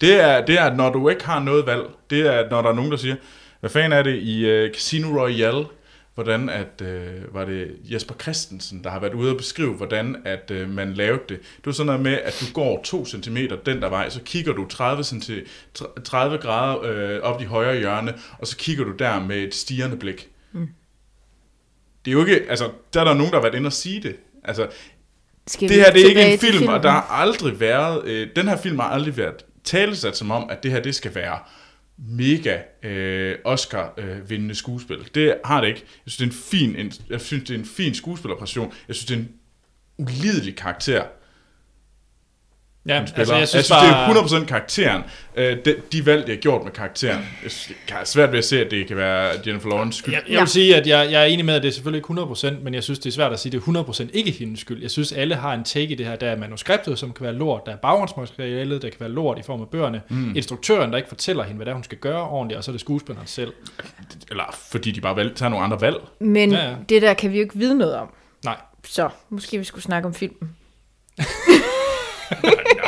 Speaker 2: Det er, det er, når du ikke har noget valg. Det er, når der er nogen, der siger, hvad fanden er det i øh, Casino Royale? Hvordan at, øh, var det Jesper Christensen, der har været ude og beskrive, hvordan at øh, man lavede det. Det var sådan noget med, at du går 2 cm den der vej, så kigger du 30, centi- tr- 30 grader øh, op i højre hjørne, og så kigger du der med et stigende blik det er jo ikke, altså, der er der nogen, der har været inde og sige det. Altså,
Speaker 3: Skal
Speaker 2: det
Speaker 3: vi
Speaker 2: her det er
Speaker 3: tilbage
Speaker 2: ikke en
Speaker 3: til
Speaker 2: film, og
Speaker 3: filmen?
Speaker 2: der har aldrig været, øh, den her film har aldrig været talesat som om, at det her, det skal være mega øh, Oscar-vindende skuespil. Det har det ikke. Jeg synes, det er en fin, en, jeg synes, det er en fin skuespillerpræstation. Jeg synes, det er en ulidelig karakter.
Speaker 1: ja,
Speaker 2: Spiller. Altså, jeg, synes, jeg synes,
Speaker 1: bare,
Speaker 2: det er 100% karakteren. Øh, de, de valg, de har gjort med karakteren. Jeg synes, det er svært ved at se, at det kan være Jennifer Lawrence skyld.
Speaker 1: Jeg, jeg
Speaker 3: Ja.
Speaker 1: vil sige, at jeg, jeg er enig med, at det er selvfølgelig ikke 100%, men jeg synes, det er svært at sige, at det er 100% ikke hendes skyld. Jeg synes, alle har en take i det her. Der er manuskriptet, som kan være lort. Der er baggrundsmaterialet, der kan være lort i form af bøgerne. Mm. Instruktøren, der ikke fortæller hende, hvad det er, hun skal gøre ordentligt, og så er det skuespilleren selv.
Speaker 2: Eller fordi de bare valg, tager nogle andre valg.
Speaker 3: Men
Speaker 1: Ja, ja.
Speaker 3: det der kan vi jo ikke vide noget om.
Speaker 1: Nej.
Speaker 3: Så måske vi skulle snakke om filmen.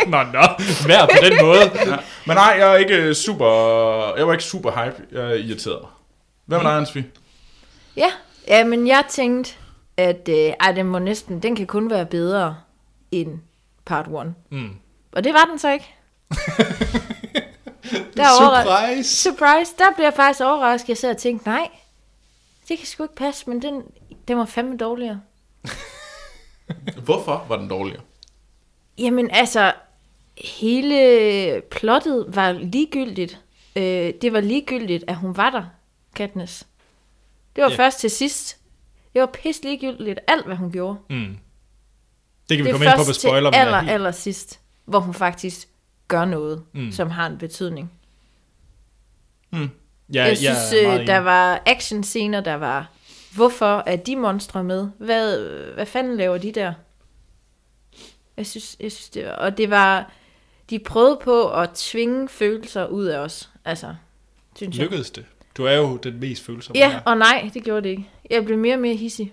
Speaker 1: Nå, nå. Hver på den
Speaker 3: [laughs]
Speaker 1: måde.
Speaker 2: Ja. Men nej, jeg er ikke øh, super... Jeg var ikke super hype. Jeg er irriteret. Hvad med dig, Ansvi?
Speaker 3: Ja, ja men jeg tænkte, at øh, ej, den, må næsten, den kan kun være bedre end part 1. Mm. Og det var den
Speaker 1: [laughs]
Speaker 3: så ikke. der overra-
Speaker 1: Surprise!
Speaker 3: Surprise, der bliver jeg faktisk overrasket. Jeg sad og tænkte, nej, det kan sgu ikke passe, men den, den var fandme dårligere.
Speaker 2: Hvorfor var den dårligere?
Speaker 3: Jamen altså, hele plottet var ligegyldigt. Øh, det var ligegyldigt, at hun var der, Katniss. Det var
Speaker 1: Ja.
Speaker 3: yeah. først til sidst. Det var pis ligegyldigt, alt hvad hun gjorde. Mm,
Speaker 1: Det kan vi
Speaker 3: det
Speaker 1: komme ind på
Speaker 3: først
Speaker 1: med spoiler,
Speaker 3: til
Speaker 1: men
Speaker 3: aller,
Speaker 1: jeg er helt-
Speaker 3: aller sidst, hvor hun faktisk gør noget, mm. som har en betydning.
Speaker 1: ja,
Speaker 3: Jeg, jeg
Speaker 1: er
Speaker 3: synes,
Speaker 1: meget
Speaker 3: øh,
Speaker 1: enig.
Speaker 3: der var actionscener, der var, hvorfor er de monstre med? Hvad, hvad fanden laver de der? Jeg synes, jeg synes det var, og det var, de prøvede på at tvinge følelser ud af os, altså, synes jeg.
Speaker 1: Lykkedes det? Du er jo den mest følsomme.
Speaker 3: Ja,
Speaker 1: her.
Speaker 3: og nej, det gjorde det ikke. Jeg blev mere og mere hissig.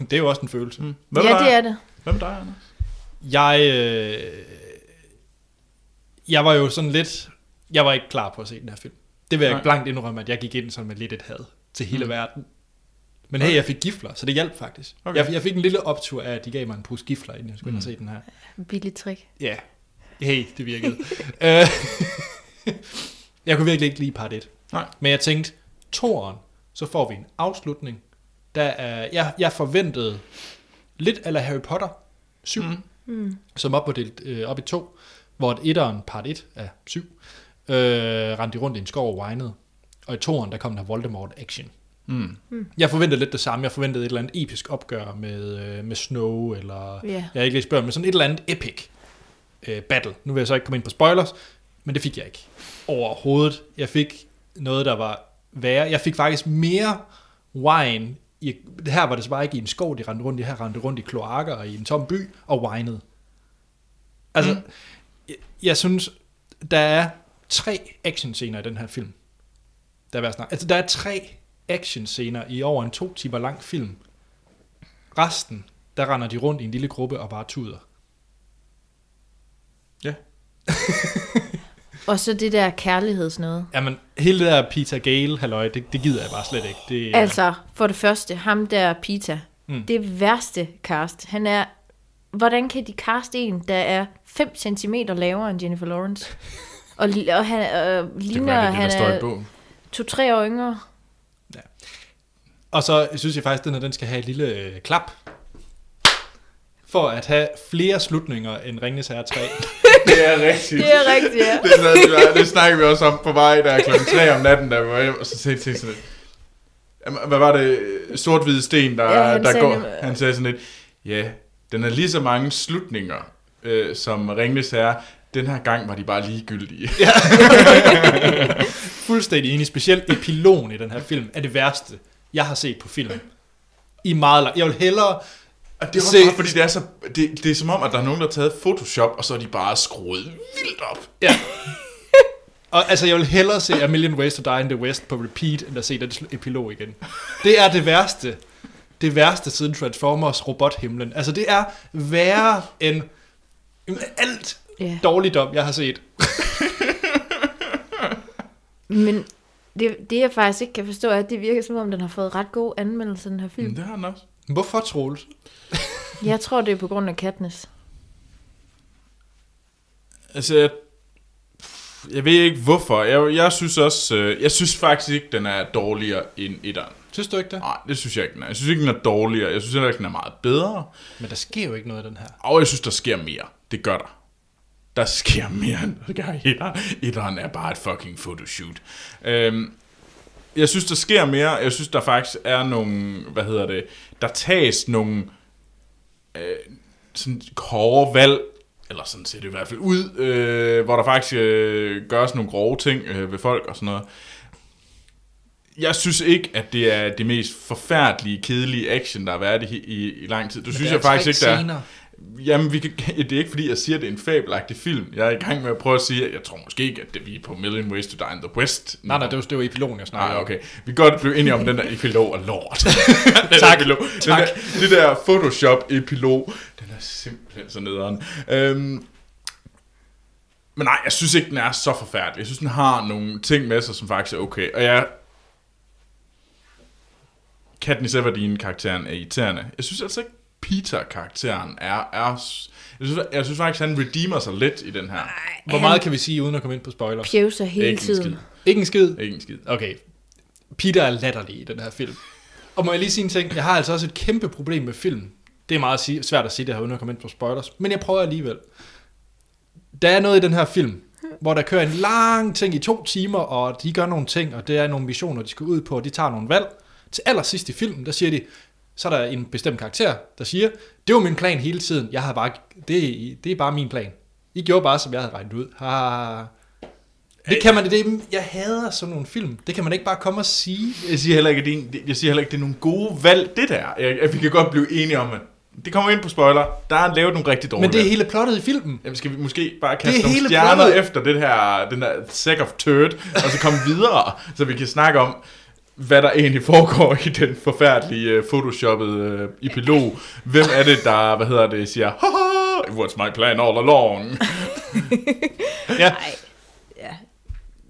Speaker 1: Det er jo også en følelse. Mm.
Speaker 2: Hvad
Speaker 3: ja,
Speaker 2: med dig?
Speaker 3: det er det.
Speaker 2: Hvad med dig, Anders?
Speaker 1: Jeg, øh, jeg var jo sådan lidt, jeg var ikke klar på at se den her film. Det vil jeg
Speaker 2: Nej.
Speaker 1: Nej. blankt indrømme, at jeg gik ind sådan med lidt et had til hele mm. verden. Men hey, jeg fik gifler, så det hjalp faktisk.
Speaker 2: Okay.
Speaker 1: Okay. Jeg, jeg fik en lille optur af, at de gav mig en pose gifler, inden jeg skulle mm. ind og se den her.
Speaker 3: Billigt trick.
Speaker 1: Ja, hey, det virkede. [laughs] Øh, jeg kunne virkelig ikke lide part 1.
Speaker 2: Nej.
Speaker 1: Men jeg tænkte, toeren, så får vi en afslutning. Der er, jeg, jeg forventede lidt eller Harry Potter 7, mm. som op, delt, øh, op i to, hvor et etteren, part 1 af 7, øh, rendte de rundt i en skov og whinede. Og i toeren, der kom der Voldemort action. Mm. Jeg forventede lidt det samme. Jeg forventede et eller andet episk opgør med, øh, med Snow, eller
Speaker 3: Ja.
Speaker 1: jeg har ikke læst bøger, men sådan et eller andet epic øh, battle. Nu vil jeg så ikke komme ind på spoilers, men det fik jeg ikke overhovedet. Jeg fik noget, der var værre. Jeg fik faktisk mere wine. I, her var det så bare ikke i en skov, de rendte rundt i. Her rendte rundt i kloakker og i en tom by og winede. Altså, mm. jeg, jeg synes, der er tre actionscener i den her film. Der er, værd at snakke- altså, der er tre actionscener i over en to timer lang film. Resten, der render de rundt i en lille gruppe og bare tuder.
Speaker 2: Ja.
Speaker 3: Og så det der kærlighedsnøde.
Speaker 1: Jamen, hele det der Peter Gale, halløj, det, det gider jeg bare slet ikke. Det,
Speaker 3: Ja. Altså, for det første, ham der Pita. Mm. Det værste cast. Han er... Hvordan kan de caste en, der er 5 cm lavere end Jennifer Lawrence? Og, li- og han øh,
Speaker 2: Det kan
Speaker 3: ligner,
Speaker 2: være, det er det,
Speaker 3: han
Speaker 2: der står i
Speaker 3: er
Speaker 2: bogen.
Speaker 3: to-tre år yngre.
Speaker 1: Og så synes jeg faktisk, at den her den skal have et lille øh, klap. For at have flere slutninger end Ringnes Herre 3.
Speaker 2: Det er rigtigt.
Speaker 3: Det er rigtigt,
Speaker 2: [laughs]
Speaker 3: ja.
Speaker 2: det, er sådan, det, var- det snakker vi også om på vej, der er klokken 3 om natten, der var hjem, og så sagde jeg sådan lidt, "Jamen, hvad var det, sort-hvide sten, der,
Speaker 3: Ja,
Speaker 2: ja,
Speaker 3: han
Speaker 2: der
Speaker 3: sagde
Speaker 2: går,
Speaker 3: nemlig-
Speaker 2: han sagde sådan lidt, ja, den er lige så mange slutninger, øh, som Ringnes Herre, den her gang var de bare ligegyldige. Ja.
Speaker 1: Fuldstændig enig, specielt epilogen i den her film er det værste, jeg har set på film. I meget lang. Jeg vil hellere...
Speaker 2: Og det er også
Speaker 1: Se-
Speaker 2: bare, fordi det er, så, det, det er som om, at der er nogen, der har taget Photoshop, og så er de bare skruet vildt op.
Speaker 1: Ja. Og altså, jeg vil hellere se A Million Ways to Die in the West på repeat, end at se den sl- epilog igen. Det er det værste. Det værste siden Transformers Robothimlen. Altså, det er værre end end alt
Speaker 3: Ja.
Speaker 1: dårligdom, jeg har set.
Speaker 3: Men det, det, jeg faktisk ikke kan forstå, er, at det virker som om, den har fået ret gode anmeldelser, den her film.
Speaker 2: Men det har han også.
Speaker 1: Hvorfor, Troels?
Speaker 2: Mm.
Speaker 3: Jeg tror, det er på grund af Katniss.
Speaker 2: Altså, jeg, jeg ved ikke hvorfor. Jeg, jeg synes også, øh, jeg synes faktisk ikke, den er dårligere end etteren.
Speaker 1: Synes du ikke det?
Speaker 2: Nej, det synes jeg ikke, den er. Jeg synes ikke, den er dårligere. Jeg synes heller ikke, den er meget bedre.
Speaker 1: Men der sker jo ikke noget af den her.
Speaker 2: Og jeg synes, der sker mere. Det gør der. Der sker mere end der gør i etteren. Etteren er bare et fucking photoshoot. Øhm, jeg synes, der sker mere. Jeg synes, der faktisk er nogle... Hvad hedder det? Der tages nogle... Øh, sådan hårde valg, eller sådan ser det i hvert fald ud, øh, hvor der faktisk øh, gøres nogle grove ting øh, ved folk og sådan noget. Jeg synes ikke, at det er det mest forfærdelige, kedelige action, der har været i, i, i lang tid. Det synes
Speaker 1: der
Speaker 2: jeg
Speaker 1: er
Speaker 2: faktisk
Speaker 1: tre
Speaker 2: ikke, der
Speaker 1: scener.
Speaker 2: er. Jamen, vi kan, [laughs] det er ikke fordi, jeg siger, at det er en fabelagtig film. Jeg er i gang med at prøve at sige, at jeg tror måske ikke, at det, vi er på Million Ways to Die in the West.
Speaker 1: Nej, nej, det var, det var epilogen, jeg snakkede
Speaker 2: Nej,
Speaker 1: om.
Speaker 2: Ah, okay. Vi kan godt blive enige om, den der epilog er lort. [laughs] den
Speaker 1: Tak,
Speaker 2: epilog.
Speaker 1: tak.
Speaker 2: Den der, det der Photoshop-epilog, den er simpelthen så nederen. Øhm, men nej, jeg synes ikke, den er så forfærdelig. Jeg synes, den har nogle ting med sig, som faktisk er okay. Og jeg... Katniss Everdeen-karakteren er irriterende. Jeg synes altså ikke, Peter-karakteren er... er jeg, synes, jeg synes faktisk, han redeemer sig lidt i den her.
Speaker 1: Hvor meget kan vi sige, uden at komme ind på spoiler?
Speaker 3: Pjevser hele
Speaker 2: Ikke en
Speaker 3: tiden.
Speaker 2: skid.
Speaker 1: Ikke en skid?
Speaker 2: Ikke en skid.
Speaker 1: Okay. Peter er latterlig i den her film. Og må jeg lige sige en ting? Jeg har altså også et kæmpe problem med film. Det er meget sige, svært at sige det her, uden at komme ind på spoilers. Men jeg prøver alligevel. Der er noget i den her film, hvor der kører en lang ting i to timer, og de gør nogle ting, og det er nogle missioner, de skal ud på, og de tager nogle valg. Til allersidst i filmen, der siger de, så er der en bestemt karakter, der siger, det var min plan hele tiden, jeg havde bare, det, det er bare min plan. I gjorde bare, som jeg havde regnet ud. Ha, ha, ha. Det kan man, det, er- jeg hader sådan nogle film. Det kan man ikke bare komme og sige.
Speaker 2: Jeg siger heller ikke, at det er, en, jeg siger heller ikke, at det er nogle gode valg, det der. Jeg, jeg, vi kan godt blive enige om, at det kommer ind på spoiler. Der er lavet nogle rigtig dårlige
Speaker 1: Men det er
Speaker 2: valg.
Speaker 1: hele plottet i filmen.
Speaker 2: Jamen, skal vi måske bare kaste
Speaker 1: Det er
Speaker 2: nogle
Speaker 1: hele
Speaker 2: stjerner
Speaker 1: plottet.
Speaker 2: efter det her, den der sack of turd, og så komme videre, [laughs] så vi kan snakke om, hvad der egentlig foregår i den forfærdelige uh, photoshoppede uh, epilog. Hvem er det, der, hvad hedder det, siger, Haha, what's my plan all
Speaker 1: [laughs]
Speaker 2: along? ja,
Speaker 3: Nej. Ja.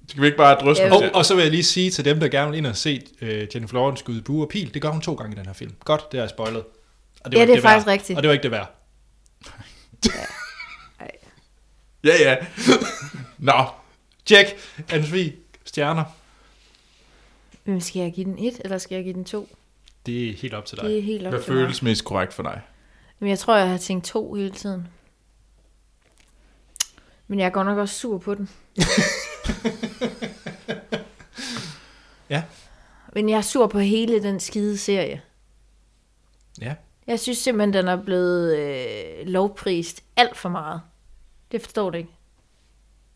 Speaker 2: skal vi ikke bare drøse
Speaker 3: Ja.
Speaker 2: nogle
Speaker 1: Og,
Speaker 2: stjerner?
Speaker 1: og så vil jeg lige sige til dem, der gerne vil ind og se øh, Jennifer Lawrence skyde bue og pil, det gør hun to gange i den her film. Godt, det har jeg spoilet. Og
Speaker 3: Ja,
Speaker 1: var
Speaker 3: det
Speaker 1: ikke
Speaker 3: er faktisk
Speaker 1: værd.
Speaker 3: rigtigt.
Speaker 1: Og det var ikke det værd.
Speaker 2: Ja,
Speaker 1: [laughs]
Speaker 2: ja. Nå,
Speaker 1: Jack, Anne stjerner.
Speaker 3: Men skal jeg give den et, eller skal jeg give den to?
Speaker 1: Det er helt op til dig.
Speaker 3: Det er helt op
Speaker 2: hvad
Speaker 3: til mig.
Speaker 2: føles mest korrekt for dig?
Speaker 3: Men jeg tror, jeg har tænkt to hele tiden. Men jeg er godt nok også sur på den.
Speaker 1: Ja.
Speaker 3: Men jeg er sur på hele den skide serie.
Speaker 1: Ja.
Speaker 3: Jeg synes simpelthen, den er blevet øh, lovprist alt for meget. Det forstår det ikke.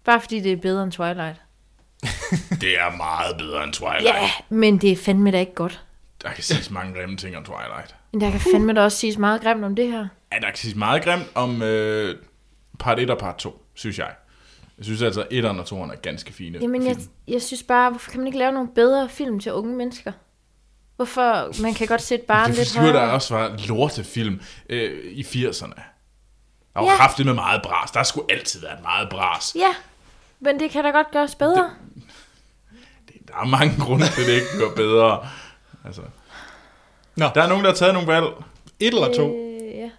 Speaker 3: Bare fordi det er bedre end Twilight.
Speaker 2: [laughs] Det er meget bedre end Twilight.
Speaker 3: Ja, yeah, men det er fandme da ikke godt.
Speaker 2: Der kan siges mange grimme ting om Twilight.
Speaker 3: Men der kan fandme da også siges meget grimt om det her.
Speaker 2: Ja, der kan siges meget grimt om øh, part 1 og part 2, synes jeg. Jeg synes altså, 1'eren og 2'eren er ganske fine.
Speaker 3: Jamen, jeg,
Speaker 2: film.
Speaker 3: jeg synes bare, hvorfor kan man ikke lave nogle bedre film til unge mennesker? Hvorfor? Man kan godt sætte barn
Speaker 2: det
Speaker 3: lidt
Speaker 2: synes jeg,
Speaker 3: højere.
Speaker 2: der også var lortefilm øh, i 80'erne. Der har
Speaker 3: Ja.
Speaker 2: jo haft det med meget bras. Der skulle altid være meget bras.
Speaker 3: Ja, men det kan da godt gøres bedre.
Speaker 2: Der er mange grunde til, at det ikke går bedre. Altså.
Speaker 1: Nå.
Speaker 2: Der er nogen, der har taget nogle valg.
Speaker 1: Et eller to.
Speaker 3: Øh, ja,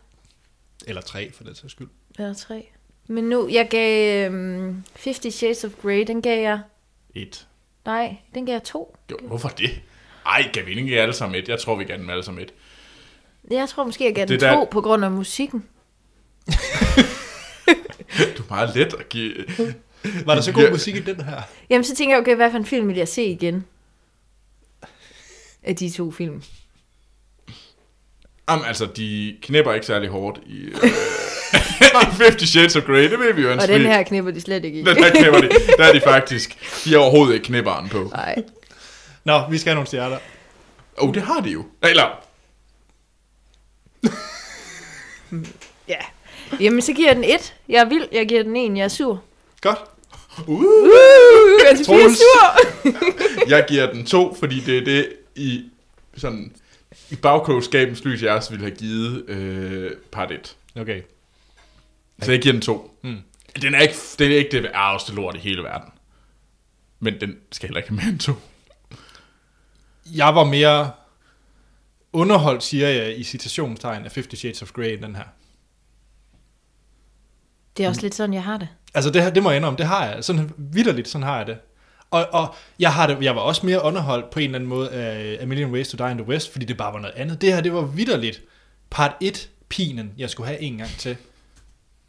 Speaker 1: Eller tre, for den sags skyld.
Speaker 3: eller tre. Men nu, jeg gav um, 50 Shades of Grey, den gav jeg...
Speaker 2: Et.
Speaker 3: Nej, den gav jeg to.
Speaker 2: Jo, hvorfor det? Ej, kan vi ikke give alle sammen et? Jeg tror, vi gav dem alle sammen et.
Speaker 3: Jeg tror måske, jeg gav den
Speaker 2: Det der-
Speaker 3: to på grund af musikken.
Speaker 2: Du er meget let at give...
Speaker 1: Var der så god
Speaker 2: Ja.
Speaker 1: musik i den her?
Speaker 3: Jamen, så tænker jeg, okay, hvad for en film vil jeg se igen? Af de to film.
Speaker 2: Jamen, altså, de knæpper ikke særlig hårdt i,
Speaker 3: [laughs]
Speaker 2: øh, i Fifty Shades of Grey. Det ved vi jo en
Speaker 3: Og den her knipper de slet ikke i.
Speaker 2: Den her knipper de. Der er de faktisk. De har overhovedet ikke knipperen på.
Speaker 3: [laughs] Nej.
Speaker 1: Nå, vi skal have nogle stjerner.
Speaker 2: Åh, oh, det har de jo. Eller,
Speaker 3: Ja. Jamen, så giver jeg den et. Jeg er vild, jeg giver den en, jeg er sur.
Speaker 1: Godt.
Speaker 2: uh,
Speaker 3: Uh, jeg er
Speaker 1: Troels.
Speaker 3: sur.
Speaker 2: jeg giver den to, fordi det er det, i, sådan, i bagklogskabens lys, jeg også ville have givet øh, part 1.
Speaker 1: Okay.
Speaker 2: Så jeg giver den to. Mm. Den, er ikke, den er ikke det ærgeste lort i hele verden. Men den skal heller ikke have mere end to.
Speaker 1: Jeg var mere underholdt, siger jeg i citationstegn, af 50 Shades of Grey end den her.
Speaker 3: Det er også lidt sådan, jeg har det.
Speaker 1: Altså det, her- det må jeg indrømme, det har jeg. Sådan vidderligt, sådan har jeg det. Og, og jeg, har det, jeg var også mere underholdt på en eller anden måde af A Million Ways to Die in the West, fordi det bare var noget andet. Det her, det var vidderligt part 1 pinen, jeg skulle have en gang til.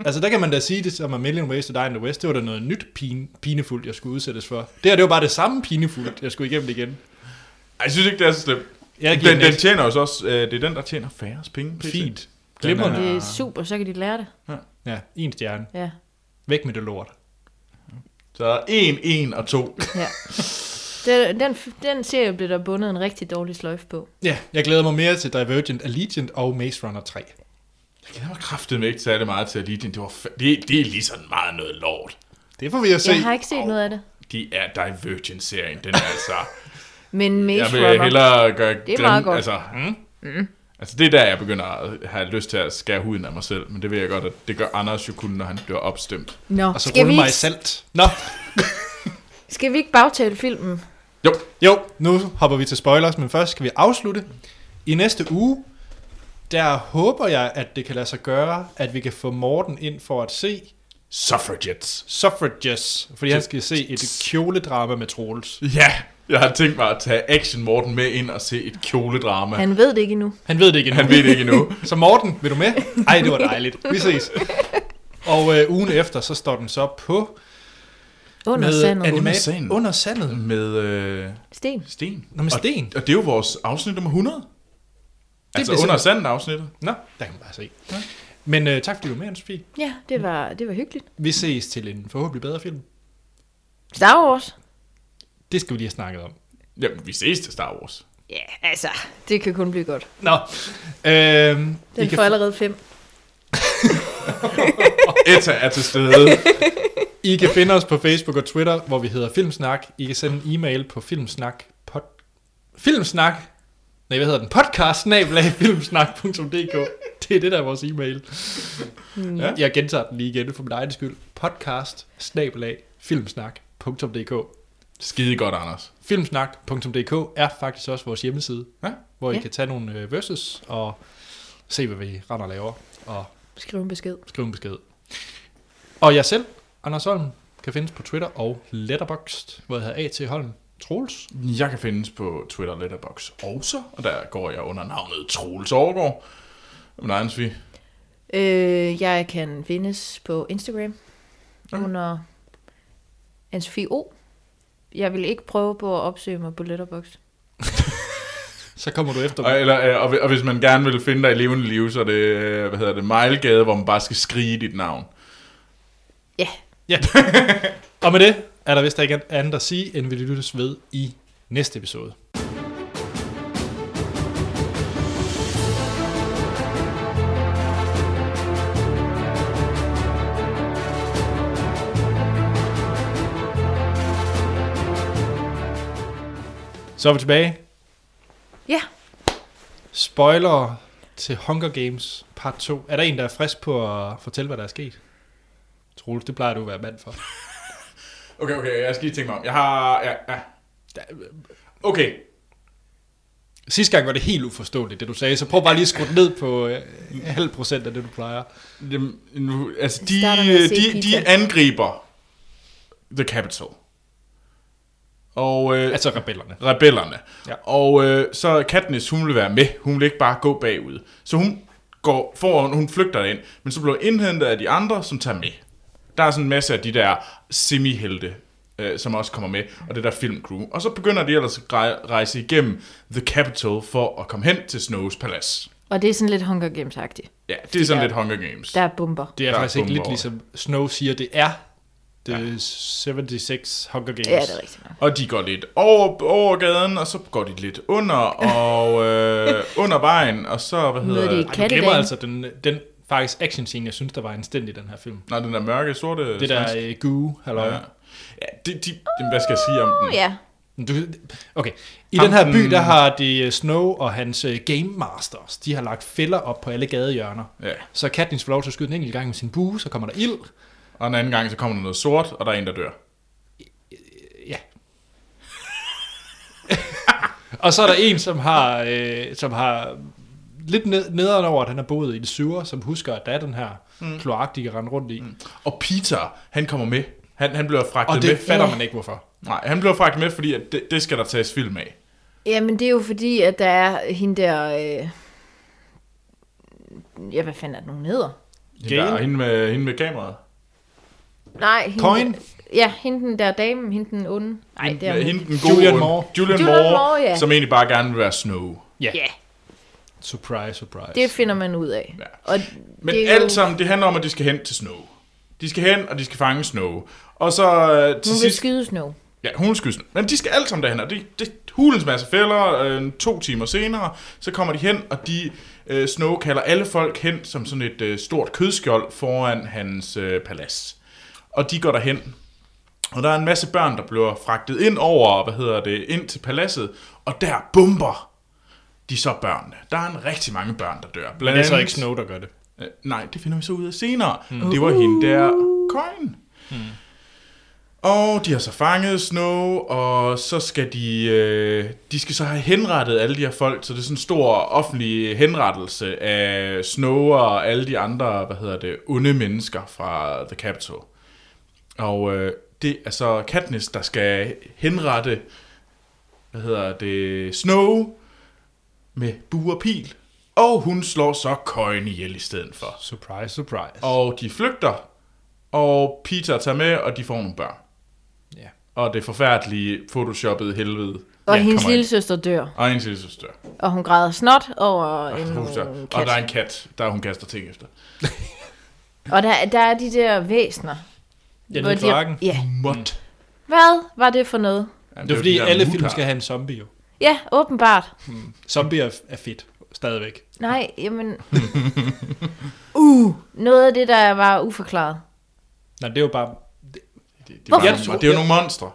Speaker 1: Altså der kan man da sige det som A Million Ways to Die in the West, det var da noget nyt pin, pinefuldt, jeg skulle udsættes for. Det her, det var bare det samme pinefuldt, jeg skulle igennem det igen.
Speaker 2: Ej, jeg synes ikke, det er så slemt.
Speaker 1: Jeg giver
Speaker 2: den,
Speaker 1: den
Speaker 2: den
Speaker 1: et.
Speaker 2: tjener os også, øh, det er den, der tjener færrest penge. PC.
Speaker 1: Fint.
Speaker 2: Den
Speaker 1: Glimrende.
Speaker 3: Det er super, så kan de lære det.
Speaker 1: Ja, en stjerne.
Speaker 3: Ja.
Speaker 1: Væk med det lort.
Speaker 2: Så 1, 1 og 2.
Speaker 3: ja. Den, den, den serie blev der bundet en rigtig dårlig sløjf på.
Speaker 1: Ja, jeg glæder mig mere til Divergent, Allegiant og Maze Runner 3.
Speaker 2: Jeg glæder mig kraftedeme ikke særlig meget til at lide den. Det, var fa- det, det er lige sådan meget noget lort.
Speaker 1: Det får vi at se.
Speaker 3: Jeg har ikke set noget af det.
Speaker 2: De er Divergent-serien. Den er altså...
Speaker 3: [laughs] Men Maze
Speaker 2: jeg vil
Speaker 3: Runner,
Speaker 2: hellere gøre... Det
Speaker 3: er meget godt.
Speaker 2: Altså, mm? altså, det er der, jeg begynder at have lyst til at skære huden af mig selv. Men det ved jeg godt, at det gør Anders jo kun, når han bliver opstemt.
Speaker 3: Nå,
Speaker 1: Og så
Speaker 3: skal, vi
Speaker 1: rulle mig i
Speaker 3: ikke,
Speaker 1: salt. Nå,
Speaker 3: skal vi ikke bagtale filmen?
Speaker 2: Jo,
Speaker 1: jo, nu hopper vi til spoilers, men først skal vi afslutte. I næste uge, der håber jeg, at det kan lade sig gøre, at vi kan få Morten ind for at se
Speaker 2: Suffragettes.
Speaker 1: Suffrages, fordi han skal se et kjoledrama med Troels.
Speaker 2: Ja, jeg har tænkt mig at tage Action Morten med ind og se et kjoledrama. Han,
Speaker 3: Han ved det ikke endnu.
Speaker 1: Han ved det ikke endnu.
Speaker 2: han ved det ikke
Speaker 3: [laughs]
Speaker 2: endnu.
Speaker 1: Så Morten, vil du med? Ej, det var dejligt. Vi ses. Og øh, ugen efter, så står den så på
Speaker 3: Under
Speaker 1: med
Speaker 3: sandet.
Speaker 1: anima-
Speaker 2: Under sandet.
Speaker 1: Under sandet.
Speaker 2: Med øh,
Speaker 3: Sten.
Speaker 2: Sten.
Speaker 1: Nå, med sten.
Speaker 2: Og, og det er jo vores afsnit nummer 100.
Speaker 1: bliver
Speaker 2: altså under
Speaker 1: simpelthen-
Speaker 2: sanden afsnittet.
Speaker 1: Nå, der kan man bare se. Ja. Men øh, tak fordi du var med, Anne-Sophie.
Speaker 3: Ja, det var, det var hyggeligt.
Speaker 1: Vi ses til en forhåbentlig bedre film.
Speaker 3: Star Wars?
Speaker 1: Det skal vi lige have snakket om.
Speaker 2: Jamen, vi ses til Star Wars.
Speaker 3: Ja, altså, det kan kun blive godt.
Speaker 1: Nå, øhm, I
Speaker 3: Den
Speaker 1: kan,
Speaker 3: får allerede fem.
Speaker 2: Etta er til [laughs] stede.
Speaker 1: I kan finde os på Facebook og Twitter, hvor vi hedder Filmsnak. I kan sende en e-mail på filmsnak... Pod, filmsnak... Nej, hvad hedder den? Podcast filmsnak.dk Det er det, der er vores e-mail.
Speaker 3: Mm.
Speaker 1: Ja. Jeg gentager den lige igen for min egen skyld. Podcast filmsnak.dk
Speaker 2: Skide godt, Anders.
Speaker 1: Filmsnak.dk er faktisk også vores hjemmeside,
Speaker 2: Ja.
Speaker 1: hvor I
Speaker 3: Ja.
Speaker 1: kan tage nogle øh, verses og se, hvad vi render og laver. Og
Speaker 3: Skriv en besked.
Speaker 1: skriv en besked. Og jeg selv, Anders Holm, kan findes på Twitter og Letterboxd, hvor jeg hedder A.T. Holm Troels.
Speaker 2: Jeg kan findes på Twitter og Letterbox også, og der går jeg under navnet Troels Overgaard. Men egen vi.
Speaker 3: Øh, jeg kan findes på Instagram under Anne-Sophie O. Jeg vil ikke prøve på at opsøge mig på Letterboxd.
Speaker 1: Så kommer du efter mig.
Speaker 2: Og, eller, øh, og, hvi- og, hvis man gerne vil finde dig i levende liv, så er det, øh, hvad hedder det, Mejlgade, hvor man bare skal skrige dit navn.
Speaker 3: Ja,
Speaker 1: Og med det er der vist ikke andet at sige, end vi lyttes ved i næste episode. Så er vi tilbage.
Speaker 3: ja.
Speaker 1: Spoiler til Hunger Games part 2. Er der en, der er frisk på at fortælle, hvad der er sket? Troels, det plejer du at være mand for.
Speaker 2: Okay, okay, jeg skal lige tænke mig om. Jeg har... Ja, ja. Okay,
Speaker 1: Sidste gang var det helt uforståeligt, det du sagde, så prøv bare lige at skrue ned på øh, halv procent af det, du plejer.
Speaker 2: Dem, nu, altså, de,
Speaker 3: starter med at se
Speaker 2: de,
Speaker 3: Pita.
Speaker 2: de angriber The Capital. Og øh, altså,
Speaker 1: Altså rebellerne.
Speaker 2: rebellerne.
Speaker 1: Ja.
Speaker 2: Ja. Og øh, så Katniss, hun vil være med. Hun vil ikke bare gå bagud. Så hun går foran, hun flygter ind, men så bliver hun indhentet af de andre, som tager med. Der er sådan en masse af de der semi-helte, øh, som også kommer med, og det der filmcrew. Og så begynder de ellers at grej- rejse igennem The Capital for at komme hen til Snows Palace.
Speaker 3: Og det er sådan lidt Hunger Games-agtigt.
Speaker 2: Ja, det er sådan
Speaker 3: der-
Speaker 2: lidt Hunger Games.
Speaker 3: Der er bomber.
Speaker 1: Det er
Speaker 2: Der er
Speaker 1: faktisk ikke
Speaker 2: bomber
Speaker 1: lidt
Speaker 2: over
Speaker 1: ligesom Snow siger, det er The 76 Hunger Games.
Speaker 3: Ja, det er rigtigt. nok.
Speaker 2: Og de går lidt over, over gaden, og så går de lidt under,
Speaker 3: [laughs]
Speaker 2: og øh, under vejen, og så, hvad
Speaker 3: Møder
Speaker 2: hedder
Speaker 3: de
Speaker 2: det?
Speaker 3: ikke-
Speaker 1: Ej, du glemmer
Speaker 3: Kattedagen.
Speaker 1: altså den, den faktisk action scene, jeg synes, der var anstændig i den her film.
Speaker 2: Nej, den der mørke, sorte...
Speaker 1: Det der øh, goo, halløj.
Speaker 2: Ja, ja de, de, dem, hvad skal jeg sige om den?
Speaker 3: Ja,
Speaker 1: Men Du, okay. I
Speaker 2: Ham-
Speaker 1: den her by,
Speaker 2: mm.
Speaker 1: der har de øh, Snow og hans øh, Game Masters. De har lagt fælder op på alle gadehjørner.
Speaker 2: Ja.
Speaker 1: Så Katniss får lov til at skyde en enkelt gang med sin bue, så kommer der ild.
Speaker 2: Og en anden gang, så kommer der noget sort, og der er en, der dør.
Speaker 1: Ja. og så er der en, som har, øh, som har lidt ned, nederen over, at han har boet i en syver, som husker, at der er den her mm. kloak, de kan rende rundt i. Mm.
Speaker 2: Og Peter, han kommer med. Han, han bliver fragtet
Speaker 1: Og det
Speaker 2: med.
Speaker 1: fatter man ikke, hvorfor.
Speaker 2: Nej, han bliver fragtet med, fordi at det, det skal der tages film af.
Speaker 3: ja men det er jo fordi, at der er hende der... Øh... Ja, hvad fanden er det, nogen hedder?
Speaker 2: Hende, der,
Speaker 1: Gale?
Speaker 2: hende, med, hende med kameraet.
Speaker 3: Nej, hende...
Speaker 1: Coin?
Speaker 3: Ja, hende den der dame, hende den onde. Nej, det er hun
Speaker 2: Hende,
Speaker 3: ikke.
Speaker 2: den gode,
Speaker 1: Julian Moore.
Speaker 2: Julian,
Speaker 3: Julian
Speaker 2: Moore,
Speaker 3: Moore, ja.
Speaker 2: som egentlig bare gerne vil være Snow.
Speaker 1: Ja.
Speaker 3: Ja,
Speaker 1: Surprise, surprise.
Speaker 3: det finder man ud af.
Speaker 2: Ja.
Speaker 3: Og
Speaker 2: Men
Speaker 3: det
Speaker 2: det
Speaker 3: er jo-
Speaker 2: alt sammen, det handler om, at de skal hen til Snow. De skal hen, og de skal fange Snow. Og så øh, til
Speaker 3: Hun vil
Speaker 2: sidst...
Speaker 3: skyde snow.
Speaker 2: Ja, hun vil skyde Snow. Men de skal alt sammen derhen, og det, det hulens masse fælder. Øh, to timer senere, så kommer de hen, og de... Øh, Snow kalder alle folk hen som sådan et øh, stort kødskjold foran hans øh, palads. Og de går derhen. Og der er en masse børn, der bliver fragtet ind over, hvad hedder det, ind til paladset. Og der bomber de så børnene. Der er en rigtig mange børn, der dør. Blandt
Speaker 1: Men det er så
Speaker 2: andet-
Speaker 1: ikke Snow, der gør det.
Speaker 2: Øh, nej, det finder vi så ud af senere. Mm. Det var hende der, Coin. Mm. Og de har så fanget Snow, og så skal de, øh, de skal så have henrettet alle de her folk, så det er sådan en stor offentlig henrettelse af Snow og alle de andre, hvad hedder det, onde mennesker fra The Capital. Og øh, det er så Katniss, der skal henrette, hvad hedder det, Snow med bue og pil. Og hun slår så Coin ihjel i stedet for.
Speaker 1: Surprise, surprise.
Speaker 2: Og de flygter, og Peter tager med, og de får nogle børn.
Speaker 1: Ja.
Speaker 2: Og det forfærdelige photoshoppede helvede. ja,
Speaker 3: Og ja, hendes
Speaker 2: kommer
Speaker 3: lille
Speaker 2: ind.
Speaker 3: søster dør.
Speaker 2: Og hendes lille søster.
Speaker 3: Og hun græder snot over en
Speaker 2: Huser.
Speaker 3: øh,
Speaker 2: Og
Speaker 3: kat.
Speaker 2: der er en kat, der hun kaster ting efter.
Speaker 3: Og der, der er de der væsner.
Speaker 1: Ja,
Speaker 3: hvor
Speaker 1: nede i
Speaker 3: de har-
Speaker 1: kloakken.
Speaker 3: Ja.
Speaker 2: Mot.
Speaker 3: Hvad var det for noget?
Speaker 1: Det
Speaker 2: Jamen,
Speaker 1: Mm. er
Speaker 2: jo
Speaker 1: fordi,
Speaker 2: de der
Speaker 1: alle
Speaker 2: mutter.
Speaker 1: film skal have en zombie jo.
Speaker 3: Ja, åbenbart.
Speaker 1: Zombier er- er fedt, stadigvæk.
Speaker 3: Nej,
Speaker 2: [laughs]
Speaker 3: jamen... uh, noget af det, der var uforklaret.
Speaker 1: Nej, det er jo bare...
Speaker 2: Det, det, er jo
Speaker 1: Hvorfor?
Speaker 2: nogle- og det er jo nogle monstre.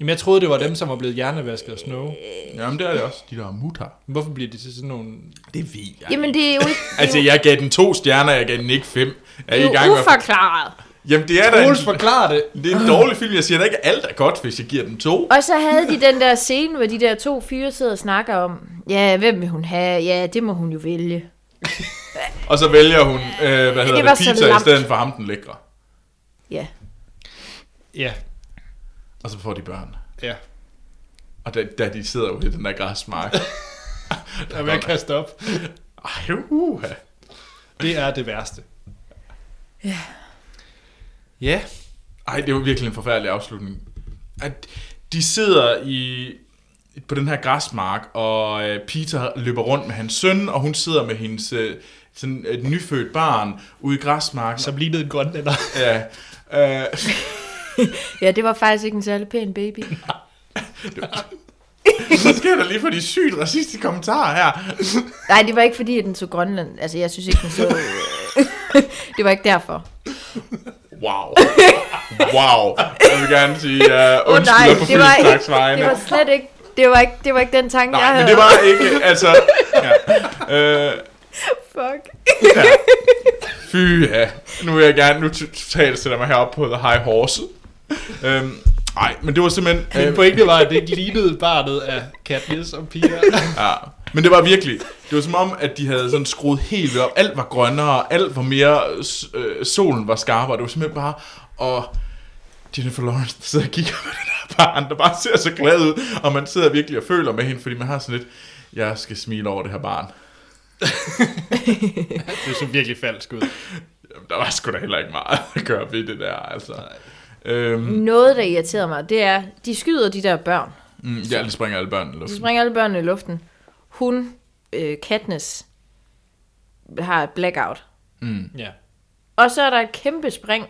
Speaker 1: Jamen, jeg troede, det var dem, som var blevet hjernevasket af Snow.
Speaker 2: Jamen, det er det også. De der mutter.
Speaker 1: Hvorfor bliver de til sådan nogle...
Speaker 2: Det ved jeg.
Speaker 3: Jamen, det er jo ikke...
Speaker 2: Altså,
Speaker 3: det
Speaker 2: jeg gav den to stjerner, jeg gav den ikke fem. Er
Speaker 3: er
Speaker 2: I
Speaker 3: jo,
Speaker 2: i
Speaker 3: det er
Speaker 2: gang
Speaker 3: jo
Speaker 2: med...
Speaker 3: uforklaret.
Speaker 2: Jamen, det er da
Speaker 1: Troels,
Speaker 2: en,
Speaker 1: forklar det!
Speaker 2: det er en dårlig film. Jeg siger da ikke, alt er godt, hvis jeg giver den to.
Speaker 3: Og så havde de den der scene, hvor de der to fyre sidder og snakker om, ja, hvem vil hun have? Ja, det må hun jo vælge.
Speaker 2: Og så vælger hun, øh, hvad hedder
Speaker 3: var
Speaker 2: det,
Speaker 3: så
Speaker 2: Peter i
Speaker 3: lamt.
Speaker 2: stedet for ham, den lækre.
Speaker 3: Ja.
Speaker 1: Ja,
Speaker 2: Og så får de børn.
Speaker 1: ja.
Speaker 2: Og da, da de sidder ude i den der græsmark.
Speaker 1: [laughs]
Speaker 2: [laughs]
Speaker 1: Der er ved at kaste op.
Speaker 2: Ej, uha.
Speaker 1: Det er det værste. Ja. Ja.
Speaker 2: Ej, det var virkelig en forfærdelig afslutning. At de sidder i på den her græsmark, og øh, Peter løber rundt med hans søn, og hun sidder med hendes øh, sådan et nyfødt barn ude i græsmarken.
Speaker 1: Som lignede en grønlænder.
Speaker 2: Ja, øh, [laughs]
Speaker 3: Ja, det var faktisk ikke en særlig pæn baby.
Speaker 2: så sker der lige for de sygt racistiske kommentarer her.
Speaker 3: Nej, det var ikke fordi, at den så Grønland. Altså, jeg synes ikke, den så... øh, [laughs] det var ikke derfor.
Speaker 2: Wow. [laughs] Wow. Jeg vil gerne sige uh,
Speaker 3: Åh,
Speaker 2: undskyld oh, på
Speaker 3: det var, ikke,
Speaker 2: Filmsnaks vegne.
Speaker 3: det var slet ikke... Det var ikke, det var ikke den tanke, jeg
Speaker 2: Nej,
Speaker 3: havde.
Speaker 2: men det var ikke, altså... Ja. Øh,
Speaker 3: fuck.
Speaker 2: Fy ja. Nu vil jeg gerne, nu t- totalt sætter jeg mig herop på The High Horse. øhm, nej, men det var simpelthen... Øh,
Speaker 1: Min pointe var, at det ikke lignede barnet af Katniss og Pia.
Speaker 2: Ja, men det var virkelig, det var som om, at de havde sådan skruet helt op. Alt var grønnere, alt var mere, øh, solen var skarpere. Det var simpelthen bare, og Jennifer Lawrence, der sidder og kigger på det der barn, der bare ser så glad ud, og man sidder virkelig og føler med hende, fordi man har sådan lidt, jeg skal smile over det her barn.
Speaker 1: det så virkelig falsk ud.
Speaker 2: Jamen, der var sgu da heller ikke meget at gøre ved det der, altså. Øhm,
Speaker 3: Noget, der irriterede mig, det er, de skyder de der børn.
Speaker 2: mm, ja, det springer alle børnene i
Speaker 3: De
Speaker 2: luften.
Speaker 3: springer alle børnene i luften. Hun, øh, Katniss, har et blackout.
Speaker 1: Ja.
Speaker 3: Og så er der et kæmpe spring.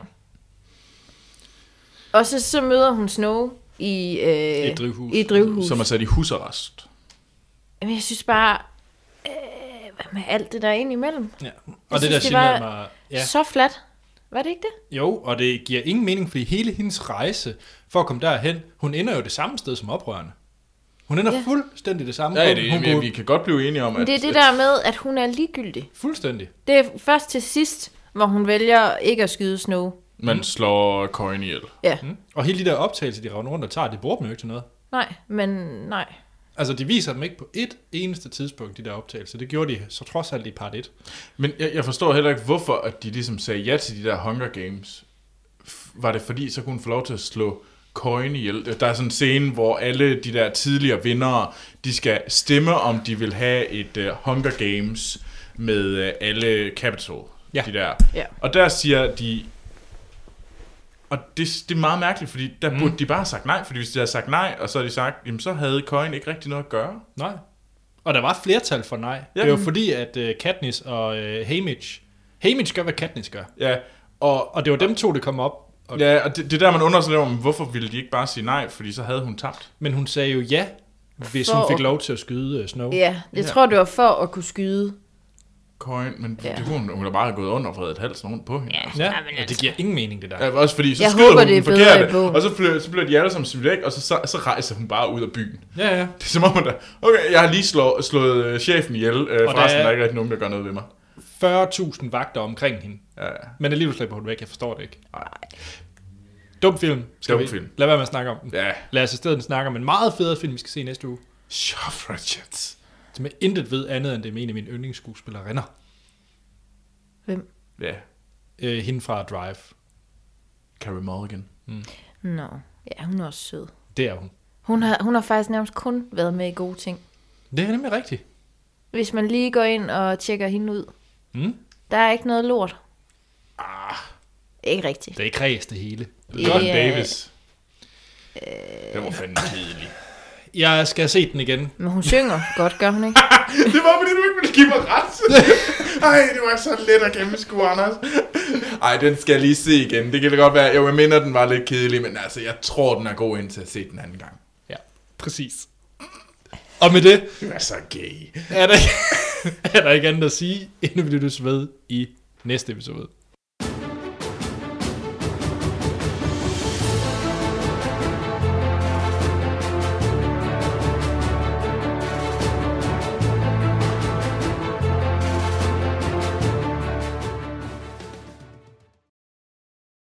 Speaker 3: Og så, så møder hun Snow i, øh,
Speaker 1: et drivhus.
Speaker 3: i et drivhus.
Speaker 2: Som er sat i husarrest.
Speaker 3: Jamen, jeg synes bare, øh, hvad med alt det der ind imellem?
Speaker 1: ja. Og
Speaker 3: Jeg
Speaker 1: det der
Speaker 3: synes, det var-
Speaker 1: generer mig... Ja.
Speaker 3: Ja. Så fladt. Var det ikke det?
Speaker 1: Jo, og det giver ingen mening, fordi hele hendes rejse for at komme derhen, hun ender jo det samme sted som oprørende. Hun ender ja.
Speaker 3: Ja.
Speaker 1: fuldstændig det samme.
Speaker 2: Ja,
Speaker 1: punkt.
Speaker 2: det,
Speaker 1: hun
Speaker 2: ja,
Speaker 1: kunne-
Speaker 2: vi kan godt blive enige om, at...
Speaker 3: Men det er det der med, at hun er ligegyldig.
Speaker 1: Fuldstændig.
Speaker 3: Det er først til sidst, hvor hun vælger ikke at skyde Snow.
Speaker 2: Man slår Coin ihjel.
Speaker 3: Ja,
Speaker 1: Mm. Og hele de der optagelser, de ravner rundt og tager, det bruger dem jo ikke til noget.
Speaker 3: nej, men nej.
Speaker 1: Altså, de viser dem ikke på et eneste tidspunkt, de der optagelser. Det gjorde de så trods alt i part 1.
Speaker 2: Men jeg, jeg forstår heller ikke, hvorfor at de ligesom sagde ja til de der Hunger Games. F- Var det fordi, så kunne hun få lov til at slå Coin ihjel? Øh, Der er sådan en scene, hvor alle de der tidligere vindere, de skal stemme, om de vil have et uh, Hunger Games med uh, alle Capital.
Speaker 1: Ja.
Speaker 2: De der.
Speaker 3: Ja.
Speaker 2: Og der siger de... Og det, det er meget mærkeligt, fordi der mm. burde de bare have sagt nej, fordi hvis de havde sagt nej, og så havde de sagt, jamen så havde Coin ikke rigtig noget at gøre.
Speaker 1: Nej. Og der var et flertal for nej. Ja.
Speaker 2: Ja.
Speaker 1: Det var fordi, at uh, Katniss og uh, Haymitch... Haymitch gør, hvad Katniss gør.
Speaker 2: Ja, og,
Speaker 1: Og det var dem to, der kom op. Og, ja.
Speaker 2: Ja, og det, det er der, man undrer sig lidt om, hvorfor ville de ikke bare sige nej, fordi så havde hun tabt.
Speaker 1: Men hun sagde jo ja, hvis
Speaker 3: For
Speaker 1: hun fik
Speaker 3: at-
Speaker 1: lov til at skyde uh, Snow.
Speaker 3: Ja, jeg
Speaker 2: Ja.
Speaker 3: tror, det var for at kunne skyde.
Speaker 2: Coin, men ja.
Speaker 3: Ja.
Speaker 2: det kunne hun, hun er bare gået under og vredet halsen rundt på hende. Ja.
Speaker 1: Ja, og
Speaker 3: altså.
Speaker 1: det giver ingen mening, det der.
Speaker 2: Ja, også fordi, så
Speaker 3: Jeg
Speaker 2: skyder
Speaker 3: håber,
Speaker 2: hun
Speaker 3: det er
Speaker 2: den
Speaker 3: bedre i
Speaker 2: forkerte,
Speaker 3: bogen.
Speaker 2: og så bliver, så bliver de alle sammen smidt væk, og så, så, så rejser hun bare ud af byen. [laughs]
Speaker 1: Ja, ja.
Speaker 2: Det er som om, hun der, okay, jeg har lige slå, slået øh, chefen ihjel, øh,
Speaker 1: Og
Speaker 2: forresten,
Speaker 1: der-
Speaker 2: der er ikke rigtig nogen, der gør noget ved mig.
Speaker 1: 40.000 vagter omkring hende.
Speaker 2: Ja, ja.
Speaker 1: Men alligevel slipper hun væk, jeg forstår det ikke.
Speaker 2: Nej.
Speaker 1: Dum film. Skal
Speaker 2: Dum
Speaker 1: vi?
Speaker 2: film.
Speaker 1: Lad være med at snakke om den.
Speaker 2: ja.
Speaker 1: Lad os i stedet snakke om en meget federe film, vi skal se næste uge.
Speaker 2: Shaft Richards.
Speaker 1: Som jeg intet ved andet, end det er en af mine yndlingsskuespillerinder.
Speaker 3: Hvem?
Speaker 2: Ja,
Speaker 1: Øh, hende fra Drive.
Speaker 2: Carey Mulligan.
Speaker 3: Nå, ja, hun er også sød.
Speaker 1: Det er hun.
Speaker 3: Hun har, hun har faktisk nærmest kun været med i gode ting.
Speaker 1: Det er nemlig rigtigt.
Speaker 3: Hvis man lige går ind og tjekker hende ud,
Speaker 1: Mm.
Speaker 3: der er ikke noget lort. Ah. Ikke rigtigt.
Speaker 1: Det er kreds det hele.
Speaker 2: John
Speaker 3: er-
Speaker 2: Davis. Det var fandme kedelig.
Speaker 1: Jeg skal have set den igen.
Speaker 3: Men hun
Speaker 1: [laughs]
Speaker 3: synger godt, gør hun ikke?
Speaker 2: [laughs] Det var fordi, du ikke ville give mig [laughs] ret. Ej, det var så let at gennemskue, Anders. Ej, den skal jeg lige se igen. Det kan det godt være. Jo, jeg mener, den var lidt kedelig, men altså, jeg tror, den er god indtil at se den anden gang.
Speaker 1: Ja, præcis. Og med det
Speaker 2: Du er så gay.
Speaker 1: [laughs] er der, er der ikke andet at sige, inden vi lyttes ved i næste episode.